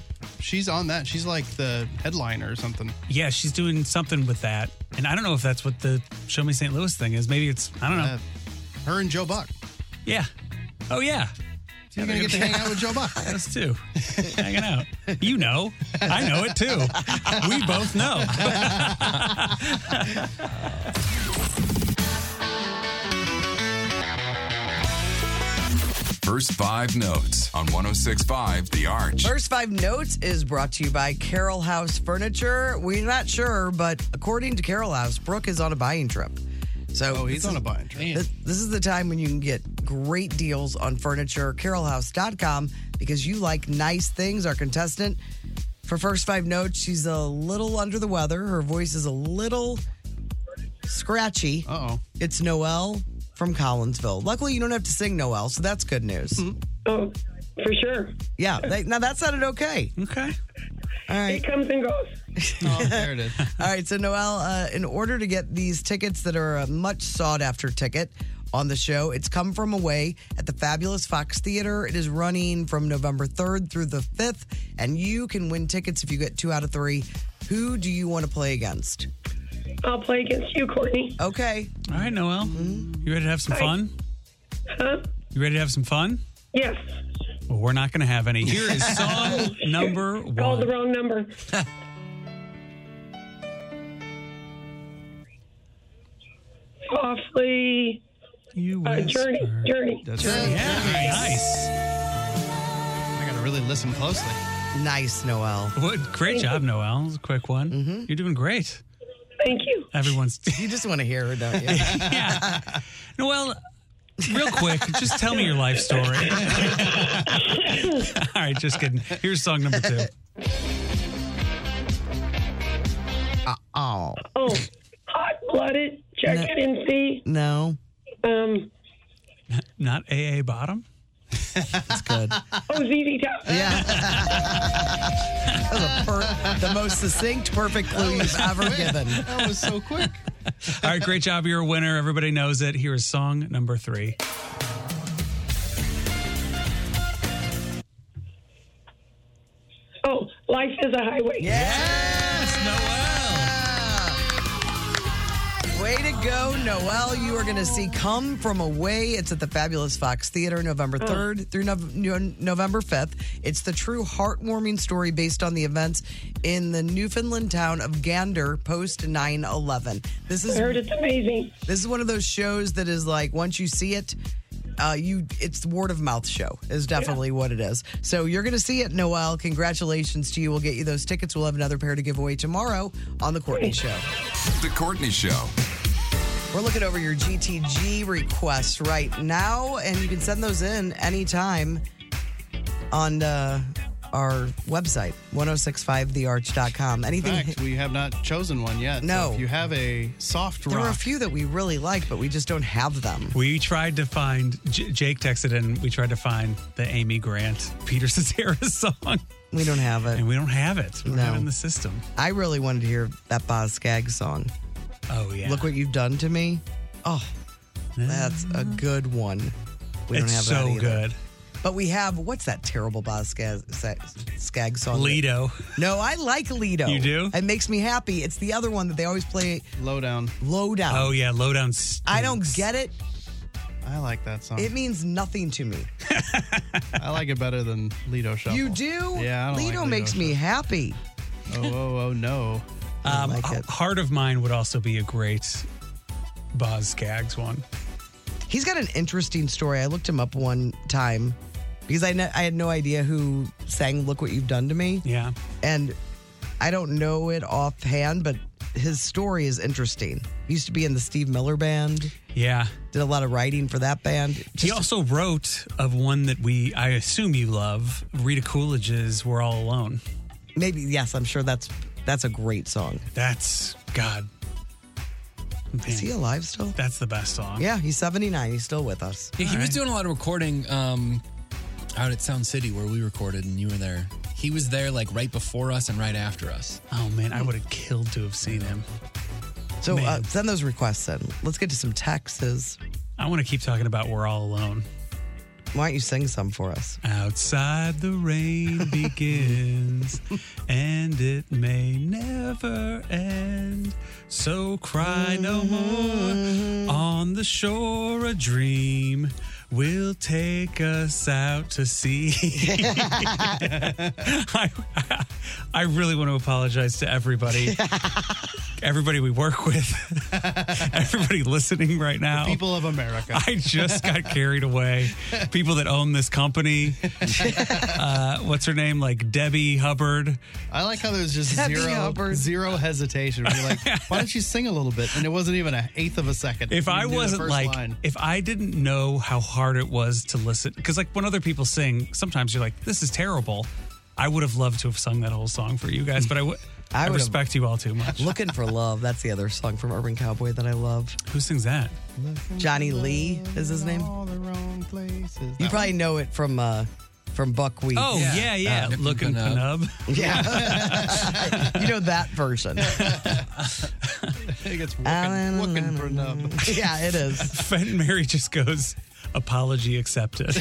she's on that. She's like the headliner or something. Yeah, she's doing something with that, and I don't know if that's what the Show Me St. Louis thing is. Maybe it's I don't know. her and Joe Buck. Yeah. Oh yeah. So you're gonna get to hang out with Joe [laughs] Buck. Us too. [laughs] Hanging out. You know. I know it too. We both know. [laughs] First five notes on 1065 The Arch. First Five Notes is brought to you by Carroll House Furniture. We're not sure, but according to Carroll House, Brooke is on a buying trip. So Oh, he's this on is- a buying trip. This, this is the time when you can get great deals on furniture. CarrollHouse.com because you like nice things. Our contestant for First Five Notes, she's a little under the weather. Her voice is a little scratchy. Uh oh. It's Noelle from Collinsville. Luckily, you don't have to sing Noelle, so that's good news. Oh, for sure. Yeah. they- now that sounded okay. Okay. All right. It comes and goes. Oh, there it is. All right, so Noelle, uh, in order to get these tickets that are a much sought after ticket on the show, it's Come From Away at the Fabulous Fox Theater. It is running from November 3rd through the 5th, and you can win tickets if you get two out of three. Who do you want to play against? I'll play against you, Courtney. Okay. All right, Noel. You ready to have some fun? Huh? You ready to have some fun? Yes. Well, we're not going to have any. Here is [laughs] song number Called the one. wrong [laughs] number. Softly. You uh, journey, journey. Yeah, nice. I gotta really listen closely. Nice, Noelle. What, great job, Noel. That was a quick one. You're doing great. Thank you. Everyone's. You just want to hear her, don't you? Noel, real quick, just tell me your life story. All right, just kidding. Here's song number two. oh, Oh, hot blooded. Check No. it and see. no. Um, Not AA Bottom? That's good. oh, ZZ Top. Yeah. that was a per- the most succinct, perfect clue you've ever given. That was so quick. All right, great job. You're a winner. Everybody knows it. Here is song number three. Oh, life is a highway. Way to go, Noelle. You are going to see Come From Away. It's at the Fabulous Fox Theater November Oh. 3rd through Nov- No- November 5th. It's the true heartwarming story based on the events in the Newfoundland town of Gander post 9 11. This I is heard it's amazing. this is one of those shows that is like once you see it, uh, you it's the word of mouth show is definitely what it is. So you're gonna see it, Noel. Congratulations to you. We'll get you those tickets. We'll have another pair to give away tomorrow on the Courtney Show. The Courtney Show. We're looking over your GTG requests right now, and you can send those in anytime on uh, our website, 1065thearch.com. In [laughs] Anything. fact, we have not chosen one yet. so No. if you have a soft There were a rock, few that we really like, but we just don't have them. We tried to find, J- Jake texted in, we tried to find the Amy Grant, Peter Cetera [laughs] song. We don't have it. And we don't have it. We don't have it No. in the system. I really wanted to hear that Boz Skag song. Oh, yeah. Look what you've done to me. Oh, that's a good one. We don't It's have so that either. good. But we have what's that terrible Boz Skag, Skag song? Lido. No, I like Lido. You do? It makes me happy. It's the other one that they always play. Lowdown. Lowdown. Oh, yeah. Lowdown. I don't get it. I like that song. It means nothing to me. I like it better than Lido Shuffle. You do? Yeah, I don't Lido like makes me happy. Oh, oh, oh, [laughs] no. Um, H- Heart of Mine would also be a great Boz Gags one. He's got an interesting story. I looked him up one time because I, kn- I had no idea who sang Look What You've Done to Me. Yeah. And I don't know it offhand, but his story is interesting. He used to be in the Steve Miller band, Yeah. did a lot of writing for that band. He also wrote of one that we, I assume you love, Rita Coolidge's "We're All Alone." Maybe yes, I'm sure that's that's a great song. That's God. Is he alive still? That's the best song. Yeah, he's 79. He's still with us. Yeah, he was doing a lot of recording um, out at Sound City where we recorded and you were there. He was there like right before us and right after us. Oh man, I would have killed to have seen him. So uh, Man. send those requests in. Let's get to some texts. I want to keep talking about "We're All Alone." Why don't you sing some for us? Outside the rain begins, and it may never end. So cry no more. On the shore, a dream will take us out to sea. I, I really want to apologize to everybody, everybody we work with, everybody listening right now. People of America. [laughs] I just got carried away. People that own this company. Uh, what's her name? Like Debbie Hubbard. I like how there's just Happy zero, zero hesitation. We're like, why don't you sing a little bit? And it wasn't even an eighth of a second. If You I knew the wasn't first like, line. if I didn't know how hard it was to listen, because like when other people sing, sometimes you're like, this is terrible. I would have loved to have sung that whole song for you guys, but I would. I, would've- respect you all too much. Looking for Love. That's the other song from Urban Cowboy that I love. Who sings that? Johnny Lee is his name. You That probably know it from uh, from Buckwheat. Oh yeah, yeah. Uh, Looking penub. [laughs] Yeah. [laughs] you know that version. It gets working, working for nub. [laughs] Yeah, it is. Fenton Mary just goes, apology accepted.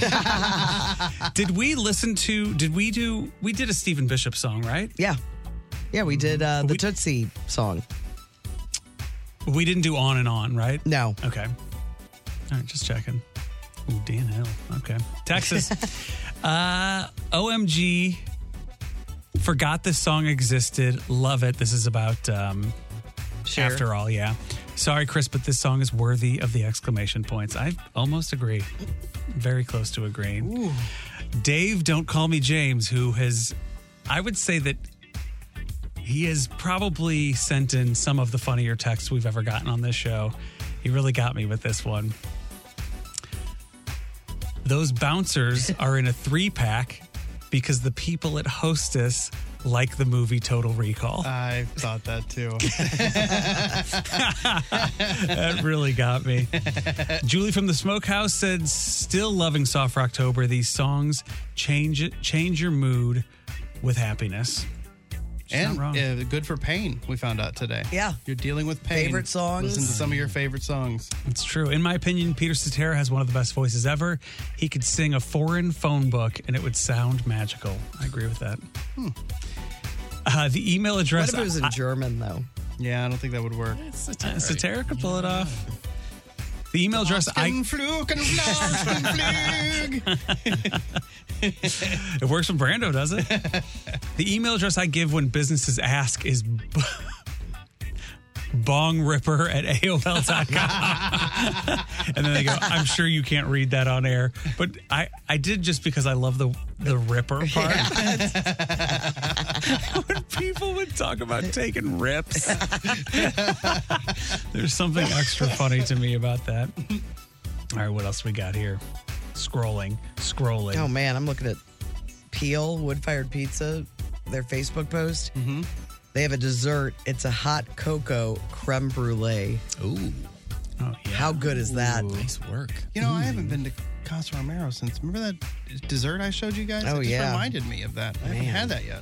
did we listen to, did we do, we did a Stephen Bishop song, right? Yeah. Yeah, we did uh, the Tootsie song. We didn't do on and on, right? No. Okay. All right, just checking. Ooh, Dan Hill. Okay. Texas. uh, OMG. Forgot this song existed. Love it. This is about um, Cher. after all, yeah. Sorry, Chris, but this song is worthy of the exclamation points. I almost agree. Very close to agreeing. Dave, don't call me James, who has, I would say that he has probably sent in some of the funnier texts we've ever gotten on this show. He really got me with this one. Those bouncers are in a three pack because the people at Hostess like the movie Total Recall. I thought that [laughs] too. that [laughs] really got me. Julie from the Smokehouse said, "Still loving Soft October. These songs change it, change your mood with happiness." She's and not wrong. uh, good for pain, we found out today. Yeah. You're dealing with pain. Favorite songs? Listen to some of your favorite songs. It's true. In my opinion, Peter Cetera has one of the best voices ever. He could sing a foreign phone book and it would sound magical. I agree with that. Uh, the email Hmm. What address. if it was in German, though? Yeah, I don't think that would work. Uh, Cetera could pull it off. The email address. I, it works when Brando does it. the email address I give when businesses ask is. bong ripper at AOL.com. [laughs] and then they go, I'm sure you can't read that on air. But I, I did just because I love the, the ripper part. [laughs] when people would talk about taking rips, there's something extra funny to me about that. All right, what else we got here? Scrolling, scrolling. Oh man, I'm looking at Peel Wood Fired Pizza, their Facebook post. Mm-hmm. They have a dessert. It's a hot cocoa creme brulee. Ooh. Oh, yeah. How good is that? Nice work. You know, I haven't been to Casa Romero since. Remember that dessert I showed you guys? Oh, it just yeah. reminded me of that. I haven't Man. had that yet.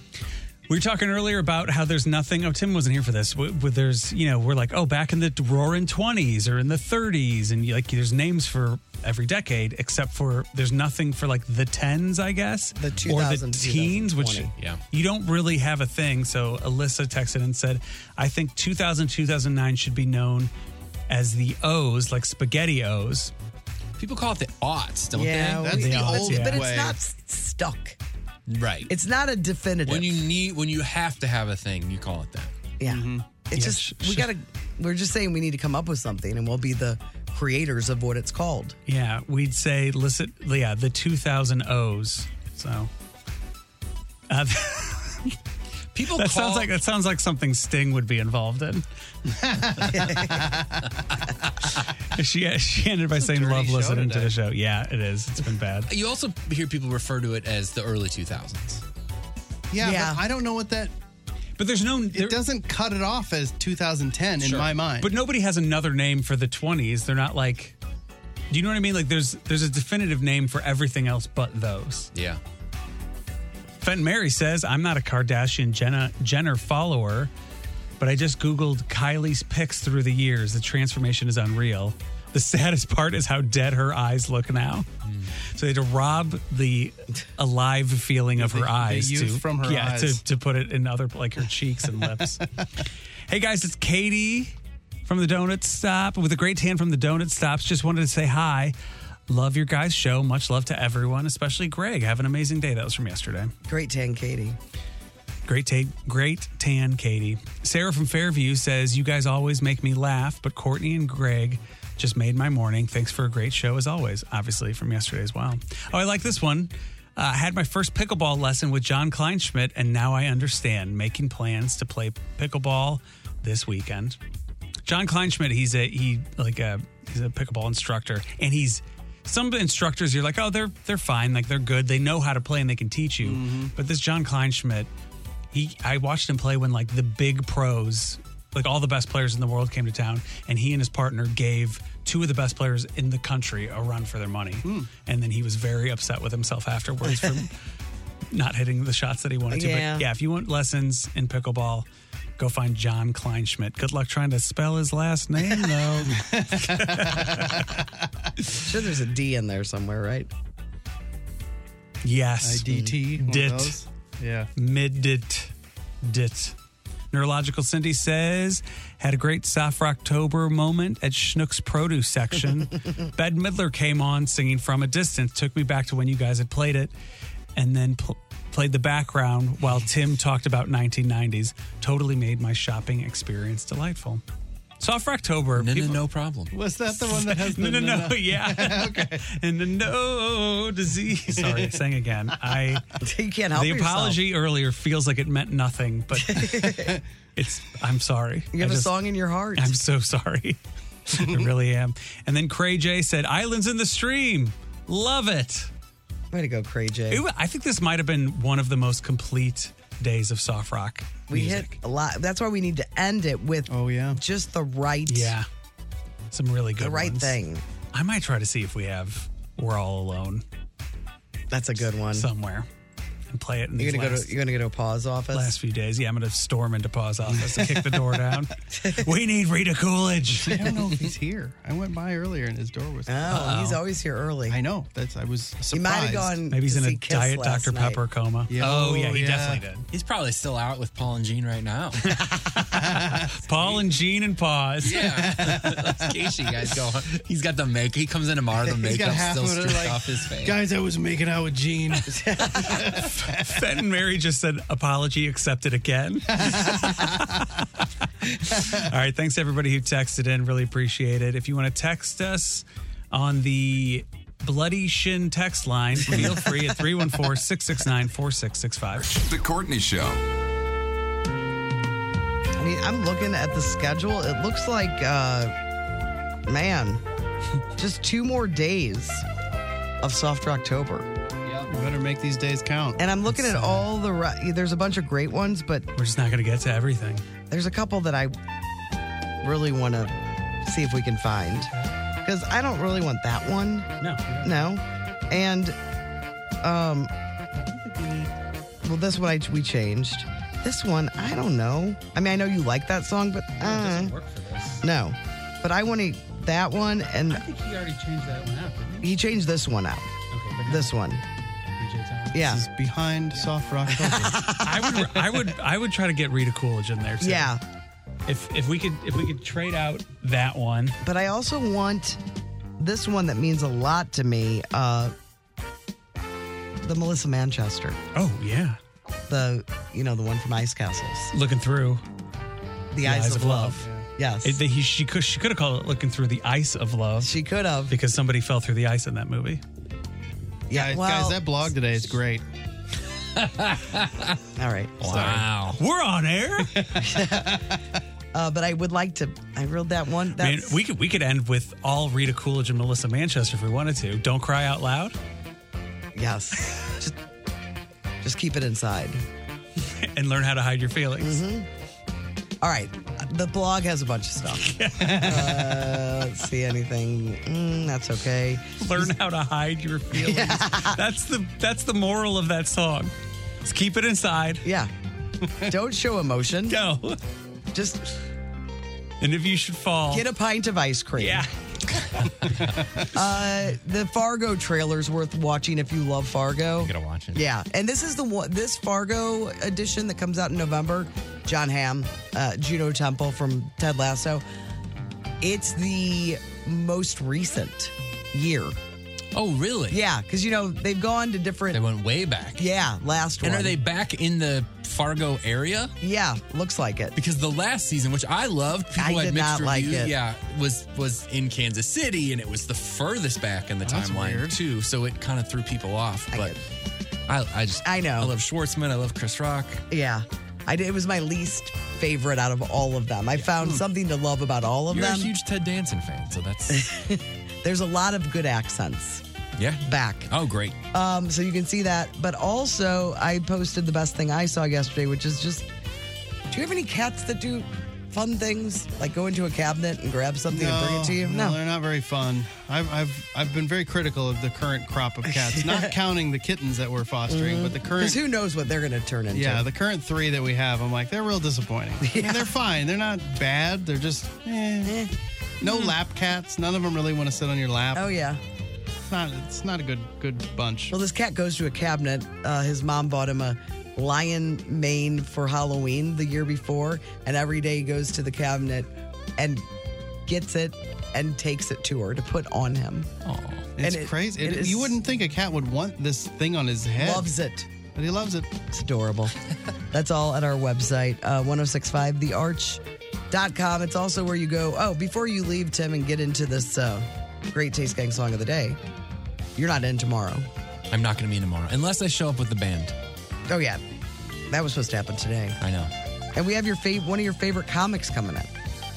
We were talking earlier about how there's nothing. Oh, Tim wasn't here for this. Wh- wh- There's, you know, we're like, oh, back in the roaring 20s or in the 30s, and you- like there's names for every decade except for there's nothing for like the tens, I guess, the 2000 to teens, which 2020. Yeah. you don't really have a thing. So Alyssa texted and said, I think 2000 2009 should be known as the O's, like spaghetti O's. People call it the aughts, don't yeah, they? we- the old, but it's not s- stuck. Right. It's not a definitive. When you need, when you have to have a thing, you call it that. Yeah. It's just we gotta. We're just saying we need to come up with something, and we'll be the creators of what it's called. Yeah, we'd say listen, yeah, the 2000 O's. So uh, [laughs] people that call- sounds like that sounds like something Sting would be involved [laughs] in. she she ended by saying love show listening to today. the show. Yeah, it is. It's been bad. [laughs] You also hear people refer to it as the early 2000s. Yeah, but I don't know what that. But there's no. it doesn't cut it off as 2010 in Sure. my mind. But nobody has another name for the 20s. They're not like Do you know what I mean? Like there's there's a definitive name for everything else but those. Yeah. Fenton Mary says, I'm not a Kardashian Jenna, Jenner follower, but I just Googled Kylie's pics through the years. The transformation is unreal. The saddest part is how dead her eyes look now. Hmm. So they had to rob the alive feeling of her The- the eyes youth to, from her yeah, eyes. To, to put it in other, like her cheeks and [laughs] lips. hey guys, it's Katie from the Donut Stop with a great hand from the Donut Stops. Just wanted to say hi. Love your guys' show. Much love to everyone, especially Greg. Have an amazing day. That was from yesterday. Great tan, Katie. Great tan, great tan, Katie. Sarah from Fairview says, "You guys always make me laugh, but Courtney and Greg just made my morning. Thanks for a great show as always." Obviously from yesterday as well. Oh, I like this one. Uh, I had my first pickleball lesson with John Kleinschmidt, and now I understand. Making plans to play pickleball this weekend. John Kleinschmidt, he's a he like a he's a pickleball instructor, and he's some instructors you're like, oh, they're they're fine, like they're good, they know how to play and they can teach you. But this John Kleinschmidt, he I watched him play when like the big pros, like all the best players in the world came to town, and he and his partner gave two of the best players in the country a run for their money, Hmm. and then he was very upset with himself afterwards [laughs] for not hitting the shots that he wanted to. Yeah. But yeah, if you want lessons in pickleball. Go find John Kleinschmidt. Good luck trying to spell his last name, [laughs] though. sure, there's a D in there somewhere, right? Yes. IDT, one of Dit. those. Yeah. Mid dit. Dit. Neurological Cindy says, had a great Soft Rocktober moment at Schnook's produce section. Bed Midler came on singing From a Distance, took me back to when you guys had played it, and then pl- played the background while Tim talked about 1990s. Totally made my shopping experience delightful. Soft Rocktober. No, no problem. Was that the one that [laughs] has no, the- no, no, yeah. [laughs] okay. And the no disease. Sorry, saying again. I [laughs] you can't help the yourself. apology earlier feels like it meant nothing, [laughs] but it's. I'm sorry. You have I a just- song in your heart. I'm so sorry. [laughs] I really am. And then Cray J said, "Islands in the stream, love it." Way to go, Cray J. It wa- I think this might have been one of the most complete days of soft rock. we hit a lot. That's why we need to end it with. Oh yeah. Just the right. Yeah. Some really good. The right ones. thing. I might try to see if we have. We're all alone. That's a good one. Somewhere, and play it. In Mm-hmm. these You're gonna go last- to you're gonna go to a pause office. last few days. Yeah, I'm going to storm into Paw's office and kick the [laughs] door down. we need Rita Coolidge. I don't know if he's here. I went by earlier and his door was. Oh, he's always here early. I know. That's. I was surprised. might have [laughs] gone Maybe he's in a diet Dr. Pepper coma. Yeah. Oh, yeah, he Oh, yeah. definitely did. [laughs] He's probably still out with Paul and Gene right now. Paul and Gene and Paws. [laughs] Yeah. Casey guys go. He's got the make. He comes in tomorrow. The He's got makeup half still of it, stripped like, off his face. Guys, I was making out with [laughs] Gene. Fenton Mary just said apology accepted [laughs] again. All right. Thanks everybody who texted in. Really appreciate it. If you want to text us on the Bloody Shin text line, feel free at 314 669 4665. The Courtney Show. I mean, I'm looking at the schedule. It looks like, uh, man, [laughs] just two more days of Soft October. We better make these days count. And I'm looking at all the. ri- There's a bunch of great ones, but we're just not going to get to everything. There's a couple that I really want to see if we can find because I don't really want that one. No, no, and um, well, this one I, we changed. This one I don't know. I mean, I know you like that song, but uh, doesn't work for this. No, but I want to that one, and I think he already changed that one out. didn't he changed this one out. this one. Yeah. This is behind soft [laughs] rock. I would, I would, I would try to get Rita Coolidge in there too. Yeah. If if we could, if we could trade out that one. But I also want this one that means a lot to me. Uh, the Melissa Manchester. Oh yeah. The you know the one from Ice Castles. Looking through The Eyes of Love. Yes. It- he- she could she could have called it looking through the ice of love. She could have because somebody fell through the ice in that movie. Yeah, guys, well- guys, that blog today is great. All right. Wow. We're on air. Uh, but I would like to. I read that one. That's, Man, we could we could end with all Rita Coolidge and Melissa Manchester if we wanted to. Don't cry out loud. [laughs] Yes. just, just keep it inside. and learn how to hide your feelings. All right. The blog has a bunch of stuff. uh, let's see anything. Mm, that's okay. Learn how to hide your feelings. That's the that's the moral of that song. Just keep it inside. Yeah. Don't show emotion. No. Just And if you should fall, Get a pint of ice cream. Yeah. uh, the Fargo trailer's worth watching if you love Fargo. You gotta watch it. Yeah, and this is the one. This Fargo edition that comes out in November. John Hamm, uh, Juno Temple from Ted Lasso. It's the most recent year. Oh, really? Yeah, because you know they've gone to different. They went way back. Yeah, last And one. are they back in the Fargo area? Yeah, looks like it. Because the last season, which I loved, people had I did mixed not like reviews. it. Yeah, was was in Kansas City, and it was the furthest back in the That's timeline weird. too. So it kind of threw people off. But I, I just I know. I love Schwartzman. I love Chris Rock. Yeah, I did, it was my least favorite out of all of them. I found something to love about all of Hmm. You're them. a huge Ted Danson fan, so [laughs] that's There's a lot of good accents yeah back. Oh, great. Um, so you can see that. But also, I posted the best thing I saw yesterday, which is just do you have any cats that do fun things? Like go into a cabinet and grab something and bring it to you? Uh, No, they're not very fun. I've, I've I've been very critical of the current crop of [laughs] cats, not counting the kittens that we're fostering, but the current. Because Uh-huh. who knows what they're going to turn into? Yeah, the current three that we have, I'm like, they're real disappointing. I [laughs] mean, they're fine. They're not bad. They're just eh. no lap cats. None of them really want to sit on your lap. Hmm. Oh yeah. It's not. It's not a good good bunch. Well, this cat goes to a cabinet. Uh, his mom bought him a lion mane for Halloween the year before, and every day he goes to the cabinet and gets it and takes it to her to put on him. It's And it- crazy. It- it is- you wouldn't think a cat would want this thing on his head. Loves it. But he loves it. It's adorable. That's all at our website, uh, 1065thearch.com. It's also where you go. Oh, before you leave, Tim, and get into this uh, great Taste Gang song of the day, you're not in tomorrow. I'm not going to be in tomorrow unless I show up with the band. Oh, yeah. That was supposed to happen today. I know. And we have your fav- one of your favorite comics coming up.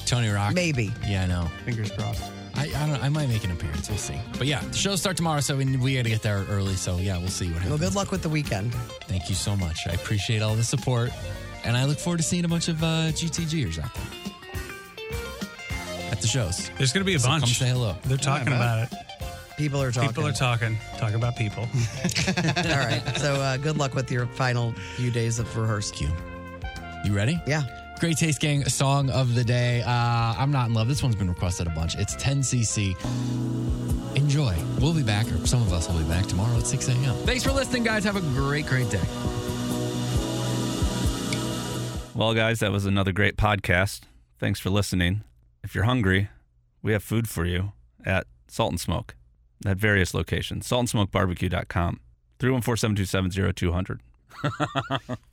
Tony Rock. Maybe. Yeah, I know. Fingers crossed. I, I don't. I might make an appearance. We'll see. But yeah, the shows start tomorrow, so we, we got to get there early. So yeah, we'll see what happens. Well, good luck with the weekend. Thank you so much. I appreciate all the support, and I look forward to seeing a bunch of uh, GTGers out there at the shows. There's going to be a So bunch. Come say hello. They're talking about it. People are talking. People are talking. Talking about people. all right. So uh, good luck with your final few days of rehearsal. You ready? Yeah. Great Taste Gang song of the day. Uh, I'm not in love. This one's been requested a bunch. It's 10cc. Enjoy. We'll be back, or some of us will be back tomorrow at 6 a.m. Thanks for listening, guys. Have a great, great day. Well, guys, that was another great podcast. Thanks for listening. If you're hungry, we have food for you at Salt and Smoke at various locations. Saltandsmokebarbecue.com. 314 727 0200.